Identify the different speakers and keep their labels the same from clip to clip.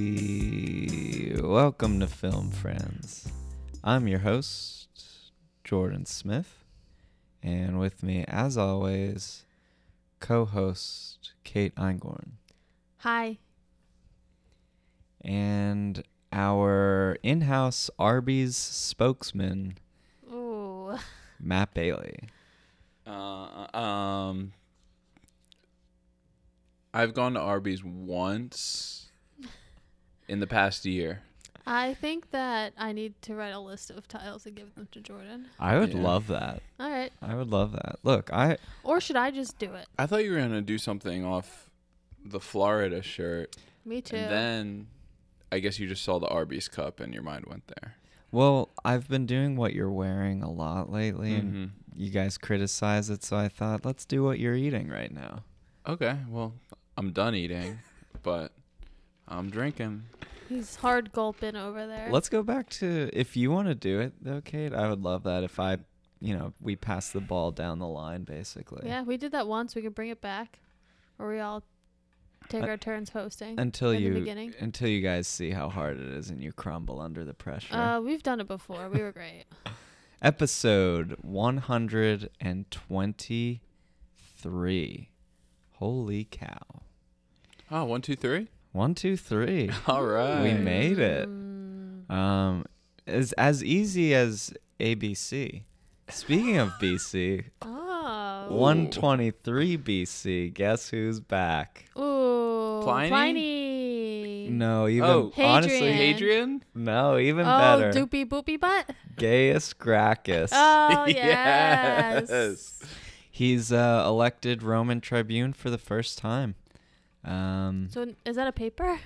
Speaker 1: Hey, welcome to Film Friends. I'm your host, Jordan Smith, and with me, as always, co host Kate Eingorn.
Speaker 2: Hi.
Speaker 1: And our in house Arby's spokesman,
Speaker 2: Ooh.
Speaker 1: Matt Bailey.
Speaker 3: Uh, um, I've gone to Arby's once in the past year.
Speaker 2: I think that I need to write a list of tiles and give them to Jordan.
Speaker 1: I would
Speaker 3: Yeah.
Speaker 1: love that.
Speaker 2: All right.
Speaker 1: I would love that. Look, I
Speaker 2: Or should I just do it?
Speaker 3: I thought you were gonna do something off the Florida shirt,
Speaker 2: Me too.
Speaker 3: and then I guess you just saw the Arby's cup and your mind went there.
Speaker 1: Well, I've been doing what you're wearing a lot lately, and
Speaker 3: Mhm.
Speaker 1: you guys criticize it, so I thought, let's do what you're eating right now.
Speaker 3: Okay, well, I'm done eating, but I'm drinking.
Speaker 2: He's hard gulping over there.
Speaker 1: Let's go back to if you want to do it, though, Kate. I would love that if I, you know, we pass the ball down the line, basically.
Speaker 2: yeah, we did that once. We can bring it back. Or we all take
Speaker 1: Uh,
Speaker 2: our turns hosting.
Speaker 1: Until
Speaker 2: in the
Speaker 1: you,
Speaker 2: beginning.
Speaker 1: until you guys see how hard it is and you crumble under the pressure.
Speaker 2: Uh, we've done it before. We were great.
Speaker 1: Episode 123. Holy cow!
Speaker 3: Oh, one, two, three.
Speaker 1: One, two, three.
Speaker 3: All right.
Speaker 1: We made it.
Speaker 2: Mm,
Speaker 1: Um, is as easy as ABC. Speaking of BC,
Speaker 2: oh.
Speaker 1: 123 BC. Guess who's back?
Speaker 2: Ooh.
Speaker 3: Pliny?
Speaker 2: Pliny.
Speaker 1: No, even
Speaker 3: Oh.
Speaker 1: honestly,
Speaker 2: Hadrian.
Speaker 3: Adrian.
Speaker 1: no, even
Speaker 2: Oh,
Speaker 1: better.
Speaker 2: doopy boopy butt.
Speaker 1: Gaius Gracchus.
Speaker 2: Oh, yes.
Speaker 3: Yes.
Speaker 1: He's uh, elected Roman tribune for the first time. Um,
Speaker 2: So, is that a paper?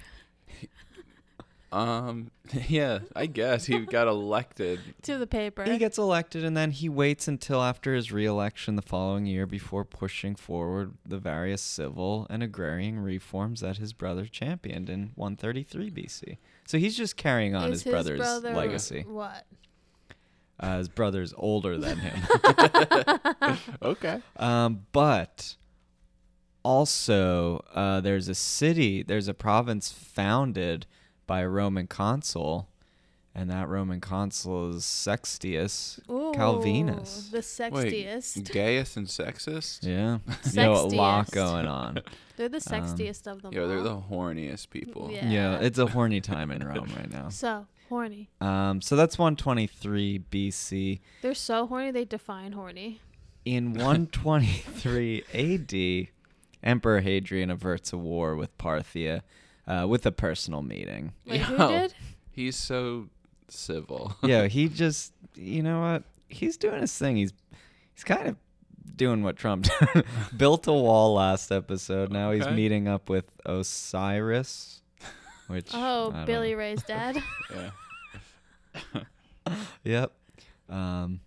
Speaker 3: Um. Yeah, I guess he got elected.
Speaker 2: To the paper.
Speaker 1: he gets elected, and then he waits until after his re-election the following year before pushing forward the various civil and agrarian reforms that his brother championed in 133 BC. So he's just carrying on his,
Speaker 2: Is
Speaker 1: brother's
Speaker 2: brother
Speaker 1: legacy.
Speaker 2: What?
Speaker 1: Uh, his brother's older than him.
Speaker 3: Okay.
Speaker 1: Um, but also, uh, there's a city, there's a province founded by a Roman consul, and that Roman consul is Sextius Calvinus.
Speaker 2: The
Speaker 3: Wait,
Speaker 2: sexiest.
Speaker 3: Gaius and sexist?
Speaker 1: Yeah, yo, a lot
Speaker 2: Sextiest.
Speaker 1: going on.
Speaker 2: They're the
Speaker 1: Um,
Speaker 2: sexiest of them
Speaker 3: Yo, they're
Speaker 2: all.
Speaker 3: the horniest people.
Speaker 2: Yeah.
Speaker 1: Yeah. it's a horny time in Rome right now.
Speaker 2: So horny.
Speaker 1: Um, so that's 123 BC.
Speaker 2: They're so horny they define horny.
Speaker 1: In 123 AD, Emperor Hadrian averts a war with Parthia uh, with a personal meeting.
Speaker 2: Wait, who
Speaker 3: Yo,
Speaker 2: did?
Speaker 3: He's so civil.
Speaker 1: yeah, he just you know what? He's doing his thing. He's he's kind of doing what Trump did. built a wall last episode. Now he's
Speaker 3: Okay.
Speaker 1: meeting up with Osiris, which I
Speaker 2: Oh,
Speaker 1: don't
Speaker 2: Billy
Speaker 1: know.
Speaker 2: Ray's dad.
Speaker 3: yeah.
Speaker 1: Yep. Um,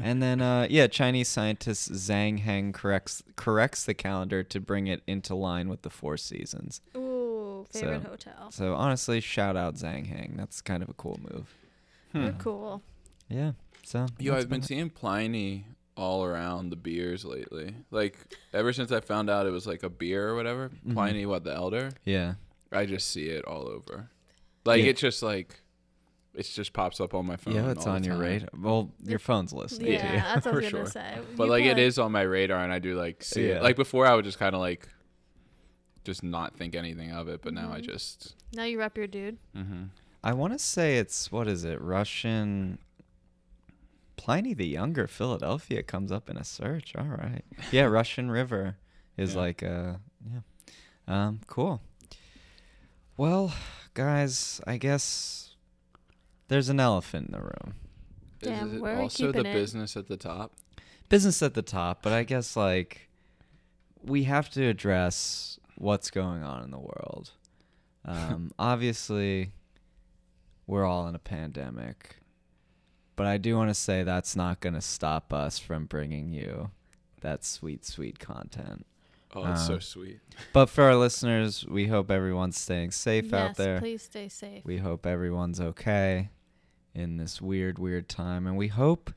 Speaker 1: and then uh, yeah, Chinese scientist Zhang Heng corrects corrects the calendar to bring it into line with the four seasons.
Speaker 2: Ooh, favorite
Speaker 1: So-
Speaker 2: hotel.
Speaker 1: So honestly, shout out Zhang Heng. That's kind of a cool move. hmm.
Speaker 2: They're cool.
Speaker 1: Yeah. So
Speaker 3: Yo,
Speaker 1: that's
Speaker 3: I've been
Speaker 1: about it.
Speaker 3: seeing Pliny all around the beers lately. Like ever since I found out it was like a beer or whatever,
Speaker 1: Mm-hmm.
Speaker 3: Pliny what the elder,
Speaker 1: yeah.
Speaker 3: I just see it all over. Like
Speaker 1: Yeah.
Speaker 3: it just like it just pops up on my phone.
Speaker 1: Yeah, it's
Speaker 3: all the
Speaker 1: on your
Speaker 3: time.
Speaker 1: radar. Well, your phone's
Speaker 2: Yeah,
Speaker 1: listening.
Speaker 3: Yeah,
Speaker 2: that's what I was
Speaker 3: for
Speaker 2: gonna
Speaker 3: sure.
Speaker 2: say.
Speaker 3: But
Speaker 2: You
Speaker 3: like it
Speaker 2: probably-
Speaker 3: is on my radar and I do like see
Speaker 1: Yeah.
Speaker 3: it. Like before I would just kinda like just not think anything of it, but now
Speaker 2: Mm-hmm.
Speaker 3: I just mm-hmm.
Speaker 2: Now you rep your dude.
Speaker 1: I want to say it's what is it? Russian Pliny the Younger, Philadelphia comes up in a search. All right. Yeah, Russian River is
Speaker 3: Yeah.
Speaker 1: like uh yeah. Um cool. Well, guys, I guess there's an elephant in the room.
Speaker 3: Is-
Speaker 2: Damn,
Speaker 3: is it
Speaker 2: where are we
Speaker 3: also the
Speaker 2: keeping it?
Speaker 3: business at the top?
Speaker 1: Business at the top, but I guess like we have to address what's going on in the world. Um obviously we're all in a pandemic. But I do want to say that's not going to stop us from bringing you that sweet, sweet content.
Speaker 3: Oh, it's
Speaker 1: Uh,
Speaker 3: so sweet.
Speaker 1: But for our listeners, we hope everyone's staying safe
Speaker 2: yes,
Speaker 1: out there.
Speaker 2: please stay safe.
Speaker 1: We hope everyone's okay in this weird, weird time. And we hope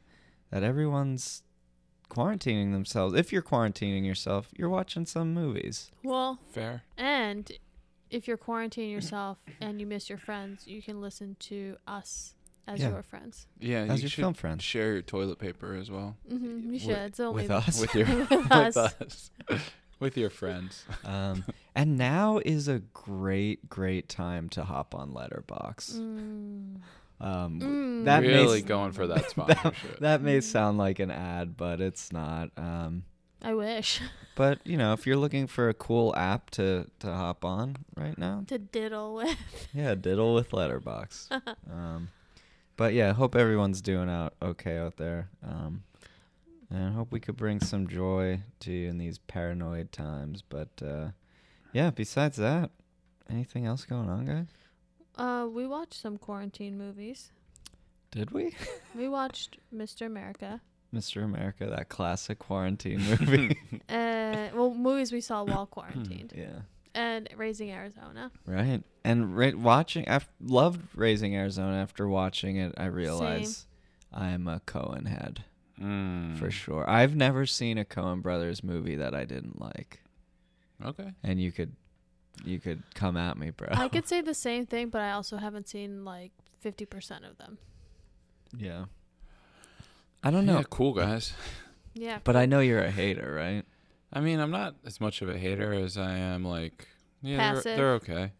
Speaker 1: that everyone's quarantining themselves, if you're quarantining yourself, you're watching some movies.
Speaker 2: Well,
Speaker 3: Fair.
Speaker 2: and if you're quarantining yourself and you miss your friends, you can listen to us as
Speaker 1: Yeah.
Speaker 2: your friends.
Speaker 3: Yeah,
Speaker 1: As
Speaker 3: you
Speaker 1: your
Speaker 3: should
Speaker 1: film friend.
Speaker 3: share your toilet paper as well
Speaker 2: hmm you
Speaker 3: With-
Speaker 2: should. It's only
Speaker 1: with us.
Speaker 3: with your
Speaker 2: With
Speaker 3: with
Speaker 2: us.
Speaker 3: us. with your friends.
Speaker 1: Um, and now is a great, great time to hop on Letterbox.
Speaker 2: Mm.
Speaker 1: Um,
Speaker 2: Mm.
Speaker 1: That may
Speaker 3: really
Speaker 1: s-
Speaker 3: going for that sponsorship.
Speaker 1: That may sound like an ad, but it's not. Um,
Speaker 2: I wish
Speaker 1: but you know, if you're looking for a cool app to to hop on right now,
Speaker 2: to diddle with.
Speaker 1: yeah, diddle with Letterbox. um, but yeah, hope everyone's doing out okay out there. Um, and I hope we could bring some joy to you in these paranoid times. But uh, yeah, besides that, anything else going on, guys?
Speaker 2: Uh, we watched some quarantine movies.
Speaker 1: Did we?
Speaker 2: We watched Mr. America.
Speaker 1: Mr. America, that classic quarantine movie.
Speaker 2: Uh, well, movies we saw while quarantined,
Speaker 1: yeah.
Speaker 2: and Raising Arizona.
Speaker 1: Right. And ra- watching, I loved Raising Arizona. After watching it, I realized I'm a Cohen head
Speaker 3: Mm.
Speaker 1: for sure. I've never seen a Cohen Brothers movie that I didn't like.
Speaker 3: Okay.
Speaker 1: And you could, you could come at me, bro.
Speaker 2: I could say the same thing, but I also haven't seen like fifty percent of them.
Speaker 1: Yeah. I don't know,
Speaker 3: Yeah, cool guys.
Speaker 2: Yeah,
Speaker 1: but I know you're a hater, right?
Speaker 3: I mean, I'm not as much of a hater as I am like yeah, they're,
Speaker 2: Passive.
Speaker 3: they're okay.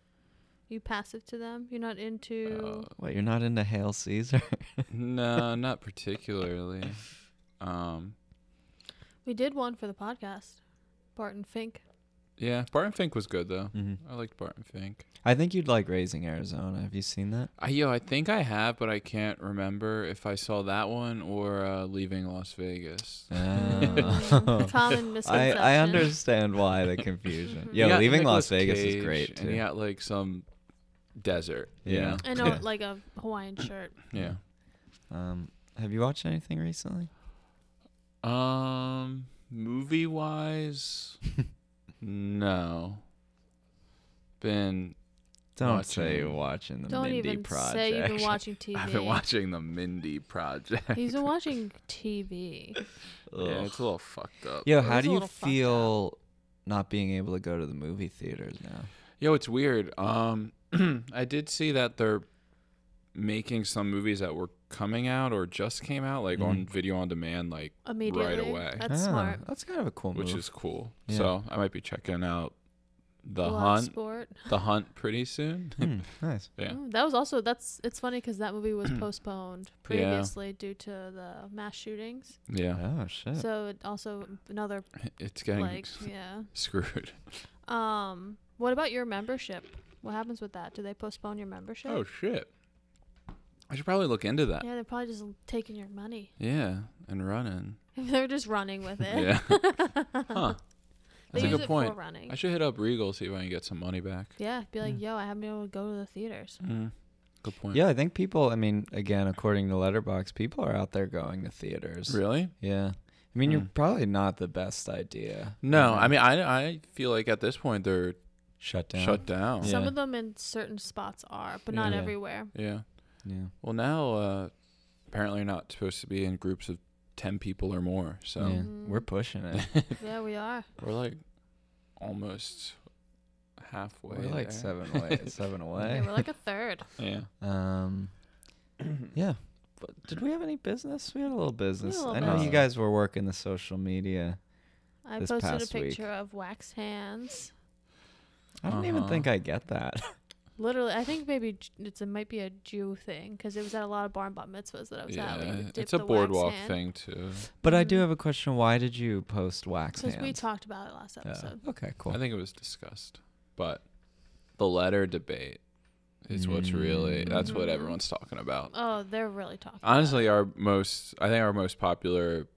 Speaker 2: you passive to them. You're not into.
Speaker 3: Uh,
Speaker 1: What? You're not into Hail Caesar?
Speaker 3: no, not particularly. Um,
Speaker 2: we did one for the podcast, Barton Fink.
Speaker 3: yeah, Barton Fink was good though.
Speaker 1: mm-hmm.
Speaker 3: I liked Barton Fink.
Speaker 1: I think you'd like Raising Arizona. Have you seen that?
Speaker 3: I, yo, I think I have, but I can't remember if I saw that one or uh, Leaving Las Vegas.
Speaker 1: Oh.
Speaker 2: Common
Speaker 1: Uh. I,
Speaker 2: misconception.
Speaker 1: I understand why the confusion.
Speaker 2: Mhm.
Speaker 1: Yeah,
Speaker 3: You got
Speaker 1: leaving Las
Speaker 3: Nicolas
Speaker 1: Vegas is
Speaker 3: Cage,
Speaker 1: great too.
Speaker 3: And you got like some desert. you
Speaker 1: Yeah.
Speaker 3: know?
Speaker 2: And
Speaker 1: Yeah.
Speaker 2: uh, like a Hawaiian shirt.
Speaker 3: yeah.
Speaker 1: Um, have you watched anything recently?
Speaker 3: Um, movie wise, no. Been
Speaker 1: Don't
Speaker 3: Watching-
Speaker 1: say you're watching the
Speaker 2: Don't
Speaker 1: Mindy
Speaker 2: even
Speaker 1: Project.
Speaker 2: say you've been watching TV.
Speaker 3: I've been watching the Mindy Project.
Speaker 2: He's been watching TV.
Speaker 3: yeah,
Speaker 1: Ugh.
Speaker 3: it's a little fucked up.
Speaker 1: Yo,
Speaker 2: That
Speaker 1: how
Speaker 2: was
Speaker 1: do you
Speaker 2: a little fucked up.
Speaker 1: feel not being able to go to the movie theaters now?
Speaker 3: Yo, it's weird. Um, I did see that they're making some movies that were coming out or just came out, like on
Speaker 1: Mm-hmm.
Speaker 3: video on demand, like
Speaker 2: Immediately.
Speaker 3: away.
Speaker 2: That's
Speaker 1: Ah,
Speaker 2: smart.
Speaker 1: That's kind of a cool
Speaker 3: which
Speaker 1: move.
Speaker 3: is cool.
Speaker 1: Yeah.
Speaker 3: So I might be checking out the
Speaker 2: Blood
Speaker 3: hunt,
Speaker 2: sport.
Speaker 3: the hunt pretty soon.
Speaker 1: Hmm, nice.
Speaker 3: Yeah.
Speaker 2: Oh, that was also that's it's funny because that movie was postponed previously due to the mass shootings.
Speaker 3: yeah,
Speaker 1: Oh shit.
Speaker 2: So it also another
Speaker 3: it's getting
Speaker 2: like yeah.
Speaker 3: screwed.
Speaker 2: Um, what about your membership? What happens with that? Do they postpone your membership?
Speaker 3: Oh shit! I should probably look into that. Yeah,
Speaker 2: yeah, they're probably just taking your money.
Speaker 3: and running.
Speaker 2: they're just running with it.
Speaker 3: Yeah, huh?
Speaker 2: They
Speaker 3: That's a
Speaker 2: use
Speaker 3: good
Speaker 2: it
Speaker 3: point.
Speaker 2: for running.
Speaker 3: I should hit up Regal see if I can get some money back.
Speaker 2: yeah, be like, yo, I haven't been able to go to the theaters.
Speaker 3: Mm. Good point.
Speaker 1: Yeah, I think people. I mean, again, according to Letterbox, people are out there going to theaters.
Speaker 3: Really?
Speaker 1: Yeah. I mean,
Speaker 3: Hmm.
Speaker 1: you're probably not the best idea.
Speaker 3: No,
Speaker 1: Mhm.
Speaker 3: I mean I I feel like at this point they're
Speaker 1: shut down.
Speaker 3: shut down.
Speaker 1: Yeah.
Speaker 2: Some of them in certain spots are, but not
Speaker 1: Yeah.
Speaker 2: everywhere.
Speaker 3: Yeah.
Speaker 1: Yeah.
Speaker 3: Well now uh apparently you're not supposed to be in groups of ten people or more. So
Speaker 1: yeah.
Speaker 2: Mm.
Speaker 1: We're pushing it.
Speaker 2: yeah, we are.
Speaker 3: we're like almost halfway.
Speaker 1: We're like
Speaker 3: there.
Speaker 1: seven away. Seven
Speaker 2: Yeah,
Speaker 1: away.
Speaker 2: we're like a third.
Speaker 3: Yeah.
Speaker 1: Um, yeah. But did we have any business? We had a little business.
Speaker 2: little
Speaker 1: I know you
Speaker 3: business.
Speaker 1: guys were working the social media.
Speaker 2: I
Speaker 1: This
Speaker 2: posted a
Speaker 1: past week.
Speaker 2: picture of wax hands.
Speaker 1: I don't even
Speaker 3: Uh-huh.
Speaker 1: think I get that.
Speaker 2: Literally, I think maybe J- it's a, might be a Jew thing because it was at a lot of bar and bat mitzvahs that I was at. where you
Speaker 3: Yeah.
Speaker 2: could dip
Speaker 3: It's a
Speaker 2: the wax
Speaker 3: boardwalk
Speaker 2: hand.
Speaker 3: thing too.
Speaker 1: But I do
Speaker 2: Mhm.
Speaker 1: have a question. Why did you post wax
Speaker 2: Because
Speaker 1: hands?
Speaker 2: we talked about it last
Speaker 1: Yeah.
Speaker 2: episode.
Speaker 1: Okay, cool.
Speaker 3: I think it was discussed, but the letter debate is what's really
Speaker 1: Mm.
Speaker 3: that's what
Speaker 2: Mhm.
Speaker 3: everyone's talking about.
Speaker 2: Oh, they're really talking. about
Speaker 3: Honestly, our most I think our most popular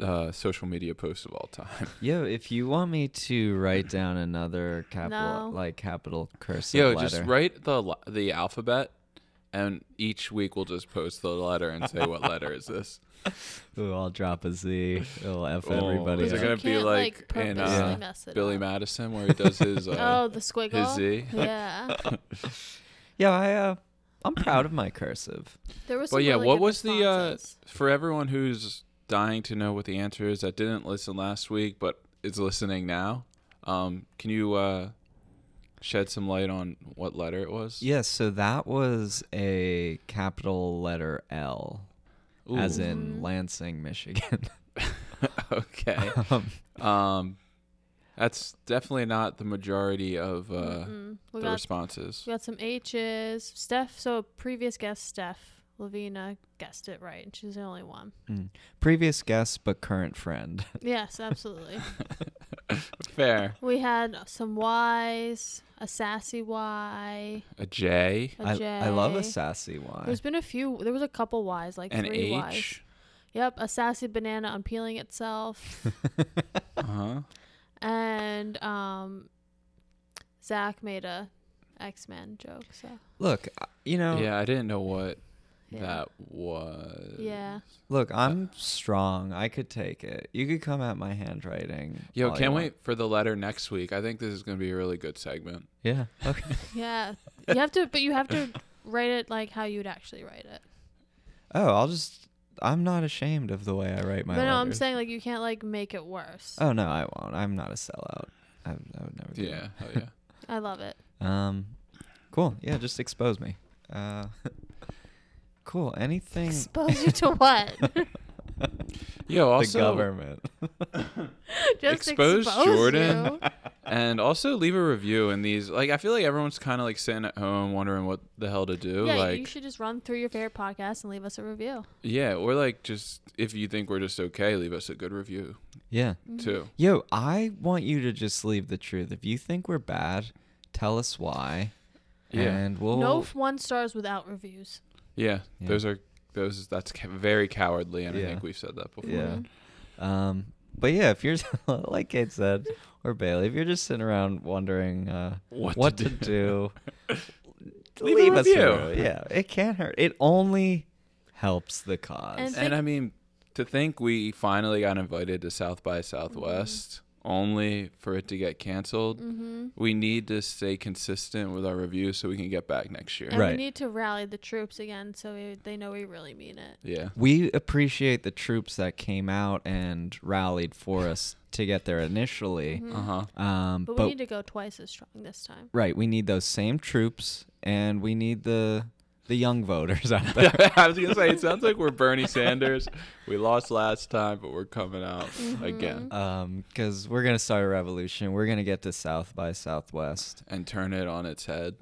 Speaker 3: uh, social media post of all time.
Speaker 1: Yo, if you want me to write down another capital,
Speaker 2: No.
Speaker 1: like capital cursive
Speaker 3: Yo,
Speaker 1: letter.
Speaker 3: just write the l- the alphabet, and each week we'll just post the letter and say what letter is this.
Speaker 1: Ooh, I'll drop a Z. It'll F
Speaker 3: Oh,
Speaker 1: everybody.
Speaker 3: is
Speaker 2: it.
Speaker 3: it
Speaker 1: up.
Speaker 3: gonna
Speaker 2: You
Speaker 3: be
Speaker 2: can't,
Speaker 3: like in,
Speaker 2: purposely
Speaker 1: uh,
Speaker 2: mess it
Speaker 3: Billy
Speaker 2: up.
Speaker 3: Madison, where he does his uh,
Speaker 2: Oh, the squiggle.
Speaker 3: his Z.
Speaker 2: Yeah.
Speaker 1: Yeah, I uh, I'm proud of my cursive.
Speaker 2: There was.
Speaker 3: But
Speaker 2: some
Speaker 3: yeah,
Speaker 2: really
Speaker 3: what
Speaker 2: good
Speaker 3: was the, uh,
Speaker 2: responses.
Speaker 3: For everyone who's dying to know what the answer is that didn't listen last week but is listening now, um, can you uh, shed some light on what letter it was?
Speaker 1: Yes, so that was a capital letter L, as in
Speaker 2: Mhm.
Speaker 1: Lansing, Michigan.
Speaker 3: okay.
Speaker 1: um,
Speaker 3: Um, that's definitely not the majority of uh,
Speaker 2: Mm-mm. we
Speaker 3: the
Speaker 2: got
Speaker 3: responses.
Speaker 2: we got some H's. Steph. So previous guest Steph Lavina guessed it right, and she's the only one.
Speaker 1: previous guest, but current friend.
Speaker 2: Yes, absolutely.
Speaker 3: Fair.
Speaker 2: we had some Y's, a sassy Y,
Speaker 3: A J,
Speaker 2: a
Speaker 1: I I love a
Speaker 2: J.
Speaker 1: sassy one.
Speaker 2: There's been a few. There was a couple Y's, like
Speaker 3: an
Speaker 2: three Y's.
Speaker 3: H.
Speaker 2: Yep, a sassy banana unpeeling itself,
Speaker 3: Uh huh.
Speaker 2: and um, Zach made a X Men joke. So
Speaker 1: Look, I- you know,
Speaker 3: Yeah, I didn't know what
Speaker 2: yeah.
Speaker 3: that was.
Speaker 2: Yeah.
Speaker 1: look,
Speaker 3: Uh,
Speaker 1: I'm strong. I could take it. You could come at my handwriting.
Speaker 3: Yo,
Speaker 1: all you
Speaker 3: can't
Speaker 1: want.
Speaker 3: wait for the letter next week. I think this is going to be a really good segment.
Speaker 1: Yeah. Okay.
Speaker 2: Yeah, you have to, but you have to write it like how you would actually write it.
Speaker 1: oh, I'll just. I'm not ashamed of the way I write my.
Speaker 2: but no, I'm
Speaker 1: letters.
Speaker 2: saying like you can't like make it worse.
Speaker 1: Oh no, I won't. I'm not a sellout. I, I would never. do
Speaker 3: Yeah. Hell yeah.
Speaker 2: I love it.
Speaker 1: that. Um, cool. Yeah, just expose me. Uh, cool. Anything.
Speaker 2: Expose you to what?
Speaker 3: Yo,
Speaker 1: the
Speaker 3: also,
Speaker 1: government.
Speaker 2: Just
Speaker 3: Expose Jordan.
Speaker 2: you?
Speaker 3: and also leave a review in these. Like, I feel like everyone's kind of like sitting at home wondering what the hell to do.
Speaker 2: Yeah,
Speaker 3: like,
Speaker 2: you should just run through your favorite podcast and leave us a review.
Speaker 3: yeah, or like just if you think we're just okay, leave us a good review
Speaker 1: Yeah.
Speaker 2: Mm-hmm.
Speaker 3: too.
Speaker 1: Yo, I want you to just leave the truth. If you think we're bad, tell us why.
Speaker 3: Yeah.
Speaker 1: And we'll.
Speaker 2: no f- one stars without reviews.
Speaker 3: Yeah,
Speaker 1: Yeah.
Speaker 3: those are those. That's ca- very cowardly, and
Speaker 1: Yeah.
Speaker 3: I think we've said that before.
Speaker 1: Yeah. Um, but yeah, if you're like Kate said or Bailey, if you're just sitting around wondering uh,
Speaker 3: What to
Speaker 1: to, do,
Speaker 3: Leave a
Speaker 1: leave us a
Speaker 3: review.
Speaker 1: review. Yeah, it can't hurt. It only helps the cause.
Speaker 2: And-
Speaker 3: And I mean, to think we finally got invited to South by Southwest, only for it to get canceled.
Speaker 2: Mm-hmm.
Speaker 3: We need to stay consistent with our reviews so we can get back next year.
Speaker 2: And
Speaker 1: Right.
Speaker 2: we need to rally the troops again so we, they know we really mean it.
Speaker 3: Yeah.
Speaker 1: we appreciate the troops that came out and rallied for us to get there initially.
Speaker 2: Mm-hmm.
Speaker 3: Uh huh.
Speaker 1: Um,
Speaker 2: But
Speaker 1: but
Speaker 2: we need to go twice as strong this time.
Speaker 1: right, we need those same troops, and we need the the young voters out there.
Speaker 3: I was gonna say it sounds like we're Bernie Sanders. We lost last time, but we're coming out again
Speaker 1: Um, because we're gonna start a revolution. We're gonna get to South by Southwest.
Speaker 3: and turn it on its head.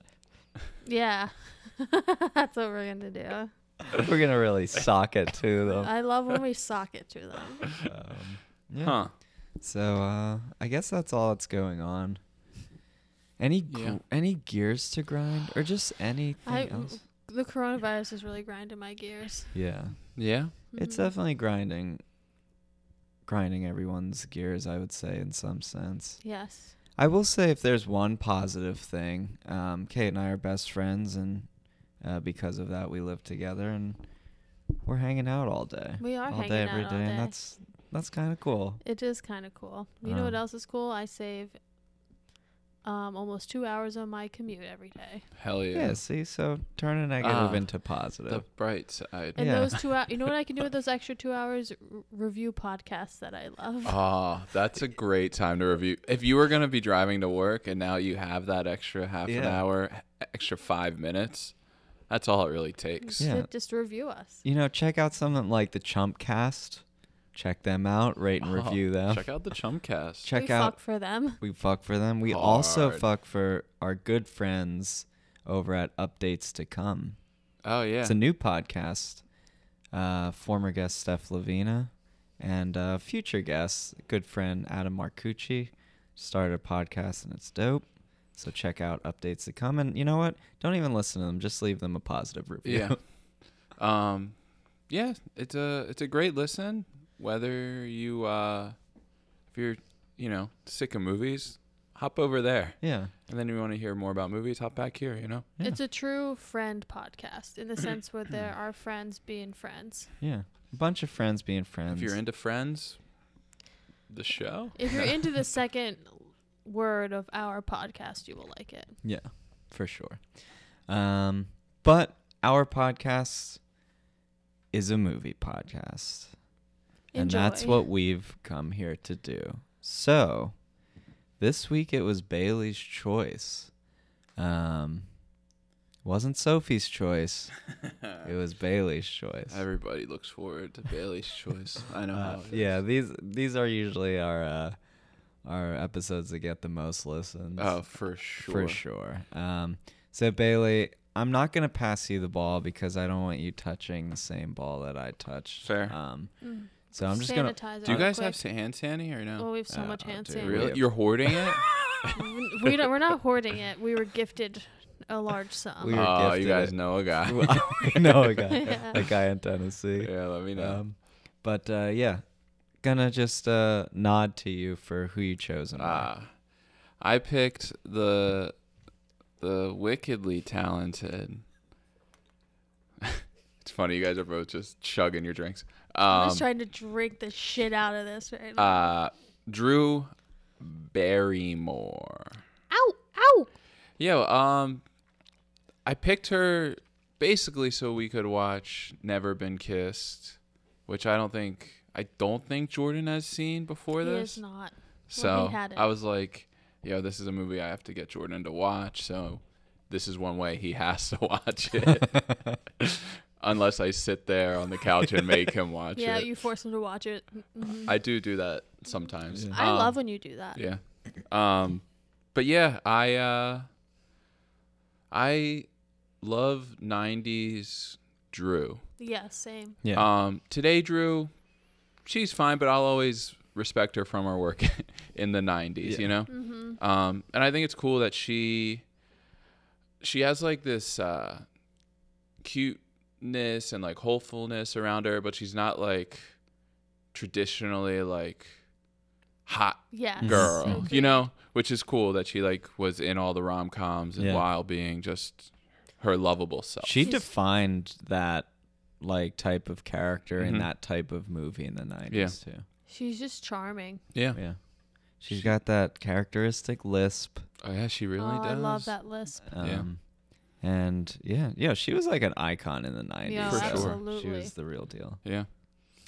Speaker 2: Yeah. That's what we're going to do.
Speaker 1: We're gonna really sock it to them.
Speaker 2: I love when we sock it to them.
Speaker 1: Um, yeah.
Speaker 3: Huh.
Speaker 1: So uh, I guess that's all that's going on. Any gr-
Speaker 3: Yeah.
Speaker 1: any gears to grind, or just anything
Speaker 2: I-
Speaker 1: else?
Speaker 2: The coronavirus is really grinding my gears.
Speaker 1: Yeah,
Speaker 3: Yeah.
Speaker 1: it's
Speaker 2: Mhm.
Speaker 1: definitely grinding, grinding everyone's gears. I would say in some sense.
Speaker 2: Yes.
Speaker 1: I will say if there's one positive thing, um, Kate and I are best friends, and uh, because of that, we live together and we're hanging out all day,
Speaker 2: We are
Speaker 1: all
Speaker 2: hanging
Speaker 1: day
Speaker 2: out
Speaker 1: every day,
Speaker 2: all day.
Speaker 1: and that's that's kind of cool.
Speaker 2: It is kind of cool. You know what
Speaker 1: Um,
Speaker 2: else is cool? I save um, almost two hours on my commute every day.
Speaker 3: Hell yeah.
Speaker 1: Yeah. see, so turn a negative
Speaker 3: Ah,
Speaker 1: into positive.
Speaker 3: The bright side.
Speaker 2: And
Speaker 1: Yeah.
Speaker 2: those two hours, you know what I can do with those extra two hours? R- review podcasts that I love.
Speaker 1: Oh,
Speaker 3: Ah, that's a great time to review. If you were gonna be driving to work and now you have that extra half an
Speaker 1: Yeah.
Speaker 3: hour, h- extra five minutes, that's all it really takes.
Speaker 1: Yeah.
Speaker 2: Just- Just review us.
Speaker 1: you know, check out something like the Chump Cast. Check them out, rate and
Speaker 3: Oh,
Speaker 1: review them. Check,
Speaker 3: Check out the Chumcast.
Speaker 2: we
Speaker 1: out.
Speaker 2: fuck for them.
Speaker 1: We fuck for them. We also
Speaker 3: Hard.
Speaker 1: fuck for our good friends over at Updates to Come.
Speaker 3: oh yeah.
Speaker 1: It's a new podcast. Uh, former guest Steph Lavina and uh, future guest, good friend Adam Marcucci, started a podcast and it's dope. So check out Updates to Come. And you know what? Don't even listen to them. Just leave them a positive review.
Speaker 3: yeah. um, yeah. It's a it's a great listen. Whether you uh, if you're you know sick of movies, hop over there.
Speaker 1: yeah.
Speaker 3: And then you want to hear more about movies, hop back here. You know.
Speaker 1: Yeah.
Speaker 2: It's a true friend podcast in the sense where there are friends being friends.
Speaker 1: Yeah. A bunch of friends being friends.
Speaker 3: If you're into Friends, the show.
Speaker 2: If you're into the second word of our podcast, you will like it.
Speaker 1: Yeah, for sure. Um, but our podcast is a movie podcast. And that's
Speaker 2: Enjoy.
Speaker 1: what we've come here to do. So, this week it was Bailey's choice. Um, wasn't Sophie's choice. It was Bailey's choice.
Speaker 3: Everybody looks forward to Bailey's choice. I know
Speaker 1: Uh,
Speaker 3: how. It is.
Speaker 1: yeah, these these are usually our uh, our episodes that get the most listens.
Speaker 3: Oh, for sure.
Speaker 1: for sure. Um, so Bailey, I'm not gonna pass you the ball because I don't want you touching the same ball that I touched.
Speaker 3: Fair.
Speaker 1: Um,
Speaker 2: Mm.
Speaker 1: so I'm just gonna.
Speaker 2: Sanitize
Speaker 3: Do you
Speaker 2: real
Speaker 3: guys
Speaker 2: quick.
Speaker 3: have sa- hand sandy or no?
Speaker 2: Well, we have so
Speaker 1: Uh,
Speaker 2: much
Speaker 1: oh,
Speaker 2: hand
Speaker 1: dude,
Speaker 2: sanitizer.
Speaker 1: we
Speaker 3: really?
Speaker 1: have-
Speaker 3: You're hoarding it?
Speaker 2: Mm, we don't, we're not hoarding it. We were gifted a large sum.
Speaker 1: We were
Speaker 3: Oh, you
Speaker 1: gifted
Speaker 3: guys
Speaker 1: it.
Speaker 3: know a guy.
Speaker 1: no, a guy,
Speaker 2: Yeah.
Speaker 1: a guy in Tennessee.
Speaker 3: yeah, let me know.
Speaker 1: Um, but uh, yeah, gonna just uh, nod to you for who you chose and why.
Speaker 3: Ah, I picked the the wickedly talented. it's funny you guys are both just chugging your drinks.
Speaker 2: I'm
Speaker 3: Um,
Speaker 2: just trying to drink the shit out of this right now.
Speaker 3: uh, Drew Barrymore.
Speaker 2: ow, ow.
Speaker 3: Yeah, um, I picked her basically so we could watch Never Been Kissed, which I don't think I don't think Jordan has seen before
Speaker 2: He
Speaker 3: this.
Speaker 2: is not. Well,
Speaker 3: So
Speaker 2: he had it.
Speaker 3: I was like, yo, this is a movie I have to get Jordan to watch. So this is one way he has to watch it. Unless I sit there on the couch and make him watch
Speaker 2: Yeah,
Speaker 3: it.
Speaker 2: you force him to watch it. Mhm.
Speaker 3: I do do that sometimes.
Speaker 2: I
Speaker 3: Um,
Speaker 2: love when you do that.
Speaker 3: Yeah. Um but yeah, I uh I love 90s Drew.
Speaker 2: Yeah, same.
Speaker 1: Yeah.
Speaker 3: Um, today, Drew, she's fine, but I'll always respect her from her work in the '90s.
Speaker 1: Yeah.
Speaker 3: You know,
Speaker 2: Mm-hmm.
Speaker 3: um, and I think it's cool that she she has like this uh, cuteness and like hopefulness around her, but she's not like traditionally like hot
Speaker 2: Yeah.
Speaker 1: Mm-hmm.
Speaker 3: girl, you know, which is cool that she like was in all the rom coms and
Speaker 1: Yeah.
Speaker 3: while being just her lovable self.
Speaker 1: she
Speaker 2: She's-
Speaker 1: defined that like type of character in
Speaker 3: Mhm.
Speaker 1: that type of movie in the 90s too.
Speaker 2: She's just charming.
Speaker 3: yeah,
Speaker 1: Yeah. She's got that characteristic lisp.
Speaker 3: oh, yeah, she really
Speaker 2: oh,
Speaker 3: does.
Speaker 2: I love that lisp.
Speaker 3: Yeah.
Speaker 1: Um, And yeah, yeah, she was like an icon in the 90s.
Speaker 2: Yeah,
Speaker 3: For sure.
Speaker 1: She
Speaker 2: absolutely.
Speaker 1: was the real deal.
Speaker 3: Yeah,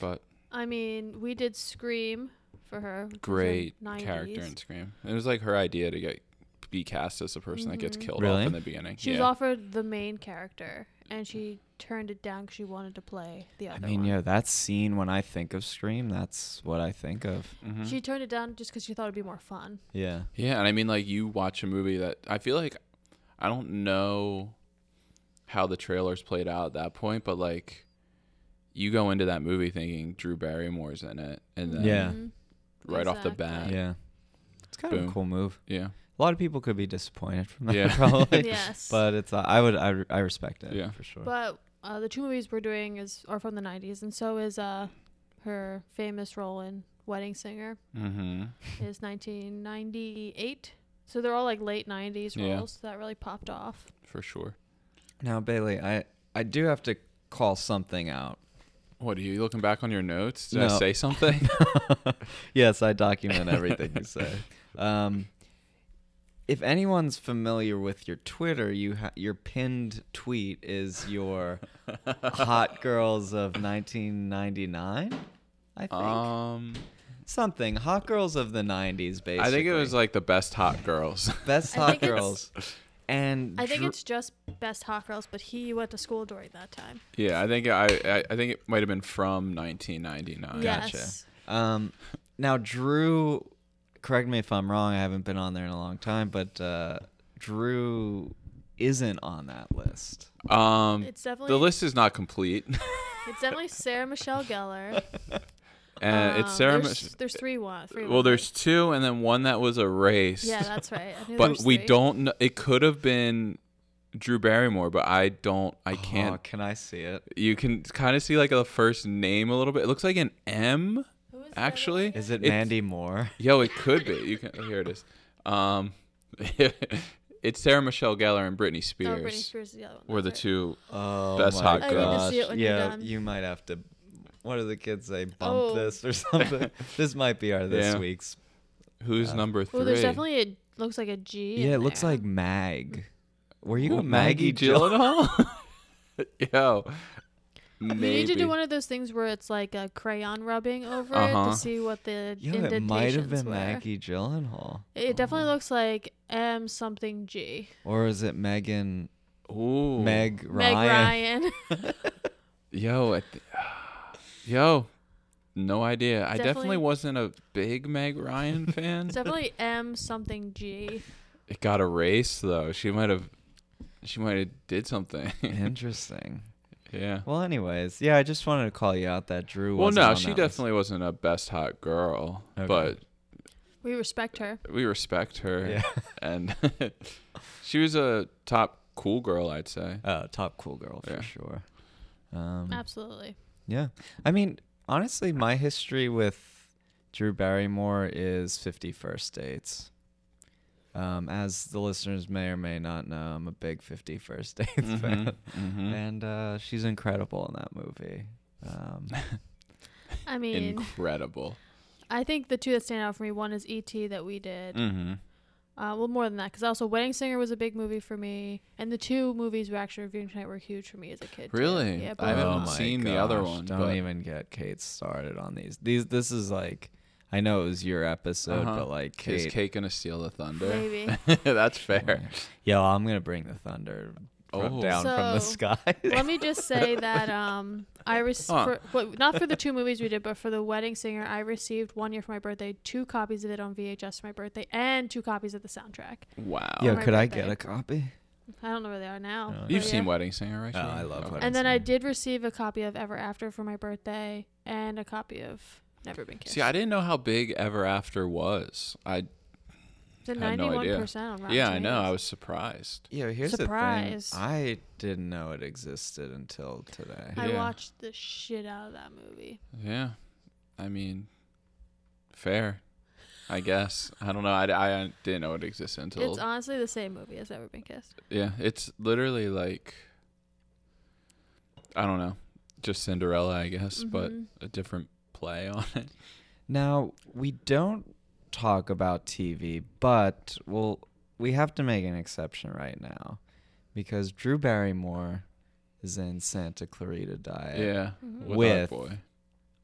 Speaker 3: but
Speaker 2: I mean, we did Scream for her. which was in
Speaker 3: great
Speaker 2: 90s.
Speaker 3: character in Scream. It was like her idea to get be cast as the person that gets
Speaker 2: Mhm.
Speaker 3: killed
Speaker 1: Really?
Speaker 3: off in the beginning.
Speaker 2: She was
Speaker 3: yeah.
Speaker 2: offered the main character, and she turned it down because she wanted to play the
Speaker 1: I
Speaker 2: other
Speaker 1: mean,
Speaker 2: one.
Speaker 1: yeah, that scene when I think of Scream, that's what I think of.
Speaker 3: Mhm.
Speaker 2: She turned it down just because she thought it'd be more fun.
Speaker 1: Yeah.
Speaker 3: yeah, and I mean, like you watch a movie that I feel like I don't know how the trailers played out at that point, but like you go into that movie thinking Drew Barrymore's in it, and then
Speaker 1: Yeah.
Speaker 2: Mhm.
Speaker 3: right off the bat,
Speaker 2: Exactly.
Speaker 1: Yeah. It's kind of a
Speaker 3: Boom.
Speaker 1: cool move.
Speaker 3: yeah,
Speaker 1: A lot of people could be disappointed from that
Speaker 3: Yeah.
Speaker 1: probably.
Speaker 2: yes.
Speaker 1: But it's uh, I would I, I respect it
Speaker 3: Yeah.
Speaker 1: for sure.
Speaker 2: But uh, the two movies we're doing is are from the 90s, and so is uh, her famous role in Wedding Singer
Speaker 3: Mm-hmm.
Speaker 2: is 1998. So they're all like late 90s
Speaker 3: Yeah.
Speaker 2: roles that really popped off.
Speaker 3: for sure.
Speaker 1: now Bailey, I I do have to call something out.
Speaker 3: What are you looking back on your notes? Did I
Speaker 1: No.
Speaker 3: say something?
Speaker 1: yes, I document everything you say. Um, if anyone's familiar with your Twitter, you ha- your pinned tweet is your hot girls of 1999, I think.
Speaker 3: um,
Speaker 1: Something hot girls of the 90s basically.
Speaker 3: I think it was like the best hot girls.
Speaker 1: best
Speaker 2: I
Speaker 1: hot
Speaker 2: think it's-
Speaker 1: girls. And
Speaker 2: I think
Speaker 1: Dr-
Speaker 2: it's just Best Hot Girls, but he went to school during that time.
Speaker 3: Yeah, I think I I, I think it might have been from 1999.
Speaker 1: Gotcha.
Speaker 2: Yes.
Speaker 1: Um, now Drew, correct me if I'm wrong. I haven't been on there in a long time, but uh, Drew isn't on that list.
Speaker 3: Um,
Speaker 2: It's definitely
Speaker 3: the list is not complete,
Speaker 2: it's definitely Sarah Michelle Gellar.
Speaker 3: and Uh, it's
Speaker 2: Um,
Speaker 3: Sarah.
Speaker 2: There's,
Speaker 3: Mich-
Speaker 2: there's three one. Three
Speaker 3: well,
Speaker 2: women.
Speaker 3: there's two, and then one that was erased.
Speaker 2: Yeah, that's right. I knew there
Speaker 3: but
Speaker 2: was
Speaker 3: we
Speaker 2: three.
Speaker 3: don't. Know, it could have been Drew Barrymore, but I don't. I can't.
Speaker 1: Oh, can I see it?
Speaker 3: You can kind of see like a first name a little bit. It looks like an
Speaker 2: Who
Speaker 3: M,
Speaker 2: is the other
Speaker 3: actually.
Speaker 1: Is it
Speaker 3: It's-
Speaker 1: Mandy Moore?
Speaker 3: Yo, it could be. You can. Here it is. Um, it's Sarah Michelle Gellar and Britney
Speaker 2: one?
Speaker 3: Spears.
Speaker 2: No, Oh, Britney Spears is the other one.
Speaker 3: Were the
Speaker 2: that's right.
Speaker 3: two
Speaker 1: Oh,
Speaker 3: Best
Speaker 1: my
Speaker 3: hot
Speaker 1: gosh.
Speaker 2: I need to see it when you're
Speaker 1: yeah,
Speaker 2: done.
Speaker 1: you might have to. What do the kids say? Bump
Speaker 2: Oh.
Speaker 1: this or something. this might be our this
Speaker 3: Yeah.
Speaker 1: week's.
Speaker 3: Who's number three?
Speaker 2: Well, there's definitely a looks like a G.
Speaker 1: Yeah,
Speaker 2: in
Speaker 1: it looks
Speaker 2: there.
Speaker 1: like Mag. Were you
Speaker 3: Ooh,
Speaker 1: a Maggie, Jill?
Speaker 3: Gyllenhaal? Yo, Maybe.
Speaker 2: We need to do one of those things where it's like a crayon rubbing over it
Speaker 3: Uh-huh.
Speaker 2: to see what the
Speaker 1: Yo,
Speaker 2: indentations
Speaker 1: it might have been
Speaker 2: were.
Speaker 1: Maggie Gyllenhaal,
Speaker 2: It definitely looks like M something G.
Speaker 1: or is it Megan
Speaker 3: Ooh.
Speaker 1: Meg Ryan?
Speaker 2: Meg Ryan.
Speaker 3: Yo, I th- yo, no idea. I
Speaker 2: Definitely-
Speaker 3: definitely wasn't a big Meg Ryan fan.
Speaker 2: it's definitely M something G.
Speaker 3: it got erased though. She might have, she might have did something.
Speaker 1: Interesting.
Speaker 3: yeah.
Speaker 1: Well, anyways, yeah, I just wanted to call you out that Drew.
Speaker 3: Well,
Speaker 1: wasn't
Speaker 3: no,
Speaker 1: on
Speaker 3: she
Speaker 1: that
Speaker 3: definitely wasn't a best hot girl,
Speaker 1: Okay.
Speaker 3: but
Speaker 2: We respect her.
Speaker 3: we respect her,
Speaker 1: List.
Speaker 3: and she was a top cool girl, I'd say.
Speaker 1: Yeah, uh, top cool girl for
Speaker 3: Yeah.
Speaker 1: sure. Um,
Speaker 2: Absolutely.
Speaker 1: yeah, I mean, honestly, my history with Drew Barrymore is Fifty First Dates. Um, as the listeners may or may not know, I'm a big Fifty First Dates
Speaker 3: Mm-hmm.
Speaker 1: fan,
Speaker 3: Mhm.
Speaker 1: and uh, she's incredible in that movie. Um,
Speaker 2: I mean,
Speaker 3: Incredible.
Speaker 2: I think the two that stand out for me one is E.T. that we did.
Speaker 1: Mm.
Speaker 3: Mm-hmm.
Speaker 2: Uh, well, more than that, because also Wedding Singer was a big movie for me, and the two movies we're actually reviewing tonight were huge for me as a kid. too.
Speaker 3: Really?
Speaker 2: Yeah,
Speaker 3: I
Speaker 2: both
Speaker 3: haven't
Speaker 2: of
Speaker 1: Oh
Speaker 2: them.
Speaker 1: my
Speaker 3: seen the other one,
Speaker 1: Don't
Speaker 3: but-
Speaker 1: even get Kate started on these. These this is like I know it was your episode,
Speaker 3: Uh-huh.
Speaker 1: but like
Speaker 3: Is
Speaker 1: Kate,
Speaker 3: Kate gonna steal the thunder?
Speaker 2: Maybe.
Speaker 3: That's fair.
Speaker 1: yo, I'm gonna bring the thunder from
Speaker 3: Oh.
Speaker 1: down from the
Speaker 2: So- oh
Speaker 1: sky.
Speaker 2: Let me just say that um, I received
Speaker 3: Huh.
Speaker 2: for, well, not for the two movies we did, but for the Wedding Singer, I received one year for my birthday, two copies of it on VHS for my birthday, and two copies of the soundtrack.
Speaker 3: Wow.
Speaker 1: yo,
Speaker 2: my
Speaker 1: could I get
Speaker 2: birthday.
Speaker 1: a copy?
Speaker 2: I don't know where they are now.
Speaker 1: Yeah.
Speaker 2: but
Speaker 3: You've
Speaker 2: yeah.
Speaker 3: seen Wedding Singer, right?
Speaker 1: Oh,
Speaker 3: Shannon?
Speaker 1: I love
Speaker 3: Okay.
Speaker 1: Wedding
Speaker 2: And then I
Speaker 1: Singer.
Speaker 2: did receive a copy of Ever After for my birthday, and a copy of Never Been Kissed.
Speaker 3: See, I didn't know how big Ever After was. I
Speaker 2: it's a
Speaker 3: had no
Speaker 2: ninety-one
Speaker 3: idea.
Speaker 2: percent on Rotten
Speaker 3: yeah, I know. I
Speaker 2: Tomatoes.
Speaker 3: was surprised.
Speaker 1: Yo, here's
Speaker 2: Surprise.
Speaker 1: the thing. I didn't know it existed until today.
Speaker 2: I
Speaker 3: Yeah.
Speaker 2: watched the shit out of that movie.
Speaker 3: Yeah, I mean, fair, I guess. I don't know. I, I didn't know it existed until
Speaker 2: It's honestly the same movie as Ever Been Kissed.
Speaker 3: yeah. It's literally like I don't know, just Cinderella, I guess, but
Speaker 2: Mhm.
Speaker 3: a different play on it.
Speaker 1: Now we don't talk about TV, but well, we have to make an exception right now because Drew Barrymore is in Santa Clarita Diet.
Speaker 3: Yeah,
Speaker 2: Mhm.
Speaker 3: with, our
Speaker 1: With-
Speaker 3: boy.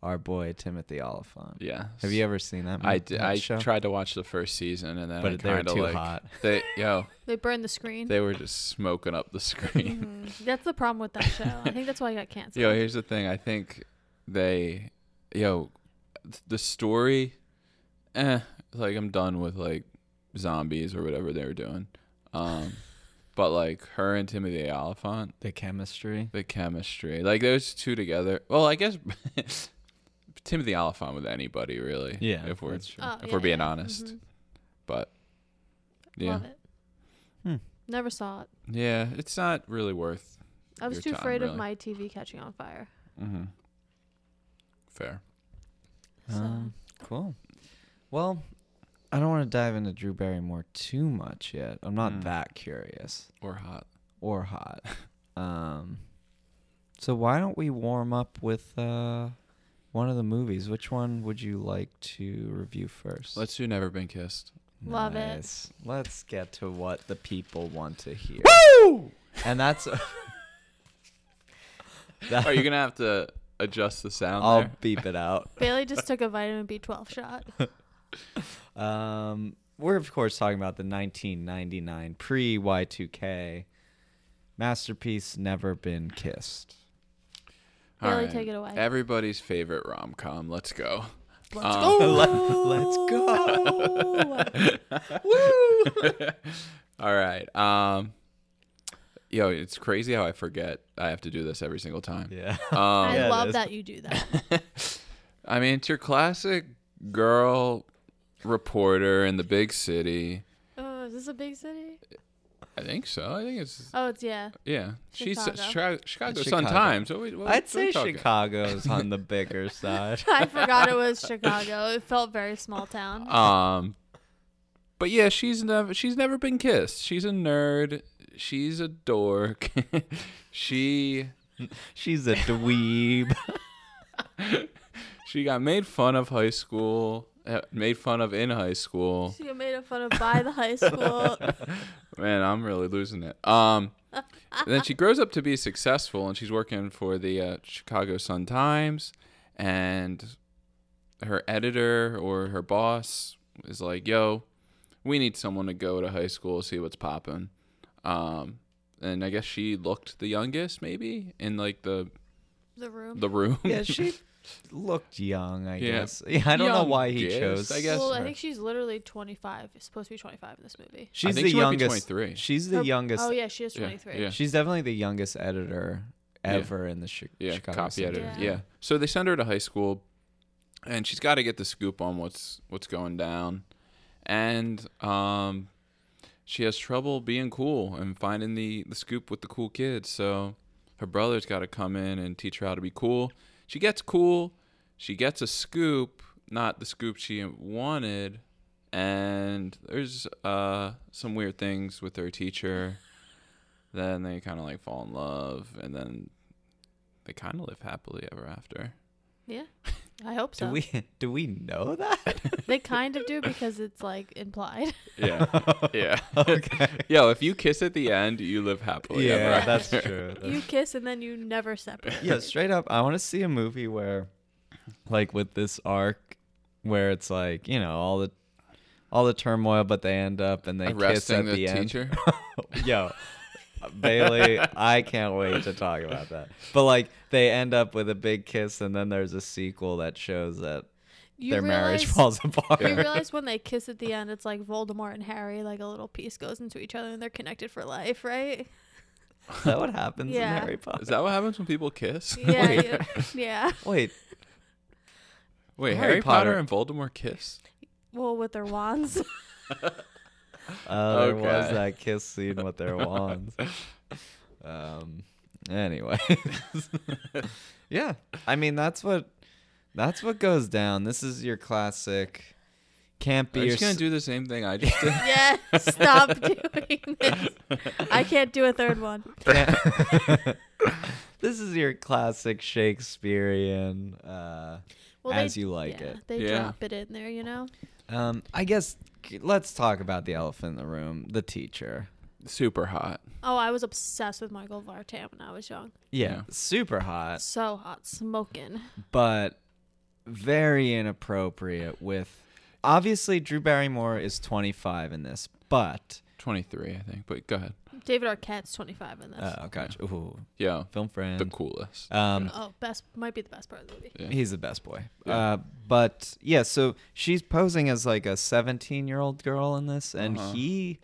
Speaker 1: Our boy Timothy Oliphant.
Speaker 3: Yeah.
Speaker 1: Have you ever seen that? mo-
Speaker 3: I did,
Speaker 1: that
Speaker 3: I
Speaker 1: show?
Speaker 3: tried to watch the first season and then I
Speaker 1: but they were
Speaker 3: kinda,
Speaker 1: too
Speaker 3: like,
Speaker 1: hot.
Speaker 3: They yo,
Speaker 2: They burned the screen.
Speaker 3: they were just smoking up the screen.
Speaker 2: Mhm. That's the problem with that show. I think that's why I got canceled.
Speaker 3: Yo, here's the thing. I think they, yo, th- the story, eh, like I'm done with like zombies or whatever they were doing. Um, but like her and Timothy Oliphant,
Speaker 1: The chemistry.
Speaker 3: the chemistry, like those two together. Well, I guess Timothy Oliphant with anybody really.
Speaker 1: Yeah,
Speaker 3: if we're
Speaker 1: that's true.
Speaker 2: Oh,
Speaker 3: if
Speaker 2: yeah,
Speaker 3: we're being
Speaker 2: yeah.
Speaker 3: honest,
Speaker 2: Mhm.
Speaker 3: but yeah,
Speaker 2: Love it.
Speaker 1: Hmm.
Speaker 2: Never saw it.
Speaker 3: yeah, it's not really worth.
Speaker 2: I was
Speaker 3: Your
Speaker 2: too
Speaker 3: time,
Speaker 2: afraid of
Speaker 3: really.
Speaker 2: my TV catching on fire.
Speaker 3: Mm-hmm. Fair.
Speaker 2: So.
Speaker 1: Um, cool. Well, I don't want to dive into Drew Barrymore too much yet. I'm not
Speaker 3: Mm.
Speaker 1: that curious
Speaker 3: Or hot.
Speaker 1: or hot. um, so why don't we warm up with uh, one of the movies? Which one would you like to review first?
Speaker 3: Let's do Never Been Kissed.
Speaker 2: Love it.
Speaker 1: it. Let's get to what the people want to hear.
Speaker 3: Woo!
Speaker 1: and that's
Speaker 3: Are you gonna have to adjust the sound
Speaker 1: I'll
Speaker 3: there?
Speaker 1: beep it out.
Speaker 2: Bailey just took a vitamin B12 shot.
Speaker 1: Um, we're of course talking about the 1999 pre Y2K masterpiece "Never Been Kissed."
Speaker 2: Bailey, take it away.
Speaker 3: Everybody's favorite rom com. Let's go.
Speaker 2: Let's
Speaker 3: Um,
Speaker 2: go.
Speaker 1: let's go.
Speaker 3: All right. Um, yo, it's crazy how I forget I have to do this every single time.
Speaker 1: Yeah.
Speaker 3: Um,
Speaker 2: I
Speaker 1: Yeah, it
Speaker 2: love
Speaker 1: is.
Speaker 2: that you do that.
Speaker 3: I mean, it's your classic girl reporter in the big city.
Speaker 2: Oh, is this a big city?
Speaker 3: I think so. I think it's
Speaker 2: Oh, it's yeah.
Speaker 3: yeah. She's
Speaker 2: Chicago.
Speaker 3: Chicago, Chicago,
Speaker 1: Chicago.
Speaker 3: Sun Times. What we- what-
Speaker 1: I'd
Speaker 3: what we
Speaker 1: say
Speaker 3: talking?
Speaker 1: Chicago's on the bigger side.
Speaker 2: I forgot it was Chicago. It felt very small town.
Speaker 3: Um, but yeah, she's never she's never been kissed. She's a nerd. She's a dork. she
Speaker 1: She's a dweeb.
Speaker 3: she got made fun of high school. uh, Made fun of in high school.
Speaker 2: she got made fun of by the high school.
Speaker 3: Man, I'm really losing it. Um, And then she grows up to be successful, and she's working for the uh, Chicago Sun Times, and her editor or her boss is like, "Yo, we need someone to go to high school, see what's popping." Um, and I guess she looked the youngest, maybe in like the
Speaker 2: The room.
Speaker 3: the room.
Speaker 1: yeah, she looked young, I
Speaker 3: Yeah.
Speaker 1: guess. Yeah, I don't know
Speaker 3: Young
Speaker 1: why he
Speaker 3: guest,
Speaker 1: chose.
Speaker 3: I guess.
Speaker 2: well, I
Speaker 3: her.
Speaker 2: think she's literally 25. It's supposed to be 25 in this movie.
Speaker 1: she's
Speaker 3: think
Speaker 1: the
Speaker 3: she might be
Speaker 1: youngest.
Speaker 3: 23.
Speaker 1: She's the
Speaker 2: Her-
Speaker 1: youngest.
Speaker 2: Oh yeah, she is
Speaker 3: Yeah,
Speaker 2: 23.
Speaker 3: yeah.
Speaker 1: She's definitely the youngest editor
Speaker 3: Yeah.
Speaker 1: ever in the Chi-
Speaker 3: yeah,
Speaker 1: Chicago
Speaker 3: copy
Speaker 1: Sun
Speaker 3: editor.
Speaker 1: Times.
Speaker 3: Yeah.
Speaker 2: Yeah.
Speaker 3: So they send her to high school, and she's got to get the scoop on what's what's going down, and um, she has trouble being cool and finding the the scoop with the cool kids. So her brother's got to come in and teach her how to be cool. She gets cool. She gets a scoop, not the scoop she wanted. And there's uh, some weird things with her teacher. Then they kind of like fall in love, and then they kind of live happily ever after.
Speaker 2: I hope
Speaker 1: Do
Speaker 2: so.
Speaker 1: we do we know that?
Speaker 2: they kind of do because it's like implied.
Speaker 3: Yeah. yeah.
Speaker 1: okay.
Speaker 3: Yo, if you kiss at the end, you live happily ever
Speaker 1: Yeah,
Speaker 3: after.
Speaker 1: that's true. That's
Speaker 2: you kiss and then you never separate.
Speaker 1: yeah, straight up, I want to see a movie where, like, with this arc, where it's like you know all the, all the turmoil, but they end up and they kiss
Speaker 3: Arresting
Speaker 1: at
Speaker 3: the,
Speaker 1: the, end.
Speaker 3: teacher.
Speaker 1: Yo, Bailey, I can't wait to talk about that. But like, they end up with a big kiss, and then there's a sequel that shows that
Speaker 2: You
Speaker 1: their marriage falls
Speaker 2: realize-
Speaker 1: apart.
Speaker 2: You realize when they kiss at the end, it's like Voldemort and Harry, like a little piece goes into each other and they're connected for life, right?
Speaker 1: Is that what happens
Speaker 2: Yeah.
Speaker 1: in Harry Potter?
Speaker 3: Is that what happens when people kiss?
Speaker 2: Yeah,
Speaker 3: Wait,
Speaker 2: yeah, yeah.
Speaker 1: Wait,
Speaker 3: wait,
Speaker 1: Harry
Speaker 3: Harry Potter
Speaker 1: Potter.
Speaker 3: and Voldemort kiss?
Speaker 2: Well, with their wands.
Speaker 1: uh, there was
Speaker 3: Okay.
Speaker 1: that kiss scene with their wands. Um. Anyway. yeah. I mean, that's what that's what goes down. This is your classic can't
Speaker 3: Are
Speaker 1: be
Speaker 3: you
Speaker 1: your
Speaker 3: just gonna
Speaker 1: s-
Speaker 3: do the same thing I just did?
Speaker 2: yeah, stop doing this. I can't do a third one.
Speaker 1: can't- This is your classic Shakespearean uh
Speaker 2: Well,
Speaker 1: as
Speaker 2: they,
Speaker 1: you like
Speaker 2: yeah,
Speaker 1: it.
Speaker 2: They
Speaker 3: Yeah.
Speaker 2: drop it in there, you know?
Speaker 1: Um I guess let's talk about the elephant in the room, the teacher.
Speaker 3: Super hot.
Speaker 2: Oh, I was obsessed with Michael Vartan when I was young.
Speaker 1: Yeah,
Speaker 3: Yeah.
Speaker 1: super hot,
Speaker 2: So hot, smoking.
Speaker 1: but very inappropriate with Obviously Drew Barrymore is 25 in this, but
Speaker 3: 23, I think. But go ahead.
Speaker 2: David Arquette's 25 in this.
Speaker 1: oh gosh, ooh,
Speaker 3: Yo,
Speaker 1: film friend.
Speaker 3: the coolest.
Speaker 1: Um,
Speaker 2: oh, best might be the best part of the movie.
Speaker 3: Yeah.
Speaker 1: he's the best boy.
Speaker 3: Yeah.
Speaker 1: Uh, but yeah, so she's posing as like a 17 year old girl in this, and
Speaker 3: Uh-huh.
Speaker 1: he,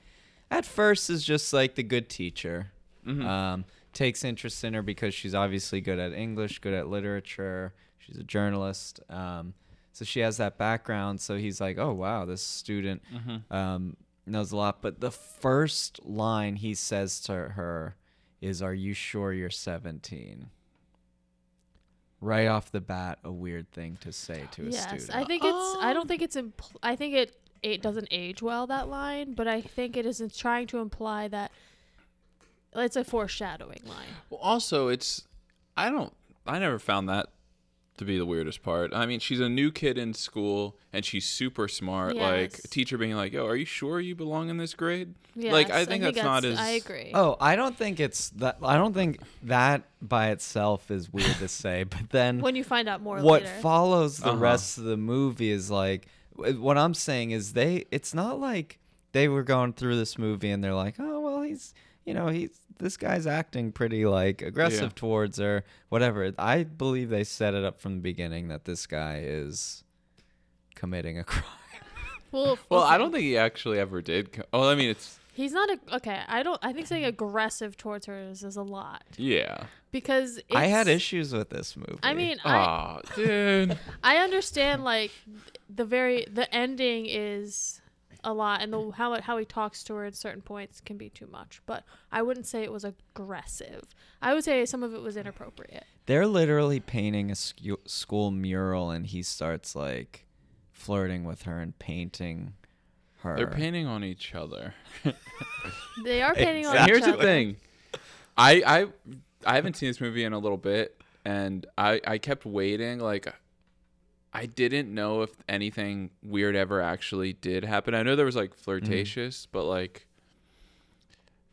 Speaker 1: at first, is just like the good teacher.
Speaker 3: Mhm.
Speaker 1: Um, takes interest in her because she's obviously good at English, good at literature. She's a journalist. Um, so she has that background. So he's like, oh, wow, this student um, knows a lot. But the first line he says to her is, Are you sure you're 17? Right off the bat, a weird thing to say to a
Speaker 2: yes,
Speaker 1: student.
Speaker 2: I think it's. I don't think it's. Impl- I think it. It doesn't age well that line, but I think it is trying to imply that it's a foreshadowing line.
Speaker 3: Well, also, it's I don't I never found that to be the weirdest part. I mean, she's a new kid in school and she's super smart. Like
Speaker 2: Yes.
Speaker 3: a teacher being like, "Yo, are you sure you belong in this grade?" like
Speaker 2: Yes,
Speaker 3: I think, that's, not as
Speaker 2: I agree.
Speaker 1: Oh, I don't think it's that. I don't think that by itself is weird to say. But then
Speaker 2: when you find out more
Speaker 1: what
Speaker 2: later.
Speaker 1: follows the
Speaker 3: Uh-huh.
Speaker 1: rest of the movie is like w- what I'm saying is they it's not like they were going through this movie and they're like, "Oh, well, he's you know, he's this guy's acting pretty like aggressive
Speaker 3: Yeah.
Speaker 1: towards her, whatever." I believe they set it up from the beginning that this guy is committing a crime.
Speaker 2: well,
Speaker 3: Well, I
Speaker 2: listen,
Speaker 3: don't think he actually ever did. Co- oh, I mean, it's
Speaker 2: He's not a, okay. I don't. I think saying aggressive towards her is, is a lot
Speaker 3: yeah.
Speaker 2: because it's,
Speaker 1: I had issues with this movie.
Speaker 2: I mean, I
Speaker 3: Ah, dude.
Speaker 2: I understand like the very the ending is a lot, and the how it, how he talks to her at certain points can be too much. But I wouldn't say it was aggressive. I would say some of it was inappropriate.
Speaker 1: They're literally painting a scu- school mural, and he starts like flirting with her and painting her.
Speaker 3: They're painting on each other.
Speaker 2: They are painting on
Speaker 3: And here's
Speaker 2: each
Speaker 3: the
Speaker 2: other.
Speaker 3: thing, I I I haven't seen this movie in a little bit, and I I kept waiting. Like, I didn't know if anything weird ever actually did
Speaker 1: Mm-hmm.
Speaker 3: happen. I know there was like flirtatious, but like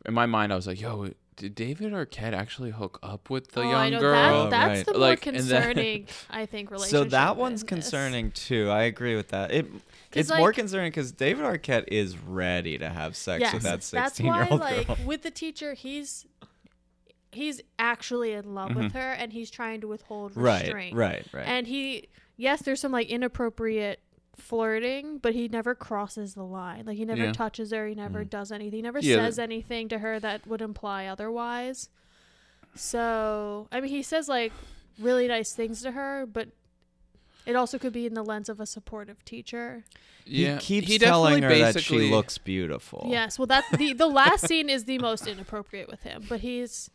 Speaker 3: in my mind, I was like, "Yo, did David Arquette actually hook up with the
Speaker 2: Oh, I
Speaker 3: young
Speaker 2: know,
Speaker 3: girl?
Speaker 1: Oh,
Speaker 2: That, that's
Speaker 1: right.
Speaker 2: the more
Speaker 3: Like, and then-
Speaker 2: concerning, I think, relationship.
Speaker 1: So that one's
Speaker 2: in this.
Speaker 1: concerning too. I agree with that. It it's more
Speaker 2: like-
Speaker 1: concerning because David Arquette is ready to have sex
Speaker 2: Yes,
Speaker 1: with that
Speaker 2: that's
Speaker 1: sixteen
Speaker 2: why.
Speaker 1: year old
Speaker 2: Like
Speaker 1: girl.
Speaker 2: with the teacher, he's he's actually in love with her, and he's trying to withhold
Speaker 1: Mm-hmm. Right,
Speaker 2: restraint.
Speaker 1: right, right.
Speaker 2: And he, yes, there's some like inappropriate flirting, but he never crosses the line. Like he never
Speaker 3: Yeah. Mm-hmm.
Speaker 2: touches her, he never does anything, he never
Speaker 3: Yeah,
Speaker 2: says
Speaker 3: that-
Speaker 2: anything to her that would imply otherwise. So I mean, he says like really nice things to her, but it also could be in the lens of a supportive teacher.
Speaker 3: yeah,
Speaker 1: he keeps
Speaker 3: definitely
Speaker 1: telling her that she
Speaker 3: basically-
Speaker 1: looks beautiful.
Speaker 2: Yes, well that the the last scene is the most inappropriate with him, but he's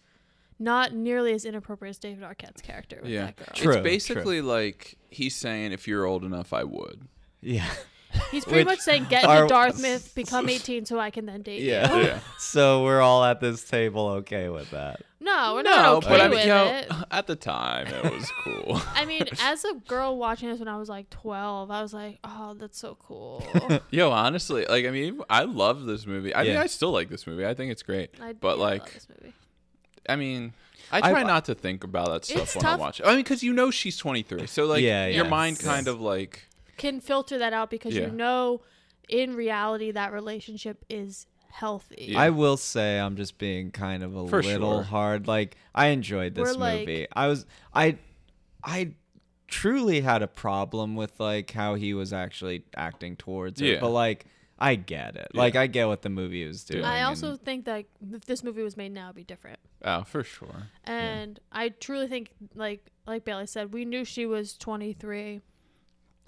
Speaker 2: not nearly as inappropriate as David Arquette's character with
Speaker 3: Yeah,
Speaker 2: that girl.
Speaker 1: True, true.
Speaker 3: it's basically like he's saying, if you're old enough, I would.
Speaker 1: Yeah.
Speaker 2: He's pretty
Speaker 1: Which
Speaker 2: much saying, "Get
Speaker 1: are-
Speaker 2: into Dartmouth, become 18, so I can then date you."
Speaker 1: Yeah. so we're all at this table okay with that.
Speaker 2: No, we're not okay
Speaker 3: but I mean,
Speaker 2: with
Speaker 3: you know,
Speaker 2: it.
Speaker 3: at the time it was cool.
Speaker 2: I mean, as a girl watching this when I was like 12, I was like, "Oh, that's so cool."
Speaker 3: Yo, honestly, like I mean, I love this movie. I mean,
Speaker 1: Yeah.
Speaker 3: I still like this movie. I think it's great.
Speaker 2: I,
Speaker 3: but
Speaker 2: yeah, I love
Speaker 3: like,
Speaker 2: this movie.
Speaker 3: I mean, I
Speaker 1: I-
Speaker 3: try not to think about that stuff
Speaker 2: It's
Speaker 3: when
Speaker 2: tough.
Speaker 3: I watch. it. I mean, because you know she's 23, so like
Speaker 1: Yeah,
Speaker 3: your
Speaker 1: yeah.
Speaker 3: mind
Speaker 1: Yeah.
Speaker 3: kind of like
Speaker 2: can filter that out because
Speaker 3: Yeah.
Speaker 2: you know, in reality, that relationship is healthy.
Speaker 3: Yeah.
Speaker 1: I will say I'm just being kind of a
Speaker 3: For
Speaker 1: little
Speaker 3: sure.
Speaker 1: hard. Like I enjoyed this
Speaker 2: We're, like-
Speaker 1: movie. I was I I truly had a problem with like how he was actually acting towards her.
Speaker 3: Yeah.
Speaker 1: But like I get it. Like I get what the movie was doing.
Speaker 2: I
Speaker 1: and-
Speaker 2: also think that if this movie was made now, it'd be different.
Speaker 3: oh, for sure.
Speaker 2: And I truly think, like like Bailey said, we knew she was 23,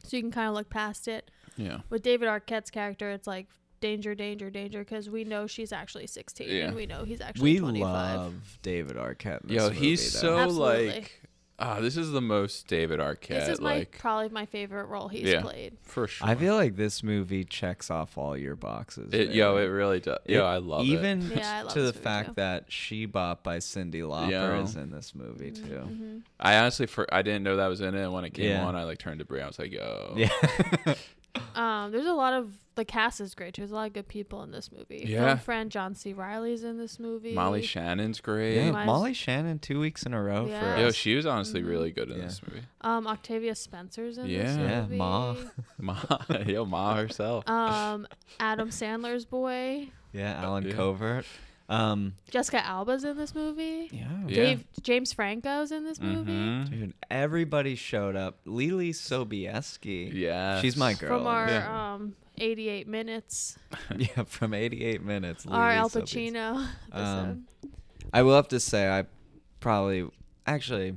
Speaker 2: so you can kind of look past it.
Speaker 3: Yeah,
Speaker 2: With David Arquette's character, it's like danger, danger, danger, because we know she's actually 16
Speaker 3: Yeah.
Speaker 2: and we know he's actually
Speaker 1: we
Speaker 2: 25.
Speaker 1: love David Arquette. In this
Speaker 3: yo,
Speaker 1: movie,
Speaker 3: he's
Speaker 1: though.
Speaker 3: so
Speaker 2: Absolutely.
Speaker 3: like. Ah, this is the most David Arquette.
Speaker 2: This is my
Speaker 3: like,
Speaker 2: probably my favorite role he's
Speaker 3: Yeah.
Speaker 2: played.
Speaker 3: for sure.
Speaker 1: I feel like this movie checks off all your boxes.
Speaker 3: it,
Speaker 1: man.
Speaker 3: yo, it really does.
Speaker 1: It-
Speaker 3: Yo, I love it.
Speaker 1: even
Speaker 2: Yeah, I love
Speaker 1: to the
Speaker 2: this movie,
Speaker 1: fact
Speaker 2: too.
Speaker 1: that She Bop by Cindy Lauper
Speaker 3: Yeah.
Speaker 1: is in this movie too.
Speaker 2: Mm-hmm.
Speaker 3: I honestly, for I didn't know that was in it. And when it came
Speaker 1: Yeah.
Speaker 3: on, I like turned to Brie. I was like, yo,
Speaker 1: Yeah.
Speaker 2: Um, there's a lot of the cast is great. too. There's a lot of good people in this movie.
Speaker 3: Yeah.
Speaker 2: Film friend John C. Riley's in this movie.
Speaker 3: Molly Shannon's great.
Speaker 1: Yeah,
Speaker 2: Miles-
Speaker 1: Molly Shannon two weeks in a row
Speaker 2: Yeah.
Speaker 1: for
Speaker 3: Yo,
Speaker 1: us.
Speaker 3: she was honestly
Speaker 2: Mm-hmm.
Speaker 3: really good in
Speaker 1: Yeah.
Speaker 3: this movie.
Speaker 2: um, Octavia Spencer's in this
Speaker 3: Yeah.
Speaker 1: Yeah,
Speaker 2: movie.
Speaker 1: Ma.
Speaker 3: Ma, yo, Ma herself.
Speaker 2: um, Adam Sandler's boy.
Speaker 1: yeah, Alan
Speaker 3: yeah.
Speaker 1: Covert. Um,
Speaker 2: Jessica Alba's in this movie.
Speaker 1: yeah.
Speaker 3: Yeah.
Speaker 2: Dave James Franco's in this movie.
Speaker 3: Mhm.
Speaker 1: Dude, everybody showed up. Lily Sobieski.
Speaker 3: Yes.
Speaker 1: She's my girl.
Speaker 2: From our
Speaker 3: Yeah.
Speaker 2: um, 88 minutes,
Speaker 1: yeah, from 88 minutes.
Speaker 2: our
Speaker 1: Lily
Speaker 2: Al
Speaker 1: Sobieski.
Speaker 2: Pacino episode.
Speaker 1: Um, I will have to say, I probably, actually,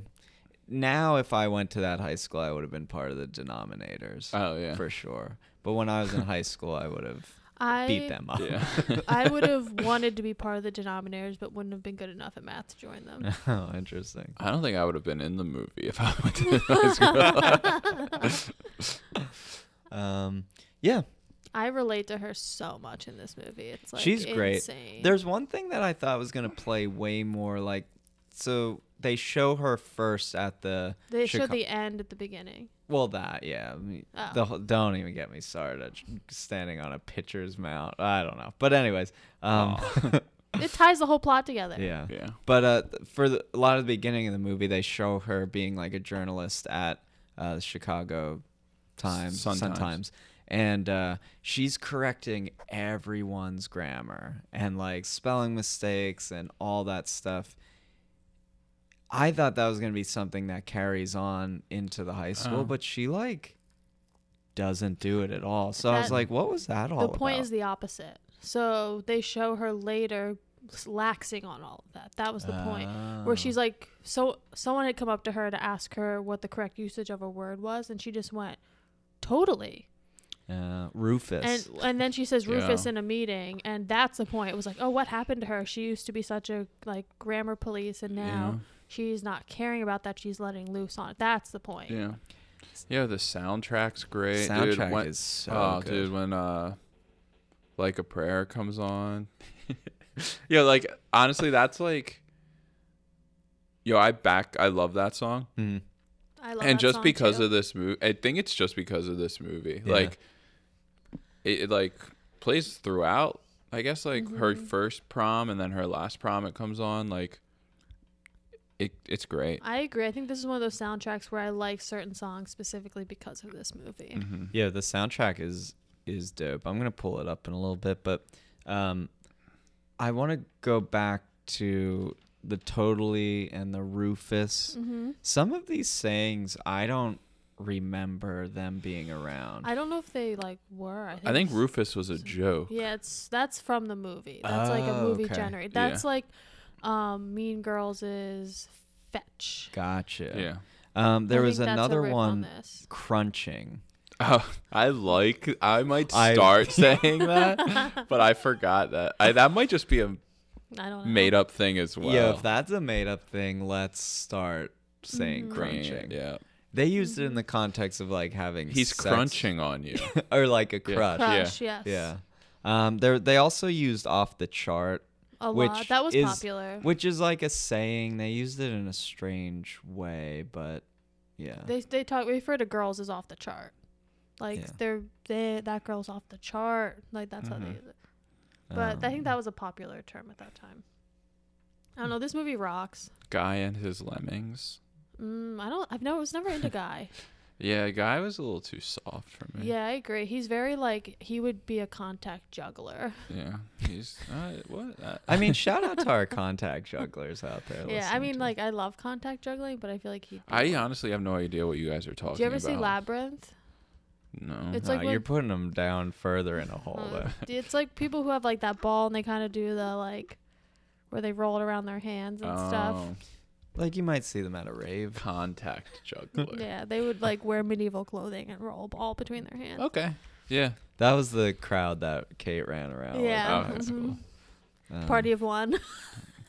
Speaker 1: now if I went to that high school, I would have been part of the denominators.
Speaker 3: Oh yeah.
Speaker 1: For sure. But when I was in high school, I would have
Speaker 2: I
Speaker 1: beat them up.
Speaker 3: yeah.
Speaker 2: I would have wanted to be part of the denominators, but wouldn't have been good enough at math to join them.
Speaker 1: oh, interesting.
Speaker 3: I don't think I would have been in the movie if I went to high school.
Speaker 1: Um, yeah,
Speaker 2: I relate to her so much in this movie. It's like
Speaker 1: she's great.
Speaker 2: insane.
Speaker 1: There's one thing that I thought was gonna play way more like so they show her first at the
Speaker 2: they
Speaker 1: Chica-
Speaker 2: showed the end at the beginning.
Speaker 1: well that yeah I mean,
Speaker 2: Oh.
Speaker 1: the whole- don't even get me started at standing on a pitcher's mount I don't know but anyways um
Speaker 2: Oh. It ties the whole plot together.
Speaker 1: yeah
Speaker 3: yeah.
Speaker 1: but uh for the, a lot of the beginning of the movie they show her being like a journalist at uh the Chicago Times
Speaker 3: Sun Times.
Speaker 1: Sun Times and uh, she's correcting everyone's grammar and like spelling mistakes and all that stuff. I thought that was going to be something that carries on into the high school,
Speaker 3: Oh.
Speaker 1: but she like doesn't do it at all. So I was
Speaker 2: That-
Speaker 1: like, what was that all
Speaker 2: the point
Speaker 1: about?
Speaker 2: is the opposite. So they show her later laxing on all of that. That was the point. Where she's
Speaker 1: Ah.
Speaker 2: like, so someone had come up to her to ask her what the correct usage of a word was, and she just went, totally.
Speaker 1: uh, Rufus.
Speaker 2: And and then she says
Speaker 3: Yeah.
Speaker 2: Rufus in a meeting, and that's the point. It was like, oh, what happened to her? She used to be such a like grammar police, and now
Speaker 3: Yeah.
Speaker 2: she's not caring about that. She's letting loose on it. That's the point.
Speaker 3: Yeah. Yeah. The soundtrack's great.
Speaker 1: Soundtrack
Speaker 3: dude, when,
Speaker 1: is so
Speaker 3: oh,
Speaker 1: good.
Speaker 3: dude, when uh, like a prayer comes on. yo, like honestly, that's like. Yo, I back. I love that song.
Speaker 1: Mhm.
Speaker 2: I love
Speaker 3: and
Speaker 2: that
Speaker 3: just
Speaker 2: song,
Speaker 3: because
Speaker 2: too.
Speaker 3: of this movie i think it's just because of this movie
Speaker 1: Yeah.
Speaker 3: like it, it, like plays throughout I guess like her
Speaker 2: Mm-hmm.
Speaker 3: first prom and then her last prom it comes on like it it's great.
Speaker 2: I agree. I think this is one of those soundtracks where I like certain songs specifically because of this movie.
Speaker 3: Mm. Mm-hmm.
Speaker 1: Yeah, the soundtrack is is dope. I'm gonna pull it up in a little bit, but um, I want to go back to the totally and the Rufus.
Speaker 2: Mm-hmm.
Speaker 1: Some of these sayings I don't remember them being around.
Speaker 2: I don't know if they like were. I think,
Speaker 3: I think Rufus was a joke.
Speaker 2: Yeah, it's that's from the movie. That's like a
Speaker 1: Oh,
Speaker 2: movie
Speaker 1: okay.
Speaker 2: generated.
Speaker 3: Yeah.
Speaker 2: That's like um Mean Girls is fetch.
Speaker 1: gotcha.
Speaker 3: Yeah.
Speaker 1: Um, there
Speaker 2: I
Speaker 1: was
Speaker 2: think that's a
Speaker 1: another
Speaker 2: riff
Speaker 1: one.
Speaker 2: this.
Speaker 1: crunching.
Speaker 3: Oh, I like I might
Speaker 1: I-
Speaker 3: start saying that, but I forgot that. I that might just be a
Speaker 2: I don't know.
Speaker 3: made up thing as well.
Speaker 1: Yeah, if that's a made up thing, let's start saying
Speaker 2: Mm-hmm.
Speaker 1: crunching.
Speaker 3: crunching. Yeah.
Speaker 1: They used it in the context of like having
Speaker 3: He's
Speaker 1: sex
Speaker 3: crunching on you.
Speaker 1: or like a crush.
Speaker 3: yeah.
Speaker 2: Crush, yes.
Speaker 1: Yeah. Um, they they also used off the chart,
Speaker 2: A
Speaker 1: which
Speaker 2: lot. That was
Speaker 1: is-
Speaker 2: popular.
Speaker 1: which is like a saying. They used it in a strange way, but yeah,
Speaker 2: They they talk refer to girls as off the chart. Like
Speaker 1: Yeah.
Speaker 2: they're they that girl's off the chart. Like that's how they
Speaker 1: Mhm.
Speaker 2: use it. But I think
Speaker 1: Um,
Speaker 2: that was a popular term at that time. I don't know. This movie rocks.
Speaker 3: guy and his lemmings.
Speaker 2: Mm, I don't. I've never was never into guy.
Speaker 3: Yeah, guy was a little too soft for me.
Speaker 2: yeah, I agree. He's very like he would be a contact juggler.
Speaker 3: Yeah. He's uh, what? Uh,
Speaker 1: I mean, shout out to our contact jugglers out there.
Speaker 2: yeah, I
Speaker 1: listening
Speaker 2: mean
Speaker 1: to-
Speaker 2: like I love contact juggling, but I feel like he.
Speaker 3: I
Speaker 1: uh,
Speaker 3: honestly have no idea what you guys are talking about.
Speaker 2: Do you ever see Labyrinth?
Speaker 3: No.
Speaker 2: It's
Speaker 1: Nah,
Speaker 2: like
Speaker 1: you're
Speaker 2: when-
Speaker 1: putting them down further in a hole.
Speaker 2: Uh,
Speaker 1: there.
Speaker 2: it's like people who have like that ball and they kind of do the like where they roll it around their hands and stuff.
Speaker 3: Oh,
Speaker 1: Like you might see them at a rave.
Speaker 3: Contact juggler.
Speaker 2: Yeah, they would like wear medieval clothing and roll a ball between their hands.
Speaker 3: Okay. Yeah.
Speaker 1: That was the crowd that Kate ran around.
Speaker 3: Oh,
Speaker 1: with
Speaker 2: Yeah, Mm-hmm.
Speaker 1: in high
Speaker 3: okay.
Speaker 1: school. Um,
Speaker 2: Party of one.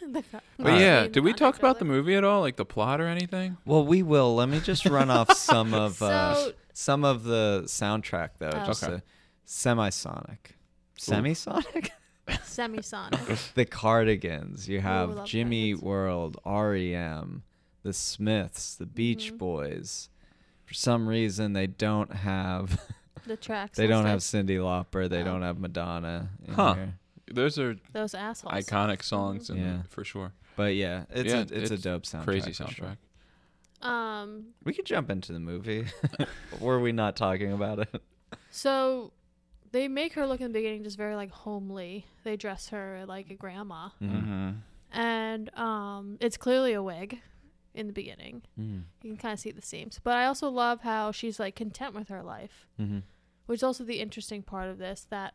Speaker 2: The co-
Speaker 3: Mm. But
Speaker 1: Alright.
Speaker 3: yeah,
Speaker 2: Being
Speaker 3: did we talk
Speaker 2: contact
Speaker 3: about the
Speaker 2: juggler.
Speaker 3: movie at all? Like the plot or anything?
Speaker 1: Well, we will. Let me just run off some of uh,
Speaker 2: So-
Speaker 1: some of the soundtrack though.
Speaker 2: Oh.
Speaker 1: Just
Speaker 3: Okay.
Speaker 1: a semisonic, semisonic.
Speaker 2: Semisonic.
Speaker 1: the Cardigans. You have
Speaker 2: love
Speaker 1: Jimmy
Speaker 2: Cardigans.
Speaker 1: World, REM, the Smiths, the Beach
Speaker 2: Mhm.
Speaker 1: Boys. For some reason, they don't have
Speaker 2: the tracks.
Speaker 1: they don't have
Speaker 2: listed.
Speaker 1: Cindy Lauper. They
Speaker 2: Oh.
Speaker 1: don't have Madonna. In
Speaker 3: Huh.
Speaker 1: here.
Speaker 3: Those are
Speaker 2: those assholes.
Speaker 3: iconic songs and
Speaker 1: Yeah.
Speaker 3: for sure.
Speaker 1: But yeah, it's
Speaker 3: Yeah,
Speaker 1: a, it's, a
Speaker 3: it's
Speaker 1: dope soundtrack.
Speaker 3: Crazy
Speaker 1: for sure.
Speaker 3: soundtrack.
Speaker 2: Um.
Speaker 1: We could jump into the movie. Were we not talking about it?
Speaker 2: So they make her look in the beginning just very like homely. They dress her like a grandma,
Speaker 3: Mm-hmm.
Speaker 2: and um, it's clearly a wig in the beginning.
Speaker 1: Mm.
Speaker 2: You can kind of see the seams. But I also love how she's like content with her life,
Speaker 1: Mhm.
Speaker 2: which is also the interesting part of this that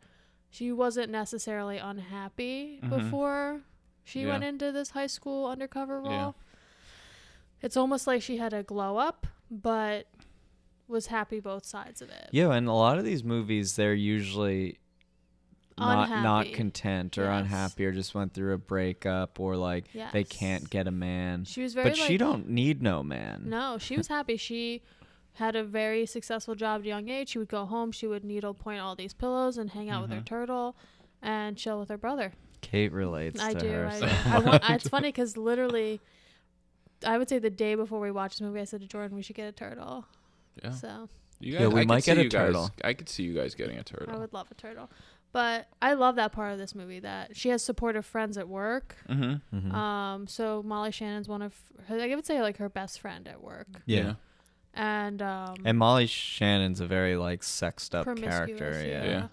Speaker 2: she wasn't necessarily unhappy
Speaker 1: Mm-hmm.
Speaker 3: Mhm.
Speaker 2: before she
Speaker 3: Yeah.
Speaker 2: went into this high school undercover role.
Speaker 3: Yeah.
Speaker 2: It's almost like she had a glow up, but was happy both sides of it.
Speaker 1: Yeah, and a lot of these movies, they're usually not not
Speaker 2: Unhappy.
Speaker 1: content or
Speaker 2: Yes.
Speaker 1: unhappy or just went through a breakup or like they
Speaker 2: Yes.
Speaker 1: can't get a man.
Speaker 2: She was very
Speaker 1: But
Speaker 2: like,
Speaker 1: she don't need no man.
Speaker 2: No, she was happy. She had a very successful job at a young age. She would go home. She would needlepoint all these pillows and hang out with her
Speaker 1: Mm-hmm.
Speaker 2: turtle and chill with her brother.
Speaker 1: Kate relates
Speaker 2: I
Speaker 1: to
Speaker 2: do.
Speaker 1: her.
Speaker 2: I,
Speaker 1: so-
Speaker 2: do. I want, it's funny because literally, I would say the day before we watched this movie, I said to Jordan, we should get a turtle.
Speaker 3: Yeah.
Speaker 2: So
Speaker 3: You
Speaker 1: Yeah,
Speaker 3: guys,
Speaker 1: we
Speaker 3: I could
Speaker 1: might
Speaker 3: see
Speaker 1: get a
Speaker 3: you guys-
Speaker 1: turtle.
Speaker 3: I could see you guys getting a
Speaker 2: I
Speaker 3: turtle.
Speaker 2: would love a turtle. But I love that part of this movie that she has supportive friends at work.
Speaker 3: mm-hmm.
Speaker 1: Mhm.
Speaker 2: Um, so Molly Shannon's one of her, I would say like her best friend at work,
Speaker 1: yeah.
Speaker 2: and um,
Speaker 1: And Molly Shannon's a very like sexed up
Speaker 2: promiscuous,
Speaker 1: character. Yeah.
Speaker 3: Yeah.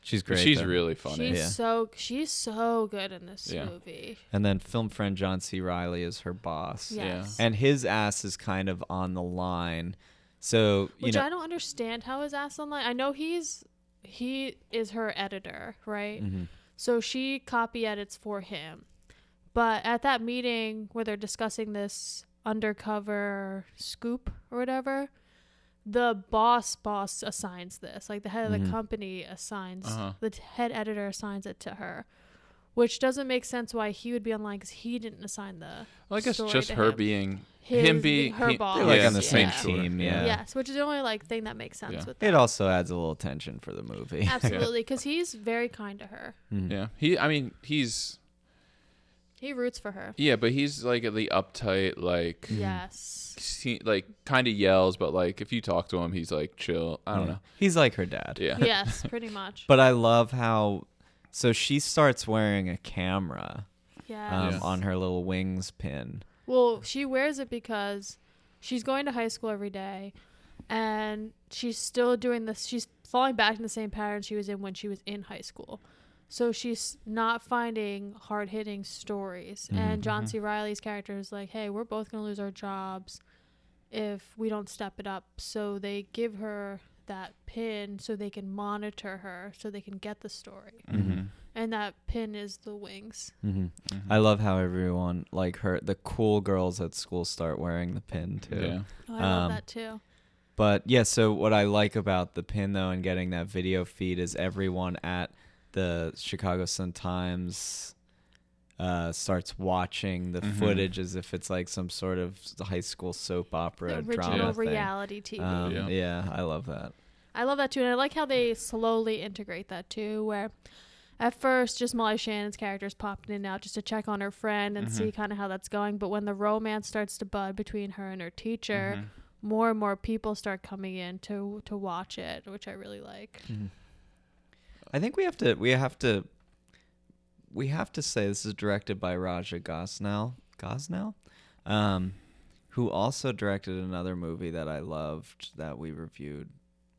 Speaker 1: She's great.
Speaker 3: She's
Speaker 1: though.
Speaker 3: really funny.
Speaker 2: She's
Speaker 1: Yeah.
Speaker 2: so she's so good in this
Speaker 3: Yeah.
Speaker 2: movie.
Speaker 1: And then film friend John C. Riley is her boss.
Speaker 3: Yeah.
Speaker 2: Yes.
Speaker 1: And his ass is kind of on the line. So, you
Speaker 2: Which
Speaker 1: know,
Speaker 2: I don't understand how his ass online. I know he's he is her editor, right?
Speaker 1: Mm-hmm.
Speaker 2: So she copy edits for him. But at that meeting where they're discussing this undercover scoop or whatever, the boss boss assigns this. Like the head of the company assigns
Speaker 3: Mm-hmm. Uh-huh.
Speaker 2: the t- head editor assigns it to her. Which doesn't make sense why he would be online because he didn't assign the
Speaker 3: Well, I guess
Speaker 2: story
Speaker 3: just
Speaker 2: to
Speaker 3: her
Speaker 2: him.
Speaker 3: being
Speaker 2: His-
Speaker 3: him being
Speaker 2: her
Speaker 3: he-
Speaker 2: boss.
Speaker 1: they're like
Speaker 2: Yeah.
Speaker 1: on the same
Speaker 2: Yeah.
Speaker 1: team. Yeah.
Speaker 2: yes, which is the only like thing that makes sense
Speaker 3: Yeah.
Speaker 2: with that.
Speaker 1: It also adds a little tension for the movie.
Speaker 2: Absolutely, because he's very kind to her.
Speaker 1: Hmm.
Speaker 3: Yeah. He. I mean, he's
Speaker 2: He roots for her.
Speaker 3: yeah, but he's like the uptight, like
Speaker 2: Yes.
Speaker 3: he, like kind of yells, but like if you talk to him, he's like chill. I don't
Speaker 1: Yeah.
Speaker 3: know.
Speaker 1: He's like her dad.
Speaker 3: Yeah.
Speaker 2: yes, pretty much.
Speaker 1: But I love how So she starts wearing a camera
Speaker 2: Yeah.
Speaker 1: um,
Speaker 3: Yes.
Speaker 1: on her little wings pin.
Speaker 2: Well, she wears it because she's going to high school every day and she's still doing this. She's falling back in the same pattern she was in when she was in high school. So she's not finding hard hitting stories.
Speaker 1: Mm-hmm.
Speaker 2: And John C. Riley's character is like, hey, we're both going to lose our jobs if we don't step it up. So they give her that pin so they can monitor her, so they can get the story.
Speaker 3: Mm-hmm.
Speaker 2: And that pin is the wings.
Speaker 1: hmm I love how everyone, like her, the cool girls at school start wearing the pin too.
Speaker 3: Yeah.
Speaker 2: Oh, I love
Speaker 1: Um,
Speaker 2: that too.
Speaker 1: But yeah, so what I like about the pin though and getting that video feed is everyone at the Chicago Sun Times uh, starts watching the
Speaker 3: Mhm.
Speaker 1: footage as if it's like some sort of high school soap opera
Speaker 2: The
Speaker 1: drama
Speaker 2: original
Speaker 1: thing.
Speaker 2: reality TV.
Speaker 1: Um,
Speaker 3: Yeah.
Speaker 1: yeah. I love that.
Speaker 2: I love that too, and I like how they slowly integrate that too. Where at first, just Molly Shannon's characters popping in and out just to check on her friend and see kind of how that's going. But when the romance starts to bud between her and her teacher, more and more people start coming in to to watch it, which I really like.
Speaker 1: Mm-hmm. I think we have to we have to we have to say this is directed by Raja Gosnell. Gosnell? Um, who also directed another movie that I loved that we reviewed,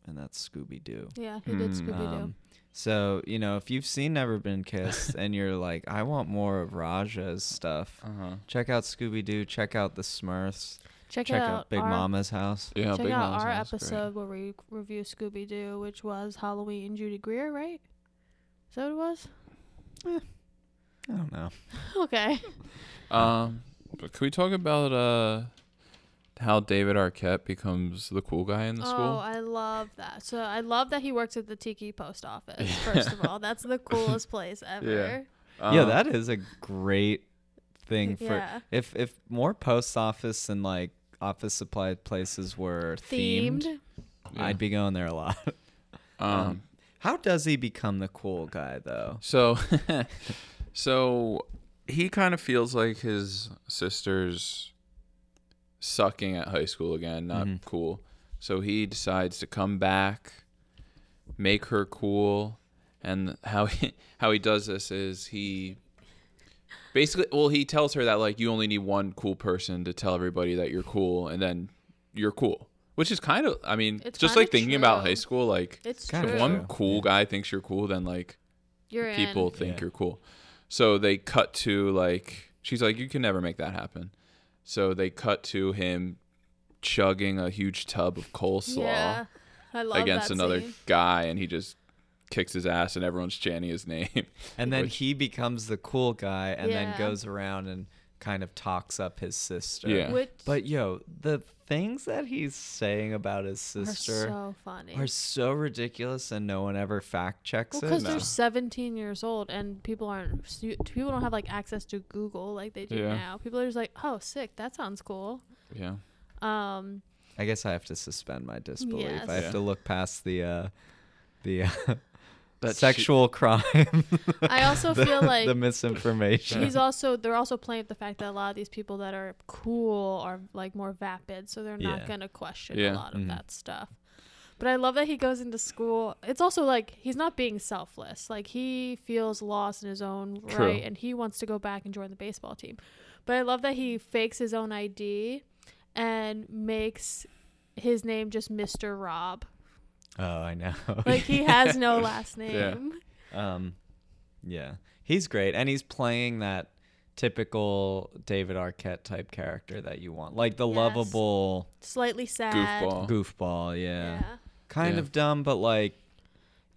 Speaker 1: and that's Scooby Doo.
Speaker 2: Yeah, he did Scooby Doo.
Speaker 1: Um, so you know, if you've seen Never Been Kissed and you're like, I want more of Raja's stuff,
Speaker 3: Uh huh.
Speaker 1: check out Scooby Doo. Check out the Smurfs.
Speaker 2: check,
Speaker 1: Check
Speaker 2: it
Speaker 1: out,
Speaker 2: out,
Speaker 1: Big
Speaker 2: our,
Speaker 1: Mama's house.
Speaker 3: Yeah.
Speaker 2: check
Speaker 3: Big
Speaker 2: out
Speaker 3: Mom's
Speaker 2: our
Speaker 3: House, great.
Speaker 2: episode where we review Scooby Doo, which was Halloween and Judy Greer, right? Is that what it was?
Speaker 1: I don't know.
Speaker 2: Okay.
Speaker 3: Um, but can we talk about uh how David Arquette becomes the cool guy in the
Speaker 2: Oh,
Speaker 3: school?
Speaker 2: I love that. So I love that he works at the Tiki Post Office. First of all, that's the coolest place
Speaker 1: yeah,
Speaker 2: ever.
Speaker 3: Um,
Speaker 1: that is a great thing for
Speaker 2: Yeah.
Speaker 1: if if more post office and like office supply places were themed,
Speaker 2: Themed.
Speaker 3: yeah.
Speaker 1: I'd be going there a lot.
Speaker 3: um,
Speaker 1: How does he become the cool guy though?
Speaker 3: So, so he kind of feels like his sister's sucking at high school again, not
Speaker 1: Mhm.
Speaker 3: cool. So he decides to come back, make her cool, and how he, how he does this is he basically well he tells her that like you only need one cool person to tell everybody that you're cool, and then you're cool, which is kind of I mean
Speaker 2: It's
Speaker 3: just
Speaker 2: kinda
Speaker 3: like thinking about
Speaker 2: true.
Speaker 3: high school like
Speaker 2: It's
Speaker 1: Kind
Speaker 2: true.
Speaker 1: of
Speaker 3: if
Speaker 1: true.
Speaker 3: one cool guy thinks you're cool, then like
Speaker 2: You're
Speaker 3: people
Speaker 2: in.
Speaker 3: think
Speaker 1: Yeah.
Speaker 3: you're cool. So they cut to like she's like, You can never make that happen. So they cut to him chugging a huge tub of coleslaw
Speaker 2: Yeah, I love
Speaker 3: against
Speaker 2: that
Speaker 3: another
Speaker 2: scene.
Speaker 3: guy and he just kicks his ass and everyone's chanting his name.
Speaker 1: And then
Speaker 3: Which-
Speaker 1: he becomes the cool guy and then
Speaker 2: Yeah.
Speaker 1: goes around and kind of talks up his sister.
Speaker 3: Yeah.
Speaker 2: Which
Speaker 1: But yo, the things that he's saying about his
Speaker 2: are
Speaker 1: sister
Speaker 2: so funny.
Speaker 1: are so ridiculous and no one ever fact checks
Speaker 2: because
Speaker 1: it.
Speaker 2: they're
Speaker 3: No.
Speaker 2: 17 years old and people aren't su- people don't have like access to Google like they do
Speaker 3: Yeah.
Speaker 2: now. People are just like, oh, sick. That sounds cool.
Speaker 3: Yeah.
Speaker 2: Um,
Speaker 1: I guess I have to suspend my disbelief.
Speaker 2: Yes.
Speaker 1: I have
Speaker 3: Yeah.
Speaker 1: to look past the uh the uh,
Speaker 3: That
Speaker 1: sexual crime.
Speaker 2: I also feel like
Speaker 1: the misinformation.
Speaker 2: he's also they're also playing with the fact that a lot of these people that are cool are like more vapid so they're not
Speaker 1: Yeah.
Speaker 2: gonna question
Speaker 3: Yeah. Mm-hmm.
Speaker 2: a lot of
Speaker 1: Mhm.
Speaker 2: that stuff but i love that he goes into school it's also like he's not being selfless like he feels lost in his own
Speaker 3: True.
Speaker 2: right and he wants to go back and join the baseball team but i love that he fakes his own id and makes his name just mr rob
Speaker 1: oh, I know.
Speaker 2: like he has no last name
Speaker 3: Yeah.
Speaker 1: um yeah. He's great and he's playing that typical David Arquette type character that you want. Like the
Speaker 2: Yes.
Speaker 1: lovable
Speaker 2: slightly sad
Speaker 3: goofball.
Speaker 1: goofball, yeah.
Speaker 2: yeah
Speaker 1: Kind
Speaker 3: Yeah.
Speaker 1: of dumb but like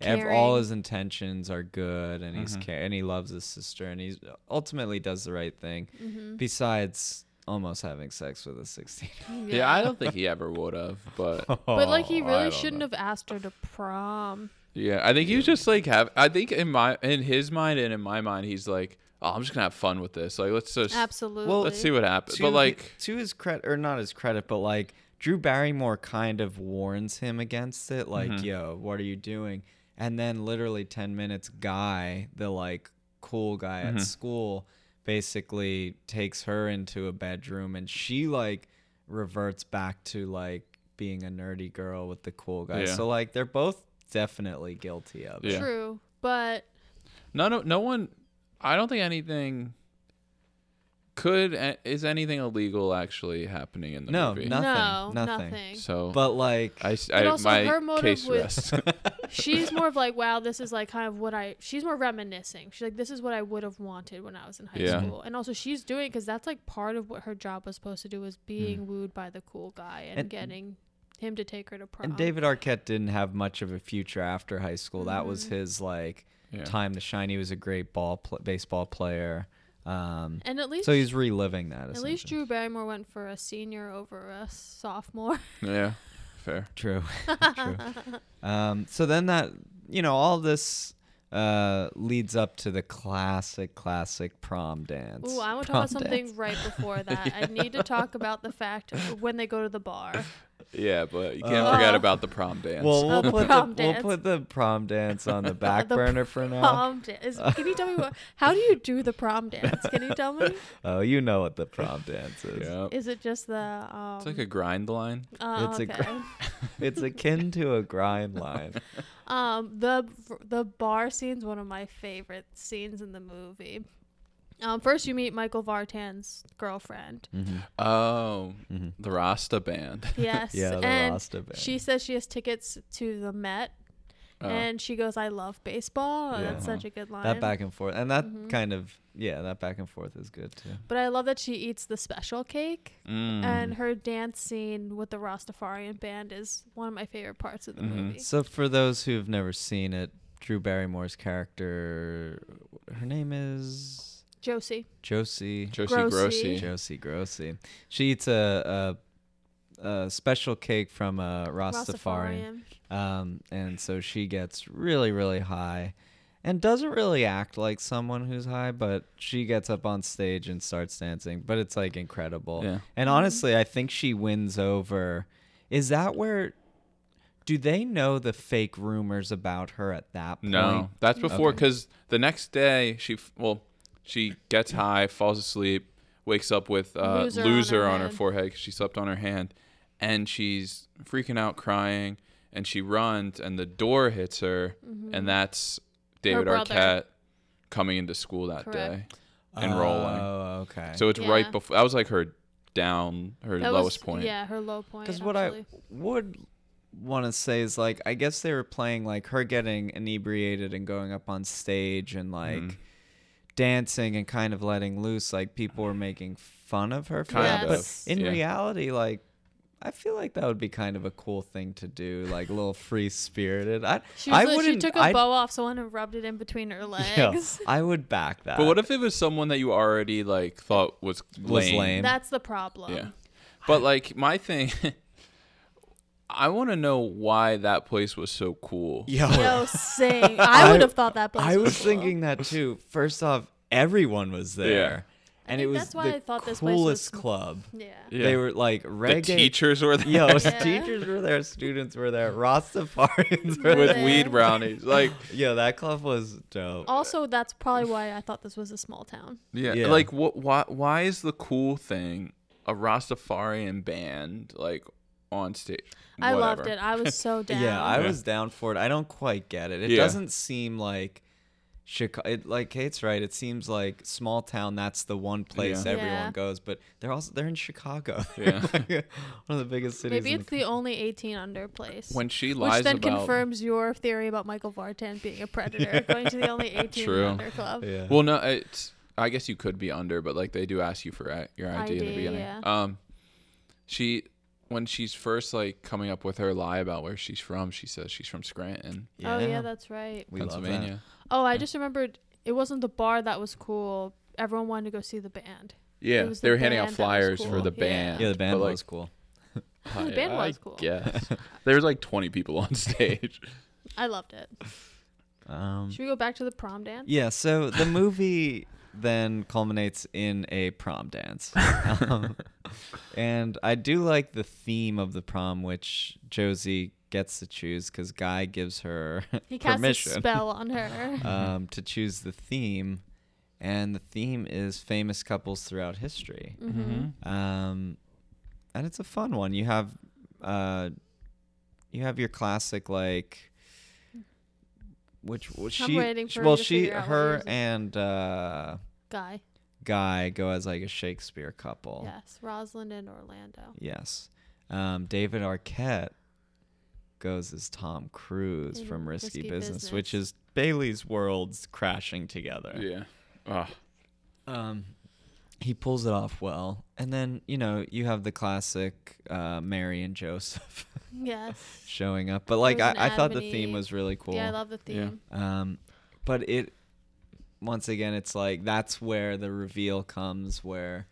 Speaker 1: ev- all
Speaker 2: Caring.
Speaker 1: his intentions are good and he's ca- and he loves his sister and he's ultimately does the right thing besides almost having sex with a 16
Speaker 3: Yeah. I don't think he ever would have, but
Speaker 2: But like he
Speaker 3: Oh, I
Speaker 2: really
Speaker 3: don't
Speaker 2: shouldn't
Speaker 3: know.
Speaker 2: have asked her to prom.
Speaker 3: yeah, I think he was just like have I think in my in his mind and in my mind he's like, Oh, I'm just gonna have fun with this. Like let's just
Speaker 2: Absolutely.
Speaker 3: let's see what happens.
Speaker 1: to
Speaker 3: But
Speaker 1: hi-
Speaker 3: like
Speaker 1: to his credit or not his credit but like drew barrymore kind of warns him against it like
Speaker 3: Mm-hmm.
Speaker 1: yo what are you doing and then literally 10 minutes guy the like cool guy
Speaker 3: Mm-hmm.
Speaker 1: at school basically takes her into a bedroom and she like reverts back to like being a nerdy girl with the cool guy
Speaker 3: Yeah.
Speaker 1: so like they're both definitely guilty of it
Speaker 3: Yeah.
Speaker 2: True, but
Speaker 3: No, no, no one. I don't think anything could a- is anything illegal actually happening in the
Speaker 1: No,
Speaker 3: movie.
Speaker 1: Nothing,
Speaker 2: no,
Speaker 1: nothing.
Speaker 3: So,
Speaker 1: But like,
Speaker 3: I, s-
Speaker 2: But
Speaker 3: I-
Speaker 2: also
Speaker 3: my
Speaker 2: her motive
Speaker 3: case
Speaker 2: with-
Speaker 3: rests.
Speaker 2: she's more of like, wow, this is like kind of what I. She's more reminiscing. She's like, this is what I would have wanted when I was in high
Speaker 3: Yeah.
Speaker 2: school, and also she's doing because that's like part of what her job was supposed to do
Speaker 3: Hmm.
Speaker 2: was being wooed by the cool guy and,
Speaker 1: And-
Speaker 2: getting him to take her to prom.
Speaker 1: and David Arquette didn't have much of a future after high school. That was his like
Speaker 3: Yeah.
Speaker 1: time to shine. He was a great ball pl- baseball player. Um,
Speaker 2: And at least
Speaker 1: so he's reliving that.
Speaker 2: at least
Speaker 1: essentially.
Speaker 2: Drew Barrymore went for a senior over a sophomore.
Speaker 3: yeah, fair.
Speaker 1: True. True. Um, so then that you know all this uh, leads up to the classic, classic prom dance.
Speaker 2: Ooh, I want to
Speaker 1: Prom
Speaker 2: talk about something
Speaker 1: dance.
Speaker 2: right before that. I need to talk about the fact of when they go to the bar.
Speaker 3: Yeah, but you can't
Speaker 1: Uh,
Speaker 3: forget
Speaker 2: Oh.
Speaker 3: about the prom dance.
Speaker 1: Well,
Speaker 2: Oh,
Speaker 1: we'll
Speaker 2: the
Speaker 1: put the,
Speaker 2: prom
Speaker 1: we'll
Speaker 2: dance.
Speaker 1: put the prom dance on the back
Speaker 2: The
Speaker 1: burner for now.
Speaker 2: Prom dance. Can you tell me what? How do you do the prom dance? Can you tell me?
Speaker 1: Oh, you know what the prom dance is.
Speaker 3: yeah.
Speaker 2: Is it just the? Um,
Speaker 3: It's like a grind line.
Speaker 2: oh,
Speaker 1: it's a
Speaker 2: okay.
Speaker 1: gr- It's akin to a grind line.
Speaker 2: um the the bar scene's one of my favorite scenes in the movie. Um, first you meet Michael Vartan's girlfriend.
Speaker 1: Mm-hmm.
Speaker 3: Oh, the Rasta band.
Speaker 2: Yes,
Speaker 1: Yeah, the
Speaker 2: and
Speaker 1: Rasta band.
Speaker 2: she says she has tickets to the Met,
Speaker 3: Oh.
Speaker 2: and she goes, "I love baseball." and That's
Speaker 3: Yeah.
Speaker 2: such a good line.
Speaker 1: that back and forth, and that
Speaker 2: Mm-hmm.
Speaker 1: kind of yeah, that back and forth is good too.
Speaker 2: But I love that she eats the special cake,
Speaker 3: Mm.
Speaker 2: and her dance scene with the Rastafarian band is one of my favorite parts of the
Speaker 1: Mm-hmm.
Speaker 2: movie.
Speaker 1: So for those who've never seen it, Drew Barrymore's character, her name is
Speaker 2: Josie,
Speaker 1: Josie.
Speaker 3: Josie
Speaker 2: Grossi.
Speaker 3: Grossi.
Speaker 1: Josie Grossi. She eats a, a, a special cake from a Rastafarian.
Speaker 2: Rastafarian.
Speaker 1: Um, and so she gets really, really high and doesn't really act like someone who's high, but she gets up on stage and starts dancing. But it's like incredible.
Speaker 3: Yeah.
Speaker 1: And honestly, I think she wins over. Is that where. Do they know the fake rumors about her at that point?
Speaker 3: No, that's before
Speaker 1: Okay.
Speaker 3: because the next day she f- well she gets high, falls asleep, wakes up with uh,
Speaker 2: Loser
Speaker 3: loser,
Speaker 2: on her
Speaker 3: on her,
Speaker 2: hand.
Speaker 3: forehead because she slept on her hand, and she's freaking out, crying, and she runs, and the door hits her, and that's David
Speaker 2: Mm-hmm. brother.
Speaker 3: Arquette coming into school that
Speaker 2: Correct.
Speaker 3: day and rolling.
Speaker 1: Oh, okay.
Speaker 3: So it's right
Speaker 2: Yeah.
Speaker 3: before that was like her down, her
Speaker 2: That
Speaker 3: lowest
Speaker 2: was-
Speaker 3: point.
Speaker 2: Oh, Yeah, her low point.
Speaker 1: Because what I
Speaker 2: actually.
Speaker 1: would want to say is like I guess they were playing like her getting inebriated and going up on stage and like dancing and kind of letting loose. Like people were making fun of her for
Speaker 3: Kind
Speaker 1: that,
Speaker 2: Yes.
Speaker 1: but in
Speaker 3: yeah.
Speaker 1: reality, like. I feel like that would be kind of a cool thing to do, like a little free spirited. I
Speaker 2: She,
Speaker 1: I
Speaker 2: was like- she
Speaker 1: wouldn't.
Speaker 2: took a
Speaker 1: I'd-
Speaker 2: bow off someone and rubbed it in between her
Speaker 1: yeah,
Speaker 2: legs.
Speaker 1: I would back that.
Speaker 3: But what if it was someone that you already like thought was
Speaker 1: Was lame.
Speaker 2: That's the problem.
Speaker 1: Um,
Speaker 3: Yeah. But like my thing I want to know why that place was so cool.
Speaker 1: Yo,
Speaker 2: Yo, sing. I
Speaker 1: I-
Speaker 2: would have thought that place
Speaker 1: I was
Speaker 2: cool.
Speaker 1: thinking that too. First off, everyone was there, and it
Speaker 2: think
Speaker 1: was
Speaker 2: that's why
Speaker 1: the
Speaker 2: I thought this place was
Speaker 1: coolest club.
Speaker 2: Yeah.
Speaker 1: They were like
Speaker 3: the
Speaker 1: reggae.
Speaker 3: teachers were there
Speaker 1: Yo,
Speaker 2: Yeah.
Speaker 1: teachers were there, students were there, Rastafarians were there.
Speaker 3: with
Speaker 2: there.
Speaker 3: weed brownies. Like
Speaker 1: Yo, that club was dope.
Speaker 2: Also, that's probably why I thought this was a small town.
Speaker 3: yeah,
Speaker 1: Yeah.
Speaker 3: like what why why is the cool thing a Rastafarian band like on stage?
Speaker 2: I loved
Speaker 3: Whatever.
Speaker 2: it. I was so down.
Speaker 1: yeah, I
Speaker 3: Yeah.
Speaker 1: was down for it. I don't quite get it. It
Speaker 3: Yeah.
Speaker 1: doesn't seem like Chicago. It, like Kate's right. It seems like small town. That's the one place
Speaker 3: Yeah.
Speaker 1: everyone
Speaker 2: Yeah.
Speaker 1: goes. But they're also they're in Chicago.
Speaker 3: Yeah.
Speaker 1: one of the biggest cities.
Speaker 2: Maybe
Speaker 1: in
Speaker 2: it's the only 18 under place.
Speaker 3: When she lies
Speaker 2: which then
Speaker 3: about
Speaker 2: confirms your theory about Michael Vartan being a predator, going to the only 18
Speaker 3: True.
Speaker 2: under club.
Speaker 1: the yeah.
Speaker 3: Well, no, it's I guess you could be under, but like they do ask you for a- your ID, in
Speaker 2: ID,
Speaker 3: the beginning.
Speaker 2: yeah.
Speaker 3: Um, she when she's first like coming up with her lie about where she's from, she says she's from Scranton,
Speaker 2: Oh, yeah, that's right.
Speaker 1: we love that.
Speaker 3: Pennsylvania.
Speaker 2: Oh, I just remembered it wasn't the bar that was cool. Everyone wanted to go see the band. It
Speaker 3: Yeah,
Speaker 2: was
Speaker 3: they
Speaker 2: the
Speaker 3: were handing out
Speaker 2: band that was
Speaker 3: flyers
Speaker 2: cool.
Speaker 3: for the
Speaker 2: Yeah.
Speaker 3: band.
Speaker 1: Yeah, the band
Speaker 3: but, like,
Speaker 1: was cool.
Speaker 2: The band was cool.
Speaker 3: Yes, there was like twenty people on stage.
Speaker 2: I loved it.
Speaker 1: Um,
Speaker 2: Should we go back to the prom dance?
Speaker 1: Mm-hmm. Yeah, so the movie then culminates in a prom dance. Um, and I do like the theme of the prom, which Josie gets to choose because Guy gives her
Speaker 2: He casts a
Speaker 1: permission
Speaker 2: spell on her.
Speaker 1: um, to choose the theme. And the theme is famous couples throughout history.
Speaker 3: Mm-hmm.
Speaker 1: Um, and it's a fun one. You have uh, you have your classic like which well,
Speaker 2: I'm
Speaker 1: she
Speaker 2: waiting for
Speaker 1: well
Speaker 2: her to
Speaker 1: she
Speaker 2: figure out what
Speaker 1: her
Speaker 2: yours is.
Speaker 1: and uh
Speaker 2: Guy.
Speaker 1: guy go as like a Shakespeare couple.
Speaker 2: Yes. Rosalind and Orlando.
Speaker 1: Yes. Um, David Arquette goes as Tom Cruise
Speaker 2: In
Speaker 1: from Risky,
Speaker 2: Risky
Speaker 1: Business,
Speaker 2: Business.
Speaker 1: which is Bailey's worlds crashing together.
Speaker 3: Yeah. Ugh.
Speaker 1: Um, he pulls it off well, and then you know you have the classic uh, Mary and Joseph
Speaker 2: Yes.
Speaker 1: showing up, but like I,
Speaker 2: There's an
Speaker 1: I thought the theme
Speaker 2: Admony.
Speaker 1: was really cool.
Speaker 2: Yeah, I love the theme.
Speaker 1: Um, but it, once again, it's like that's where the reveal comes, where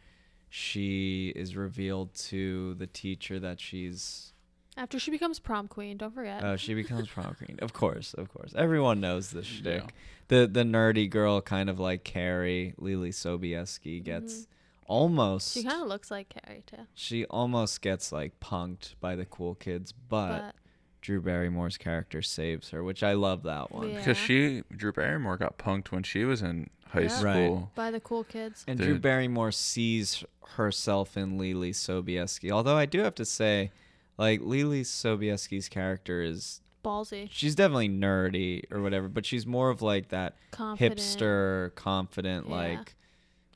Speaker 1: she is revealed to the teacher that she's.
Speaker 2: After she becomes prom queen, don't forget.
Speaker 1: Oh, she becomes prom queen. Of course, of course. Everyone knows this shtick.
Speaker 3: Yeah.
Speaker 1: The the nerdy girl, kind of like Carrie, Lily Sobieski gets almost.
Speaker 2: Mm-hmm. she kind of looks like Carrie too.
Speaker 1: she almost gets like punked by the cool kids, but,
Speaker 2: But
Speaker 1: Drew Barrymore's character saves her, which I love that one.
Speaker 2: Yeah.
Speaker 3: Because she, Drew Barrymore, got punked when she was in high
Speaker 2: Yeah.
Speaker 1: Right.
Speaker 3: school.
Speaker 2: by the cool kids.
Speaker 1: And Drew
Speaker 3: Dude.
Speaker 1: Barrymore sees herself in Lily Sobieski. Although I do have to say, like Lily Sobieski's character is
Speaker 2: Ballsy.
Speaker 1: she's definitely nerdy or whatever, but she's more of like that
Speaker 2: Confident.
Speaker 1: hipster, confident,
Speaker 2: Yeah.
Speaker 1: like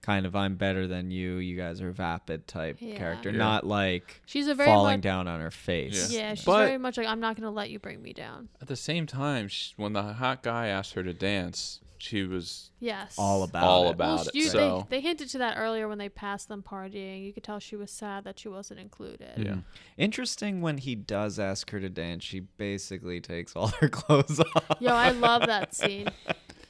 Speaker 1: kind of I'm better than you, you guys are vapid type
Speaker 2: Yeah.
Speaker 1: character.
Speaker 3: Yeah.
Speaker 1: Not like
Speaker 2: She's a very
Speaker 1: falling
Speaker 2: much,
Speaker 1: down on her face.
Speaker 2: Yeah, she's
Speaker 3: But-
Speaker 2: very much like I'm not gonna let you bring me down.
Speaker 3: At the same time, sh when the hot guy asked her to dance, she was
Speaker 2: Yes.
Speaker 1: All about
Speaker 3: all
Speaker 1: it.
Speaker 3: about
Speaker 2: well,
Speaker 3: it.
Speaker 2: you-
Speaker 3: so
Speaker 2: they, they hinted to that earlier when they passed them partying. You could tell she was sad that she wasn't included.
Speaker 3: yeah,
Speaker 1: Interesting when he does ask her to dance, she basically takes all her clothes off.
Speaker 2: Yo, I love that scene.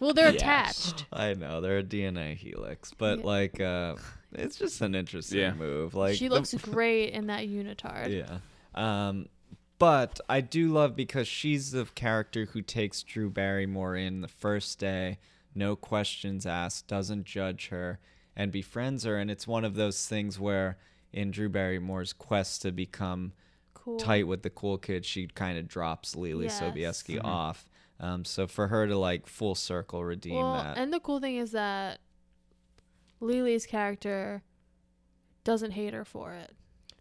Speaker 2: Well, they're attached.
Speaker 1: I know they're a DNA helix, but
Speaker 2: Yeah.
Speaker 1: like, uh, it's just an interesting
Speaker 3: Yeah.
Speaker 1: move. Like
Speaker 2: she
Speaker 1: the-
Speaker 2: looks great in that unitard.
Speaker 1: yeah. Um, but I do love because she's the character who takes Drew Barrymore in the first day, no questions asked, doesn't judge her, and befriends her. And it's one of those things where, in Drew Barrymore's quest to become
Speaker 2: Cool.
Speaker 1: tight with the cool kid, she kind of drops Lily
Speaker 2: Yes.
Speaker 1: Sobieski off. Um, so for her to like full circle redeem
Speaker 2: Well,
Speaker 1: that,
Speaker 2: and the cool thing is that Lily's character doesn't hate her for it,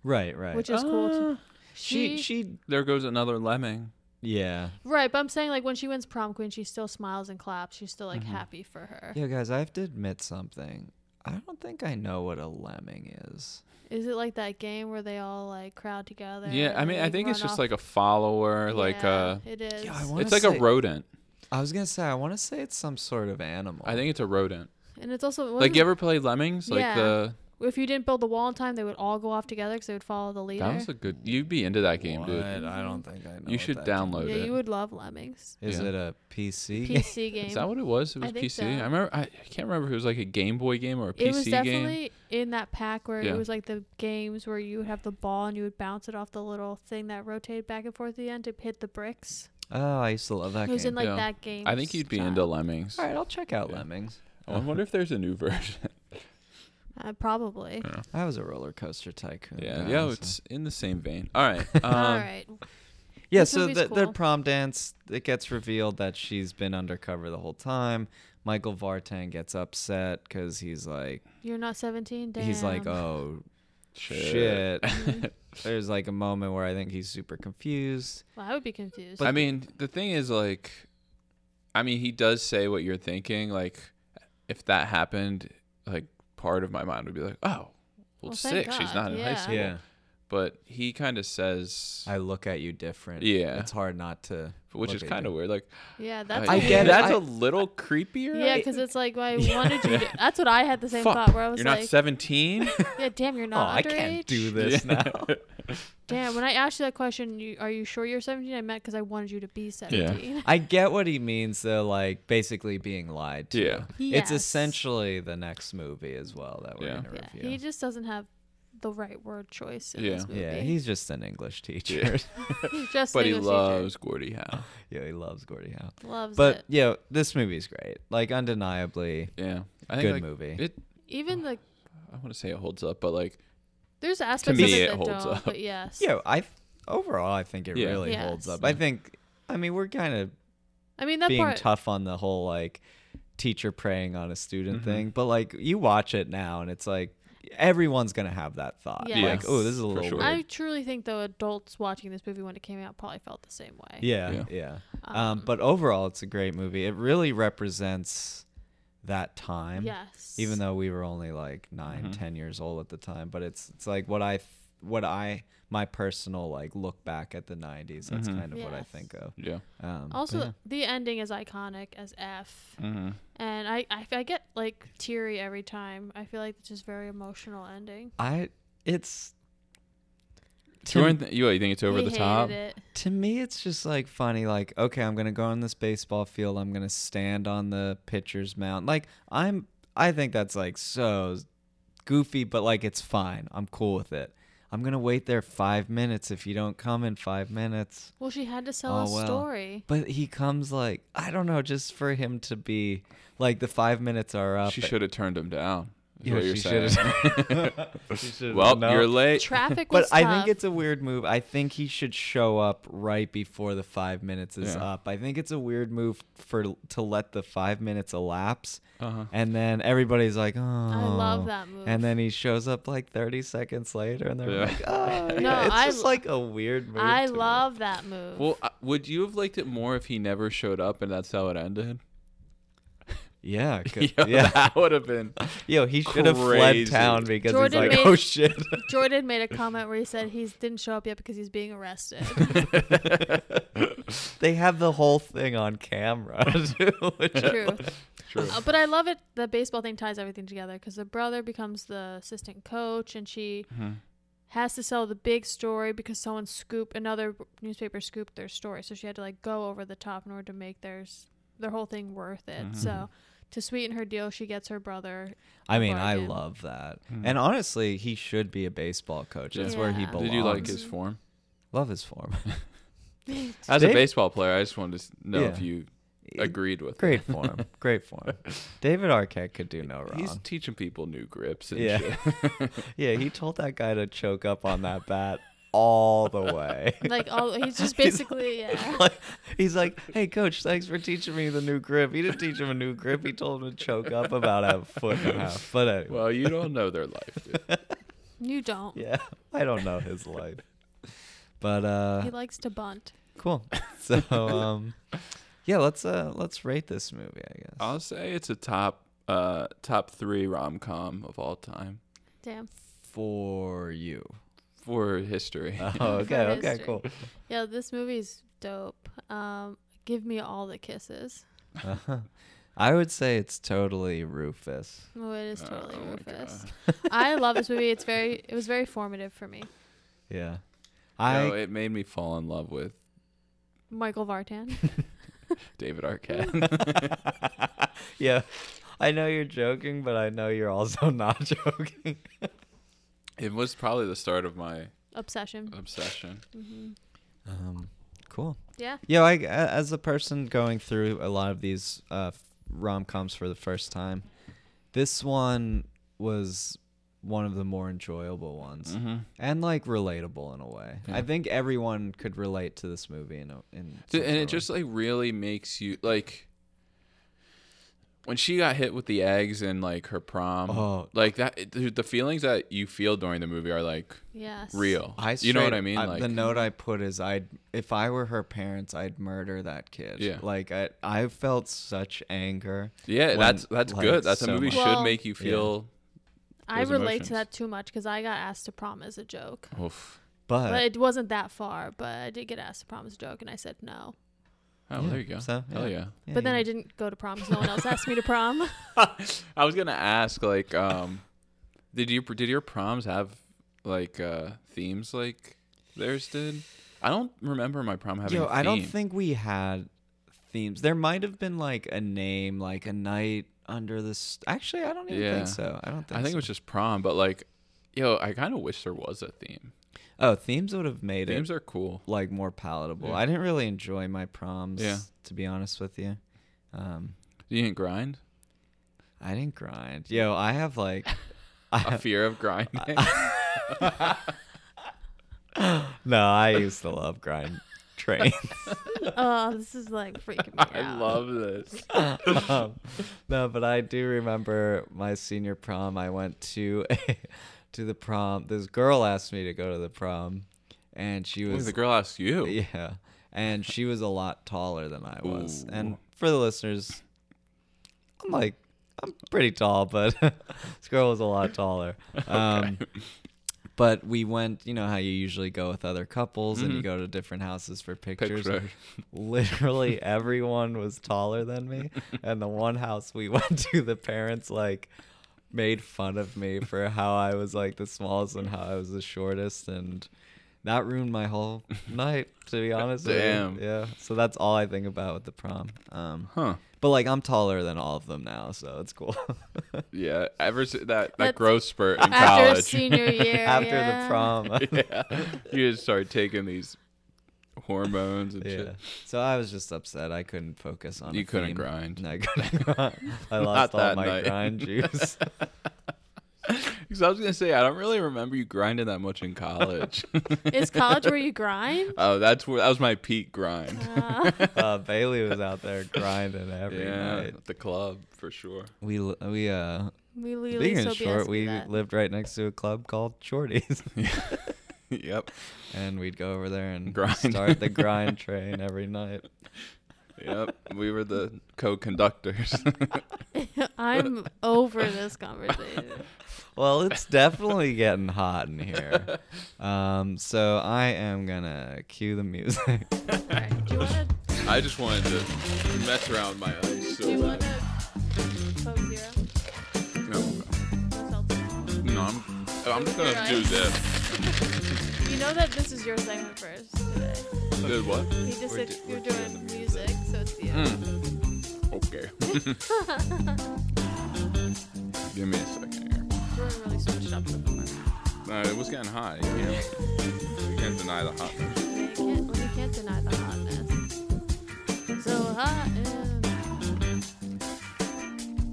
Speaker 1: right, right, Uh,
Speaker 2: which is cool.
Speaker 3: Ah.
Speaker 2: Too.
Speaker 1: she she
Speaker 3: there goes another lemming.
Speaker 1: Yeah.
Speaker 2: right, but I'm saying like when she wins prom queen, she still smiles and claps. She's still like
Speaker 1: Mm-hmm.
Speaker 2: happy for her.
Speaker 1: Yo, guys, I have to admit something. I don't think I know what a lemming is.
Speaker 2: Is it like that game where they all like crowd together?
Speaker 3: Yeah, I
Speaker 2: and
Speaker 3: mean,
Speaker 2: they
Speaker 3: I think it's
Speaker 2: run
Speaker 3: just
Speaker 2: off-
Speaker 3: like a follower, like
Speaker 2: Yeah,
Speaker 3: uh,
Speaker 2: it is.
Speaker 1: Yeah, I want- wanna
Speaker 3: it's like
Speaker 1: say-
Speaker 3: a rodent.
Speaker 1: I was gonna say I want to say it's some sort of animal.
Speaker 3: I think it's a rodent.
Speaker 2: and it's also
Speaker 3: Like you ever play Lemmings?
Speaker 2: Yeah.
Speaker 3: Like uh, the
Speaker 2: if you didn't build the wall in time, they would all go off together because they would follow the leader.
Speaker 3: that was a good. You'd be into that game, dude.
Speaker 1: What? I don't think I know.
Speaker 3: You
Speaker 1: what
Speaker 3: should
Speaker 1: that
Speaker 3: download
Speaker 2: yeah,
Speaker 3: it.
Speaker 2: you would love Lemmings.
Speaker 1: Is
Speaker 3: Yeah.
Speaker 1: it a PC? game?
Speaker 2: PC game.
Speaker 3: Is that what it was? It
Speaker 2: I
Speaker 3: was
Speaker 2: think
Speaker 3: PC.
Speaker 2: so.
Speaker 3: I remember. I, I can't remember if it was like a Game Boy game or a PC
Speaker 2: it was
Speaker 3: game.
Speaker 2: definitely in that pack where
Speaker 3: Yeah.
Speaker 2: it was like the games where you would have the ball and you would bounce it off the little thing that rotated back and forth at the end to hit the bricks.
Speaker 1: oh, I used to love that
Speaker 2: it was
Speaker 1: game.
Speaker 2: in like
Speaker 3: Yeah.
Speaker 2: that game.
Speaker 3: I think you'd be into Lemmings.
Speaker 1: All right, I'll check out
Speaker 3: Yeah.
Speaker 1: lemmings.
Speaker 3: I wonder if there's a new version.
Speaker 2: uh, probably.
Speaker 1: I was a roller coaster tycoon.
Speaker 3: yeah,
Speaker 1: guy,
Speaker 3: yeah,
Speaker 1: so-
Speaker 3: it's in the same vein. All right. Um,
Speaker 2: All right.
Speaker 1: yeah.
Speaker 2: This
Speaker 1: So
Speaker 2: movie's
Speaker 1: the, their
Speaker 2: cool.
Speaker 1: prom dance, it gets revealed that she's been undercover the whole time. Michael Vartan gets upset because he's like,
Speaker 2: You're not 17. Damn.
Speaker 1: he's like, oh
Speaker 3: Shit.
Speaker 1: shit. There's like a moment where I think he's super confused.
Speaker 2: Well, I would be confused.
Speaker 3: I mean, the thing is, like, I mean, he does say what you're thinking. Like, if that happened, like, part of my mind would be like, oh, well,
Speaker 2: Well, thank
Speaker 3: sick. She's
Speaker 2: God,
Speaker 3: not in high
Speaker 2: yeah.
Speaker 3: school.
Speaker 1: Yeah.
Speaker 3: But he kind of says,
Speaker 1: I look at you different.
Speaker 3: Yeah.
Speaker 1: It's hard not to.
Speaker 3: which
Speaker 1: look
Speaker 3: is
Speaker 1: at
Speaker 3: kind of
Speaker 1: you.
Speaker 3: weird. Like,
Speaker 2: yeah, that's.
Speaker 1: I
Speaker 2: a
Speaker 3: I
Speaker 1: get
Speaker 3: get
Speaker 1: it.
Speaker 2: weird-
Speaker 3: That's
Speaker 1: I-
Speaker 3: a little creepier.
Speaker 2: Yeah,
Speaker 3: right?
Speaker 2: because it's like I wanted you. To, that's what I had the same
Speaker 3: Fuck,
Speaker 2: thought where I was
Speaker 3: you're
Speaker 2: like,
Speaker 3: not 17.
Speaker 2: yeah, damn, you're
Speaker 1: Oh,
Speaker 2: not
Speaker 1: I
Speaker 2: underage.
Speaker 1: can't do this
Speaker 3: Yeah.
Speaker 1: now.
Speaker 2: Damn, when I asked you that question, you, are you sure you're 17? I meant because I wanted you to be 17.
Speaker 1: I get what he means, though, like basically being lied to.
Speaker 3: Yeah.
Speaker 1: It's
Speaker 2: Yes.
Speaker 1: essentially the next movie as well that we're
Speaker 3: Yeah.
Speaker 1: going to
Speaker 2: Yeah,
Speaker 1: review.
Speaker 2: he just doesn't have the right word choice in
Speaker 3: Yeah.
Speaker 2: this movie.
Speaker 1: yeah, he's just an English teacher.
Speaker 2: He's just
Speaker 3: but
Speaker 2: an
Speaker 3: he
Speaker 2: English teacher.
Speaker 3: loves Gordie Howe.
Speaker 1: Yeah, he loves Gordie Howe.
Speaker 2: loves
Speaker 1: But
Speaker 2: it.
Speaker 1: yeah, this movie's great. Like undeniably
Speaker 3: Yeah. I think
Speaker 1: good
Speaker 3: like,
Speaker 1: movie.
Speaker 3: It,
Speaker 2: Even the
Speaker 3: I want to say it holds up, but like,
Speaker 2: there's aspects
Speaker 3: me,
Speaker 2: of it,
Speaker 3: it
Speaker 2: that
Speaker 3: holds
Speaker 2: don't.
Speaker 3: up.
Speaker 2: But yes,
Speaker 1: yeah, I th- overall I think it
Speaker 3: Yeah.
Speaker 1: really holds
Speaker 2: Yes.
Speaker 1: up. I think I mean we're kind of
Speaker 2: I mean that
Speaker 1: being
Speaker 2: part.
Speaker 1: tough on the whole like teacher preying on a student
Speaker 3: Mhm.
Speaker 1: thing, but like you watch it now and it's like everyone's gonna have that thought.
Speaker 2: Yeah.
Speaker 1: Like, oh, this is a
Speaker 3: For
Speaker 1: little
Speaker 3: sure.
Speaker 1: weird.
Speaker 2: I truly think though adults watching this movie when it came out probably felt the same way.
Speaker 1: yeah, yeah.
Speaker 3: Yeah.
Speaker 1: Um, but overall, it's a great movie. It really represents that time.
Speaker 2: Yes.
Speaker 1: um, Even though we were only like 9, 10 years old at the time, but it's it's like what I th- what I my personal like look back at the 90s. That's
Speaker 3: Mhm.
Speaker 1: kind of what I
Speaker 2: Yes.
Speaker 1: think of.
Speaker 3: Yeah.
Speaker 1: Um, but
Speaker 2: also
Speaker 1: yeah.
Speaker 2: the ending is iconic as F.
Speaker 3: Mm-hmm.
Speaker 2: And I, I I get like teary every time. I feel like it's just very emotional ending.
Speaker 1: I it's
Speaker 3: You, weren't th- you, what, you think it's over
Speaker 2: He
Speaker 3: the
Speaker 2: hated
Speaker 3: top?
Speaker 2: It.
Speaker 1: To me, it's just like funny. Like, okay, I'm gonna go on this baseball field. I'm gonna stand on the pitcher's mound. Like, I'm. I think that's like so goofy, but like it's fine. I'm cool with it. I'm gonna wait there five minutes. If you don't come in five minutes,
Speaker 2: Well, she had to sell
Speaker 1: Oh,
Speaker 2: a
Speaker 1: well.
Speaker 2: story.
Speaker 1: but he comes like I don't know, just for him to be like the five minutes are up.
Speaker 3: She should have turned him down. is
Speaker 1: Yeah,
Speaker 3: what you're
Speaker 1: she
Speaker 3: saying.
Speaker 1: should've- She should've-
Speaker 3: well,
Speaker 1: no.
Speaker 3: you're late.
Speaker 2: Traffic
Speaker 1: But
Speaker 2: was
Speaker 1: I
Speaker 2: tough.
Speaker 1: think it's a weird move. I think he should show up right before the five minutes is
Speaker 3: Yeah.
Speaker 1: up. I think it's a weird move for to let the five minutes elapse,
Speaker 3: uh-huh.
Speaker 1: and then everybody's like, "Oh,
Speaker 2: I love that move.
Speaker 1: And then he shows up like 30 seconds later, and they're
Speaker 3: Yeah.
Speaker 1: like, "Oh,
Speaker 2: No,
Speaker 1: yeah." it's
Speaker 2: I
Speaker 1: just
Speaker 2: lo-
Speaker 1: like a weird move."
Speaker 2: I
Speaker 1: to me.
Speaker 2: love that move.
Speaker 3: Well, uh, would you have liked it more if he never showed up and that's how it ended?
Speaker 1: Yeah,
Speaker 3: Yo,
Speaker 1: 'cause- yeah.
Speaker 3: that would have been.
Speaker 1: Yo, he should have fled
Speaker 3: Crazy.
Speaker 1: town because
Speaker 2: Jordan
Speaker 1: he's like,
Speaker 2: made-
Speaker 1: "Oh shit."
Speaker 2: Jordan made a comment where he said he didn't show up yet because he's being arrested.
Speaker 1: they have the whole thing on camera. too, which-
Speaker 2: True.
Speaker 3: True.
Speaker 2: Uh, but I love it. The baseball thing ties everything together because the brother becomes the assistant coach, and she
Speaker 3: Mhm.
Speaker 2: has to sell the big story because someone scooped another newspaper scooped their story, so she had to like go over the top in order to make theirs their whole thing worth it.
Speaker 3: Mm-hmm.
Speaker 2: So to sweeten her deal, she gets her brother.
Speaker 1: I
Speaker 2: a
Speaker 1: mean, I
Speaker 2: bargain.
Speaker 1: love that. And honestly, he should be a baseball coach. That's where he
Speaker 2: Yeah.
Speaker 1: belongs.
Speaker 3: Did you like his form?
Speaker 1: Love his form.
Speaker 3: As
Speaker 1: Dave-
Speaker 3: a baseball player, I just wanted to s- know if
Speaker 1: Yeah.
Speaker 3: you agreed with
Speaker 1: Great
Speaker 3: it.
Speaker 1: form. Great form. David Arquette could do no wrong.
Speaker 3: He's teaching people new grips and
Speaker 1: yeah.
Speaker 3: shit.
Speaker 1: yeah, he told that guy to choke up on that bat all the way.
Speaker 2: Like all, he's just basically yeah.
Speaker 1: Like, he's like, hey, coach, thanks for teaching me the new grip. He didn't teach him a new grip. He told him to choke up about a foot and a half. But anyway,
Speaker 3: Well, you don't know their life. dude.
Speaker 2: You don't.
Speaker 1: yeah, I don't know his life. But uh,
Speaker 2: He likes to bunt.
Speaker 1: cool so um yeah let's uh let's rate this movie i guess
Speaker 3: I'll say it's a top uh top three rom com of all time
Speaker 2: Damn.
Speaker 1: for you
Speaker 3: for history.
Speaker 1: oh okay okay
Speaker 2: history.
Speaker 1: cool
Speaker 2: Yeah, this movie's dope. Um, give me all the kisses.
Speaker 1: uh-huh. i would say it's totally rufus
Speaker 2: Oh, it is totally
Speaker 3: Oh my
Speaker 2: Rufus. I love this movie. It's very it was very formative for me.
Speaker 1: yeah
Speaker 3: I,
Speaker 1: i
Speaker 3: it made me fall in love with
Speaker 2: Michael Vartan.
Speaker 3: David Arquette.
Speaker 1: yeah i know you're joking but i know you're also not joking
Speaker 3: it was probably the start of my
Speaker 2: Obsession. Mm-hmm.
Speaker 3: obsession.
Speaker 1: um cool
Speaker 2: Yeah.
Speaker 1: Yeah, I, a- as a person going through a lot of these uh, rom coms for the first time, this one was one of the more enjoyable ones and like relatable in a way. I
Speaker 3: Mm-hmm. Yeah.
Speaker 1: think everyone could relate to this movie in a, in
Speaker 3: Th-
Speaker 1: some
Speaker 3: and it
Speaker 1: sort of
Speaker 3: just like really makes you like when she got hit with the eggs and like her prom.
Speaker 1: Oh.
Speaker 3: Like that, it- dude, the feelings that you feel during the movie are like
Speaker 2: Yes.
Speaker 3: real.
Speaker 1: way. I
Speaker 3: you know what
Speaker 1: straight-
Speaker 3: I mean? like
Speaker 1: the note I put is I'd if I were her parents, I'd murder that kid.
Speaker 3: Yeah.
Speaker 1: Like I I felt such anger.
Speaker 3: Yeah,
Speaker 1: when,
Speaker 3: that's that's
Speaker 1: like,
Speaker 3: good. That's
Speaker 1: so
Speaker 3: a movie
Speaker 1: much.
Speaker 3: should
Speaker 2: Well-
Speaker 3: make you feel.
Speaker 2: I
Speaker 3: Those
Speaker 2: relate
Speaker 3: emotions.
Speaker 2: to that too much because I got asked to prom as a joke.
Speaker 3: Oof.
Speaker 1: But,
Speaker 2: But it wasn't that far, but I did get asked to prom as a joke and I said no.
Speaker 3: Oh,
Speaker 1: Yeah,
Speaker 3: there you go.
Speaker 1: so,
Speaker 3: Hell
Speaker 1: yeah.
Speaker 3: yeah.
Speaker 1: yeah,
Speaker 2: but then
Speaker 1: you-
Speaker 2: I didn't go to prom because no one else asked me to prom.
Speaker 3: I was gonna ask, like, um, did you did your proms have like uh themes like theirs did? I don't remember my prom having.
Speaker 1: Yo,
Speaker 3: a
Speaker 1: I don't
Speaker 3: theme.
Speaker 1: think we had themes. There might have been like a name, like a night under the. St- Actually, I don't even
Speaker 3: Yeah.
Speaker 1: think so. I don't think.
Speaker 3: I think
Speaker 1: so.
Speaker 3: it was just prom, but like, yo, I kind of wish there was a theme.
Speaker 1: Oh, themes would have made
Speaker 3: Themes
Speaker 1: it
Speaker 3: are cool.
Speaker 1: like more palatable.
Speaker 3: Yeah.
Speaker 1: I didn't really enjoy my proms.
Speaker 3: Yeah.
Speaker 1: To be honest with you, um,
Speaker 3: You didn't grind.
Speaker 1: I didn't grind. Yo, I have like.
Speaker 3: A
Speaker 1: I,
Speaker 3: fear of grinding.
Speaker 1: no, I used to love grind. train.
Speaker 2: Oh, this is like freaking me
Speaker 3: I
Speaker 2: out.
Speaker 3: love this.
Speaker 1: Um, no, but I do remember my senior prom. I went to to the prom. This girl asked me to go to the prom, and she
Speaker 3: Ooh,
Speaker 1: was
Speaker 3: the girl asked you.
Speaker 1: yeah, and she was a lot taller than I was. And for the listeners, I'm like I'm pretty tall, but this girl was a lot taller. Um, But we went, you know how you usually go with other couples and you go to different houses for pictures
Speaker 3: Mm-hmm. Picture.
Speaker 1: literally everyone was taller than me and the one house we went to the parents like made fun of me for how i was like the smallest and how i was the shortest and that ruined my whole night to be honest with you.
Speaker 3: Damn.
Speaker 1: yeah so that's all i think about with the prom um
Speaker 3: Huh.
Speaker 1: but like i'm taller than all of them now so it's cool
Speaker 3: Yeah. Ever si- that that
Speaker 2: That's-
Speaker 3: growth spurt in
Speaker 2: After
Speaker 3: college.
Speaker 2: senior year.
Speaker 1: after
Speaker 2: yeah.
Speaker 1: the prom
Speaker 3: yeah. You just start taking these hormones and
Speaker 1: yeah
Speaker 3: shit.
Speaker 1: so i was just upset i couldn't focus on
Speaker 3: You
Speaker 1: a
Speaker 3: couldn't
Speaker 1: theme.
Speaker 3: grind.
Speaker 1: I couldn't grind. I lost all
Speaker 3: that
Speaker 1: my
Speaker 3: night.
Speaker 1: grind juice.
Speaker 3: Because I was gonna say I don't really remember you grinding that much in college.
Speaker 2: Is college where you grind?
Speaker 3: oh, that's where that was my peak grind.
Speaker 2: Uh,
Speaker 1: uh, Bailey was out there grinding every
Speaker 3: yeah,
Speaker 1: night.
Speaker 3: at the club for sure.
Speaker 1: We li- we uh
Speaker 2: we
Speaker 1: being
Speaker 2: really
Speaker 1: in
Speaker 2: so
Speaker 1: short, we
Speaker 2: that.
Speaker 1: lived right next to a club called Shorties,
Speaker 3: yep.
Speaker 1: and we'd go over there and
Speaker 3: Grind.
Speaker 1: start the grind train every night.
Speaker 3: Yep. We were the co-conductors.
Speaker 2: I'm over this conversation.
Speaker 1: Well, it's definitely getting hot in here. Um, so I am gonna cue the music.
Speaker 2: All right, do you want to?
Speaker 3: I just wanted to mess around with my ice
Speaker 2: Do you
Speaker 3: so
Speaker 2: want
Speaker 3: bad.
Speaker 2: to? Coke zero.
Speaker 3: No,
Speaker 2: Seltzer?
Speaker 3: no, I'm, I'm just gonna do this.
Speaker 2: You know that this is your segment first today.
Speaker 3: Did what?
Speaker 2: He just
Speaker 1: We're
Speaker 2: said
Speaker 1: do-
Speaker 2: you're
Speaker 1: we're doing
Speaker 2: doing,
Speaker 1: the
Speaker 2: music,
Speaker 1: music.
Speaker 2: so it's you.
Speaker 3: Hmm. Okay. Give me a second here.
Speaker 2: Jordan really switched up the format.
Speaker 3: No, it was getting hot. You can't, you can't deny the hotness.
Speaker 2: Yeah, you can't, well, you can't deny the hotness. So hot and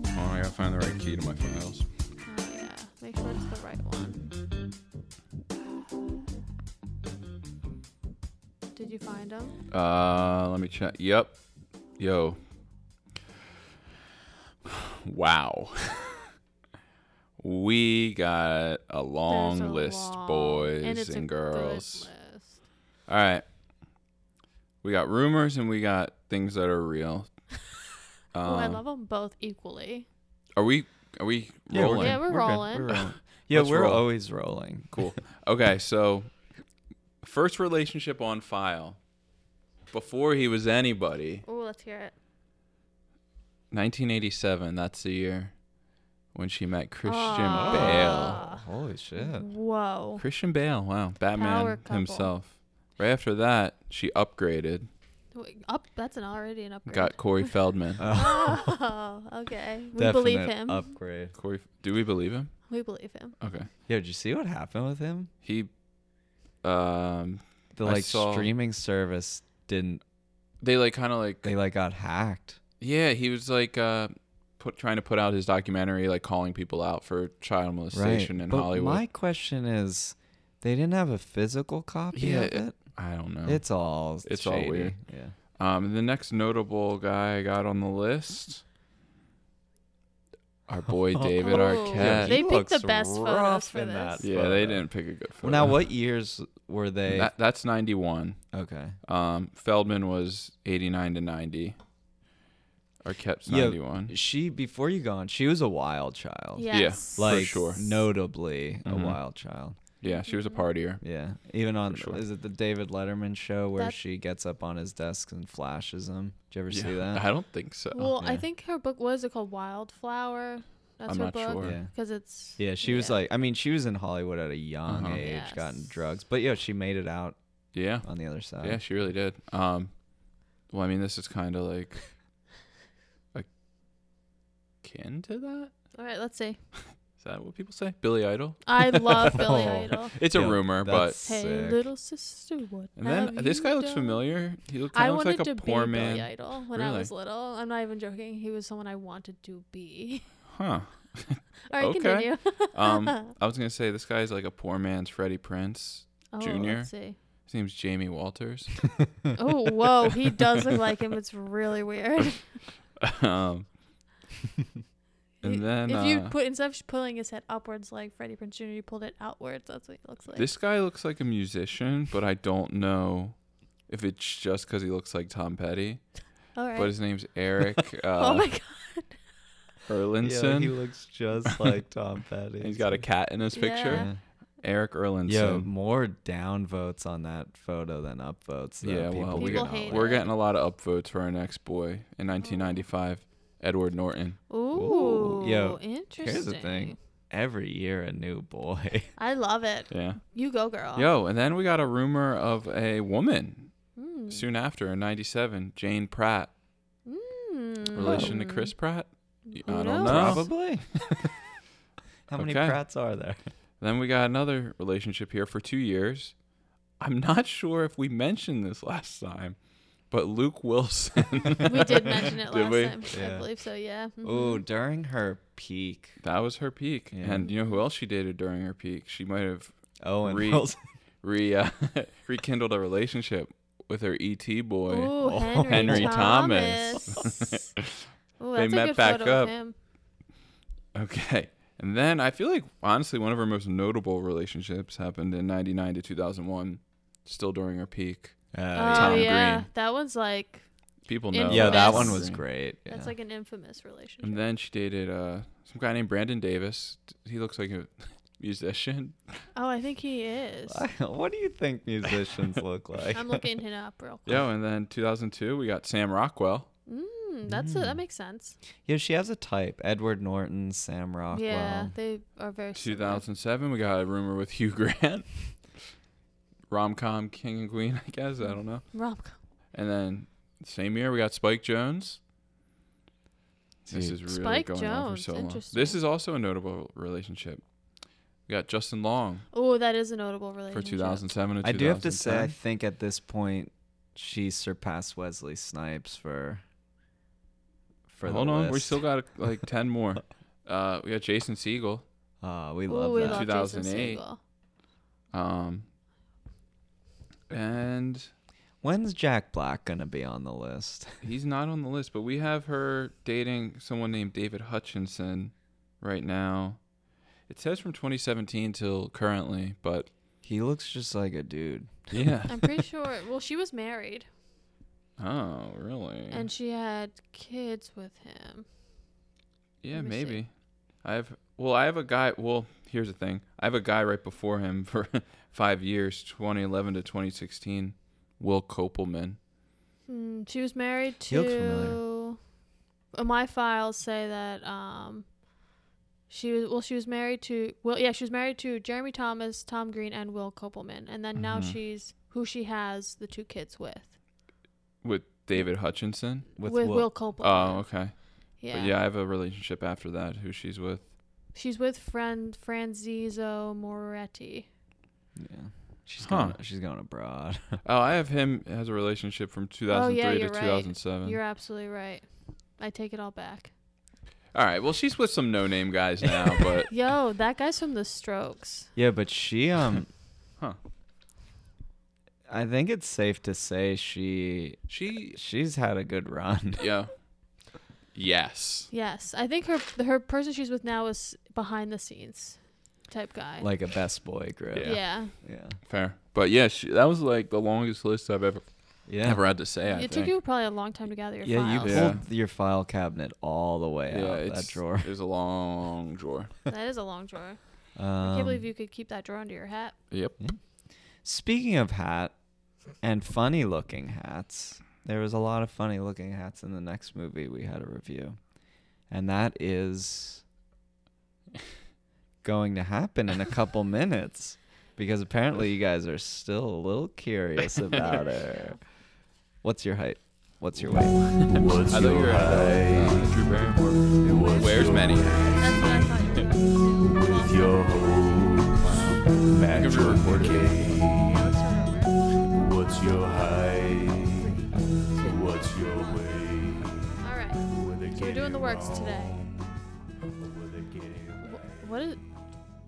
Speaker 3: Oh, I gotta find the right key to my files.
Speaker 2: oh yeah, make sure it's the right one. Did you find him?
Speaker 3: Uh, let me check. Yep. Yo. Wow. we got a long
Speaker 2: There's a
Speaker 3: list,
Speaker 2: long-
Speaker 3: boys and,
Speaker 2: it's a good
Speaker 3: girls.
Speaker 2: list.
Speaker 3: All right. We got rumors and we got things that are real. Um,
Speaker 2: oh, I love them both equally.
Speaker 3: Are we? Are we rolling?
Speaker 2: Yeah, we're rolling.
Speaker 1: yeah,
Speaker 3: Let's
Speaker 1: we're
Speaker 3: roll.
Speaker 1: always rolling.
Speaker 3: Cool. Okay, so first relationship on file. Before he was anybody,
Speaker 2: Oh, let's hear it.
Speaker 3: 1987. That's the year when she met Christian Bale.
Speaker 2: Ah.
Speaker 1: Holy shit!
Speaker 2: Whoa.
Speaker 3: Christian Bale. Wow,
Speaker 2: Power
Speaker 3: Batman
Speaker 2: couple.
Speaker 3: himself. Right after that, she upgraded.
Speaker 2: Wait, Up. That's an already an upgrade.
Speaker 3: Got Corey Feldman.
Speaker 2: Oh, okay.
Speaker 1: Uh,
Speaker 2: We
Speaker 1: Definite
Speaker 2: believe him.
Speaker 1: upgrade.
Speaker 3: Corey, do we believe him?
Speaker 2: We believe him.
Speaker 3: Okay.
Speaker 1: Yo, did you see what happened with him?
Speaker 3: He, um,
Speaker 1: The
Speaker 3: I
Speaker 1: like
Speaker 3: saw-
Speaker 1: streaming service didn't.
Speaker 3: they like kind of like
Speaker 1: They like got hacked.
Speaker 3: Yeah, he was like uh, put trying to put out his documentary, like calling people out for child molestation in
Speaker 1: but
Speaker 3: Hollywood.
Speaker 1: My question is, they didn't have a physical copy
Speaker 3: Yeah,
Speaker 1: of it.
Speaker 3: I don't know.
Speaker 1: It's all
Speaker 3: It's all
Speaker 1: shady.
Speaker 3: weird.
Speaker 1: Yeah.
Speaker 3: um, the next notable guy I got on the list, our boy David
Speaker 2: Oh,
Speaker 3: Arquette.
Speaker 2: They
Speaker 1: He
Speaker 2: picked the
Speaker 1: looks
Speaker 2: best photos
Speaker 1: rough
Speaker 2: for
Speaker 1: in
Speaker 2: this.
Speaker 1: that
Speaker 3: yeah,
Speaker 1: photo.
Speaker 3: they didn't pick a good photo.
Speaker 1: Well, now what years were they?
Speaker 3: That, that's ninety one.
Speaker 1: okay.
Speaker 3: Um, Feldman was eighty nine to ninety. Arquette's
Speaker 1: Yeah.
Speaker 3: ninety one.
Speaker 1: She before you gone, she was a wild child.
Speaker 2: Yes.
Speaker 3: for
Speaker 1: Like
Speaker 3: sure. Mm-hmm.
Speaker 1: notably a wild child.
Speaker 3: Yeah, she was a partier.
Speaker 1: Yeah. Even on
Speaker 3: sure.
Speaker 1: is it the David Letterman show where
Speaker 2: That-
Speaker 1: she gets up on his desk and flashes him? Did you ever see
Speaker 3: Yeah,
Speaker 1: that?
Speaker 3: I don't think so.
Speaker 2: Well, I
Speaker 1: yeah.
Speaker 2: think her book what is it called Wildflower? That's
Speaker 3: I'm
Speaker 2: her
Speaker 3: not
Speaker 2: book.
Speaker 3: sure.
Speaker 1: Yeah.
Speaker 2: Because it's
Speaker 1: Yeah, she was like I mean, she was in Hollywood at a young
Speaker 3: Uh-huh.
Speaker 1: age, gotten
Speaker 2: Yes.
Speaker 1: drugs. But yeah, she made it out
Speaker 3: yeah,
Speaker 1: on the other side.
Speaker 3: Yeah, she really did. Um, well, I mean, this is kind of like akin to that.
Speaker 2: All right, let's see.
Speaker 3: Is that what people say? Billy Idol.
Speaker 2: I love Billy
Speaker 1: Oh.
Speaker 2: Idol.
Speaker 3: It's a
Speaker 1: Yeah,
Speaker 3: rumor, but
Speaker 1: that's
Speaker 2: Hey,
Speaker 1: sick.
Speaker 2: little sister, what?
Speaker 3: and then
Speaker 2: have
Speaker 3: this
Speaker 2: you
Speaker 3: guy looks
Speaker 2: done?
Speaker 3: familiar. He looks
Speaker 2: I
Speaker 3: kind of looks
Speaker 2: wanted
Speaker 3: like a
Speaker 2: to be
Speaker 3: poor
Speaker 2: Billy
Speaker 3: man,
Speaker 2: Idol when I
Speaker 3: Really?
Speaker 2: was little. I'm not even joking. He was someone I wanted to be.
Speaker 3: huh?
Speaker 2: All right,
Speaker 3: Okay.
Speaker 2: continue.
Speaker 3: Um, I was gonna say this guy's like a poor man's Freddie Prince.
Speaker 2: oh,
Speaker 3: Junior.
Speaker 2: Let's see.
Speaker 3: His name's Jamie Walters.
Speaker 2: Oh, whoa, he does look like him. It's really weird.
Speaker 3: um,
Speaker 2: He-
Speaker 3: and then
Speaker 2: if you
Speaker 3: uh,
Speaker 2: put instead of pulling his head upwards like Freddie Prinze Jr., you pulled it outwards. That's what he looks like.
Speaker 3: this guy looks like a musician, but I don't know if it's just because he looks like Tom Petty.
Speaker 2: All right.
Speaker 3: But his name's Eric
Speaker 2: oh
Speaker 3: uh,
Speaker 2: my god.
Speaker 1: Yeah,
Speaker 3: Erlinson.
Speaker 1: he looks just like Tom Petty.
Speaker 3: he has got a cat in his picture.
Speaker 2: Yeah.
Speaker 3: Eric Erlinson.
Speaker 1: Yo, more downvotes on that photo than upvotes. though.
Speaker 3: Yeah, well,
Speaker 1: people
Speaker 3: we
Speaker 1: do
Speaker 2: People
Speaker 1: not
Speaker 2: hate
Speaker 1: like-
Speaker 3: We're getting a lot of upvotes for our next boy in 1995, Edward Norton.
Speaker 2: Ooh.
Speaker 1: Yo,
Speaker 2: interesting.
Speaker 1: Here's the thing. Every year a new boy.
Speaker 2: I love it.
Speaker 3: Yeah.
Speaker 2: You go, girl.
Speaker 3: Yo, and then we got a rumor of a woman
Speaker 2: Mm.
Speaker 3: soon after in 97, Jane Pratt.
Speaker 2: Mm.
Speaker 3: Relation to Chris Pratt? Y-
Speaker 2: Who
Speaker 3: I
Speaker 2: knows?
Speaker 3: don't know.
Speaker 1: Probably. How many
Speaker 3: Okay.
Speaker 1: Pratts are there?
Speaker 3: Then we got another relationship here for two years. I'm not sure if we mentioned this last time, but Luke Wilson.
Speaker 2: we did mention it
Speaker 3: Did
Speaker 2: last
Speaker 3: we?
Speaker 2: time. I
Speaker 1: Yeah.
Speaker 2: believe so, yeah. Mhm.
Speaker 1: Ooh, during her peak,
Speaker 3: that was her peak.
Speaker 1: Yeah.
Speaker 3: And you know who else she dated during her peak? She might have
Speaker 1: Owen
Speaker 3: Re-
Speaker 1: Wilson.
Speaker 3: re uh, rekindled a relationship with her ET boy.
Speaker 2: Ooh,
Speaker 1: Oh,
Speaker 2: Henry,
Speaker 3: Henry Thomas.
Speaker 2: Thomas. Ooh,
Speaker 3: They
Speaker 2: that's
Speaker 3: met
Speaker 2: a good
Speaker 3: back
Speaker 2: photo of
Speaker 3: up.
Speaker 2: him.
Speaker 3: Okay. And then I feel like honestly one of her most notable relationships happened in 99 to 2001, still during her peak.
Speaker 1: Oh,
Speaker 2: Oh,
Speaker 3: uh, Tom
Speaker 2: yeah.
Speaker 3: Green.
Speaker 2: That one's like,
Speaker 3: People know.
Speaker 1: Yeah, that
Speaker 2: Infamous.
Speaker 1: one was
Speaker 3: Green.
Speaker 1: great. Yeah.
Speaker 2: that's like an infamous relationship.
Speaker 3: And then she dated uh, some guy named Brandon Davis. He looks like a musician.
Speaker 2: oh, I think he is.
Speaker 1: what do you think musicians look like?
Speaker 2: I'm looking him up real quick.
Speaker 3: Yo, and then 2002, we got Sam Rockwell.
Speaker 2: Mm, that's a, that makes sense.
Speaker 1: Yeah, she has a type. Edward Norton, Sam Rockwell.
Speaker 2: Yeah, they are very similar.
Speaker 3: 2007, we got a rumor with Hugh Grant. Rom com King and Queen, I guess. I don't know.
Speaker 2: Rom-
Speaker 3: And then same year, we got Spike Jones. This is
Speaker 1: Dude,
Speaker 3: really
Speaker 2: Spike
Speaker 3: going on for
Speaker 2: Jones,
Speaker 3: so long.
Speaker 2: interesting.
Speaker 3: This is also a notable relationship. We got Justin Long
Speaker 2: Oh, that is a notable
Speaker 3: for
Speaker 2: relationship.
Speaker 3: 2007 to
Speaker 1: I do have to say, I
Speaker 3: 2010.
Speaker 1: think at this point, she surpassed Wesley Snipes for. For
Speaker 3: Hold
Speaker 1: the
Speaker 3: on, we
Speaker 1: list.
Speaker 3: still got like 10 more. Uh, we got Jason Siegel.
Speaker 1: Aw, Ah, we
Speaker 2: Ooh,
Speaker 1: love
Speaker 2: we
Speaker 1: that.
Speaker 2: love Jason
Speaker 3: 2008.
Speaker 2: Segel.
Speaker 3: Um, and
Speaker 1: When's Jack Black gonna be on the list?
Speaker 3: he's not on the list, but we have her dating someone named David Hutchinson right now. It says from 2017 till currently, but
Speaker 1: He looks just like a dude.
Speaker 3: yeah.
Speaker 2: I'm pretty sure. Well, she was married
Speaker 3: oh, really?
Speaker 2: and she had kids with him.
Speaker 3: yeah,
Speaker 2: let me see.
Speaker 3: maybe. I have well, I have a guy. Well, here's the thing. I have a guy right before him for five years, 2011 to 2016. Will Copelman.
Speaker 2: Hmm, she was married
Speaker 1: He looks familiar.
Speaker 2: to. Uh, My files say that um, she was well. She was married to well, yeah, she was married to Jeremy Thomas, Tom Green, and Will Copelman, and then now
Speaker 1: Mhm.
Speaker 2: she's who she has the two kids with
Speaker 3: with David Hutchinson.
Speaker 2: with,
Speaker 1: Wil-
Speaker 2: Will, Copelman.
Speaker 3: Oh, okay.
Speaker 2: yeah.
Speaker 3: But yeah, I have a relationship after that. Who she's with?
Speaker 2: She's with friend Franziso Moretti.
Speaker 1: Yeah. She's
Speaker 3: Huh.
Speaker 1: going. She's going abroad.
Speaker 3: Oh, I have him as a relationship from 2003 to
Speaker 2: Oh, you're right.
Speaker 1: Uh-huh.
Speaker 3: 2007.
Speaker 2: You're absolutely right. I take it all back.
Speaker 3: All right. Well, she's with some no-name guys now, but
Speaker 2: Yo, that guy's from The Strokes.
Speaker 1: yeah, but she um.
Speaker 3: Huh.
Speaker 1: I think it's safe to say she
Speaker 3: she,
Speaker 1: she's had a good run.
Speaker 3: yeah, yes.
Speaker 2: Yes, I think her her person she's with now is behind the scenes type guy.
Speaker 1: like a best boy group.
Speaker 2: yeah.
Speaker 3: Yeah.
Speaker 1: Yeah.
Speaker 3: Fair. But yeah, she, that was like the longest list I've ever
Speaker 1: Yeah.
Speaker 3: ever had to say. I
Speaker 2: it
Speaker 3: think.
Speaker 2: took you probably a long time to gather your
Speaker 1: Yeah, you
Speaker 2: files.
Speaker 1: pulled
Speaker 3: Yeah.
Speaker 1: your file cabinet all the way
Speaker 3: yeah,
Speaker 1: out
Speaker 3: it's,
Speaker 1: that drawer.
Speaker 3: It was a long drawer.
Speaker 2: That is a long drawer.
Speaker 1: Um,
Speaker 2: I can't believe you could keep that drawer under your hat.
Speaker 3: Yep.
Speaker 1: Speaking of hat and funny looking hats, there was a lot of funny looking hats in the next movie we had a review. And that is going to happen in a couple minutes because apparently you guys are still a little curious about her. What's your height? What's your weight?
Speaker 3: I thought you were at uh, Drew Barrymore. Where's many?
Speaker 2: That's what I thought you were gonna do. Well,
Speaker 4: Yo, Matt
Speaker 3: Give me a recorder.
Speaker 4: Jordan.
Speaker 2: yeah, let's start over.
Speaker 4: What's your height? What's your weight?
Speaker 2: All right,
Speaker 4: Were they
Speaker 2: so we're doing
Speaker 4: getting
Speaker 2: the works
Speaker 4: wrong?
Speaker 2: today.
Speaker 4: Were they getting
Speaker 2: Wh- What is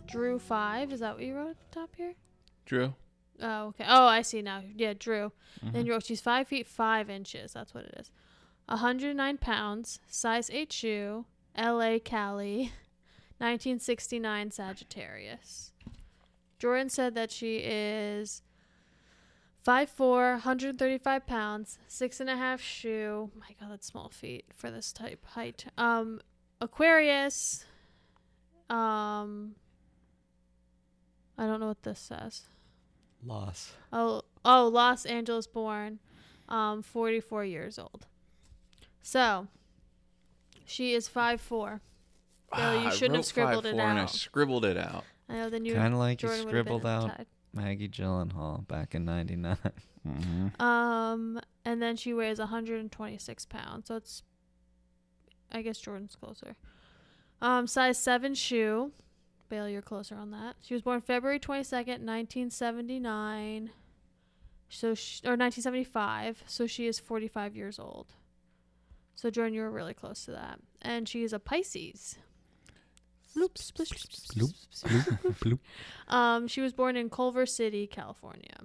Speaker 2: Drew five? Is that what you wrote at the top here?
Speaker 3: Drew.
Speaker 2: Oh, okay. Oh, I see now. Yeah, Drew. And you're she's five feet five inches. That's what it is. 109 pounds, size eight shoe, L.A. Cali, 1969 Sagittarius. Jordan said that she is 5'4", 135 pounds, six and a half shoe. Oh My God, that's small feet for this type height. Um, Aquarius. Um, I don't know what this says.
Speaker 1: Loss.
Speaker 2: Oh, oh, Los Angeles born, um, 44 years old. So, she is five four. No, you
Speaker 3: Ah, I
Speaker 2: shouldn't have
Speaker 3: wrote
Speaker 2: scribbled it
Speaker 3: 5'4" And I
Speaker 2: out.
Speaker 3: scribbled it out.
Speaker 2: I know the new
Speaker 1: Kind of like you
Speaker 2: Jordan would have been
Speaker 1: scribbled out
Speaker 2: tied.
Speaker 1: Maggie Gyllenhaal back in '99.
Speaker 3: Mm-hmm.
Speaker 2: Um, and then she weighs 126 pounds, so it's, I guess Jordan's closer. Um, size seven shoe. Bailey, you're closer on that. She was born February 22nd, 1979. So sh or 1975. So she is 45 years old. So Jordan, you were really close to that, and she is a Pisces. Bloop, splish, bloop, bloop. Um, she was born in Culver City, California.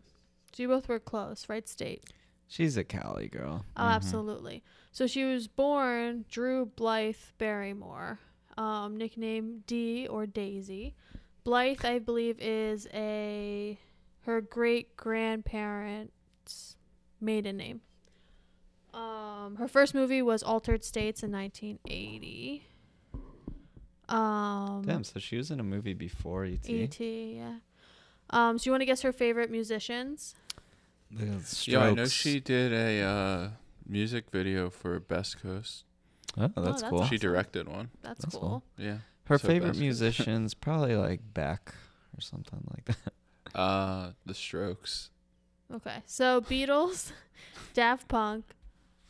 Speaker 2: So you both were close, right? State.
Speaker 1: She's a Cali girl.
Speaker 2: Oh, absolutely. So she was born Drew Blythe Barrymore, um, nicknamed Dee or Daisy. Blythe, I believe, is a her great grandparents' maiden name. Um, her first movie was Altered States in 1980. Um,
Speaker 3: Mm-hmm.
Speaker 1: Damn. So she was in a movie before E ET.
Speaker 3: E
Speaker 2: E.T. Yeah. Um, so you want to guess her favorite musicians?
Speaker 1: The
Speaker 3: Yeah, I know
Speaker 1: Strokes.
Speaker 3: she did a uh, music video for Best Coast.
Speaker 1: Oh, that's
Speaker 2: that's
Speaker 1: cool.
Speaker 3: She
Speaker 2: Awesome.
Speaker 3: directed one.
Speaker 2: That's,
Speaker 1: That's
Speaker 2: cool.
Speaker 1: cool.
Speaker 3: Yeah.
Speaker 1: Her
Speaker 3: So
Speaker 1: favorite
Speaker 3: that's-
Speaker 1: musicians probably like Beck or something like that.
Speaker 3: Uh, The Strokes.
Speaker 2: Okay, so Beatles, Daft Punk,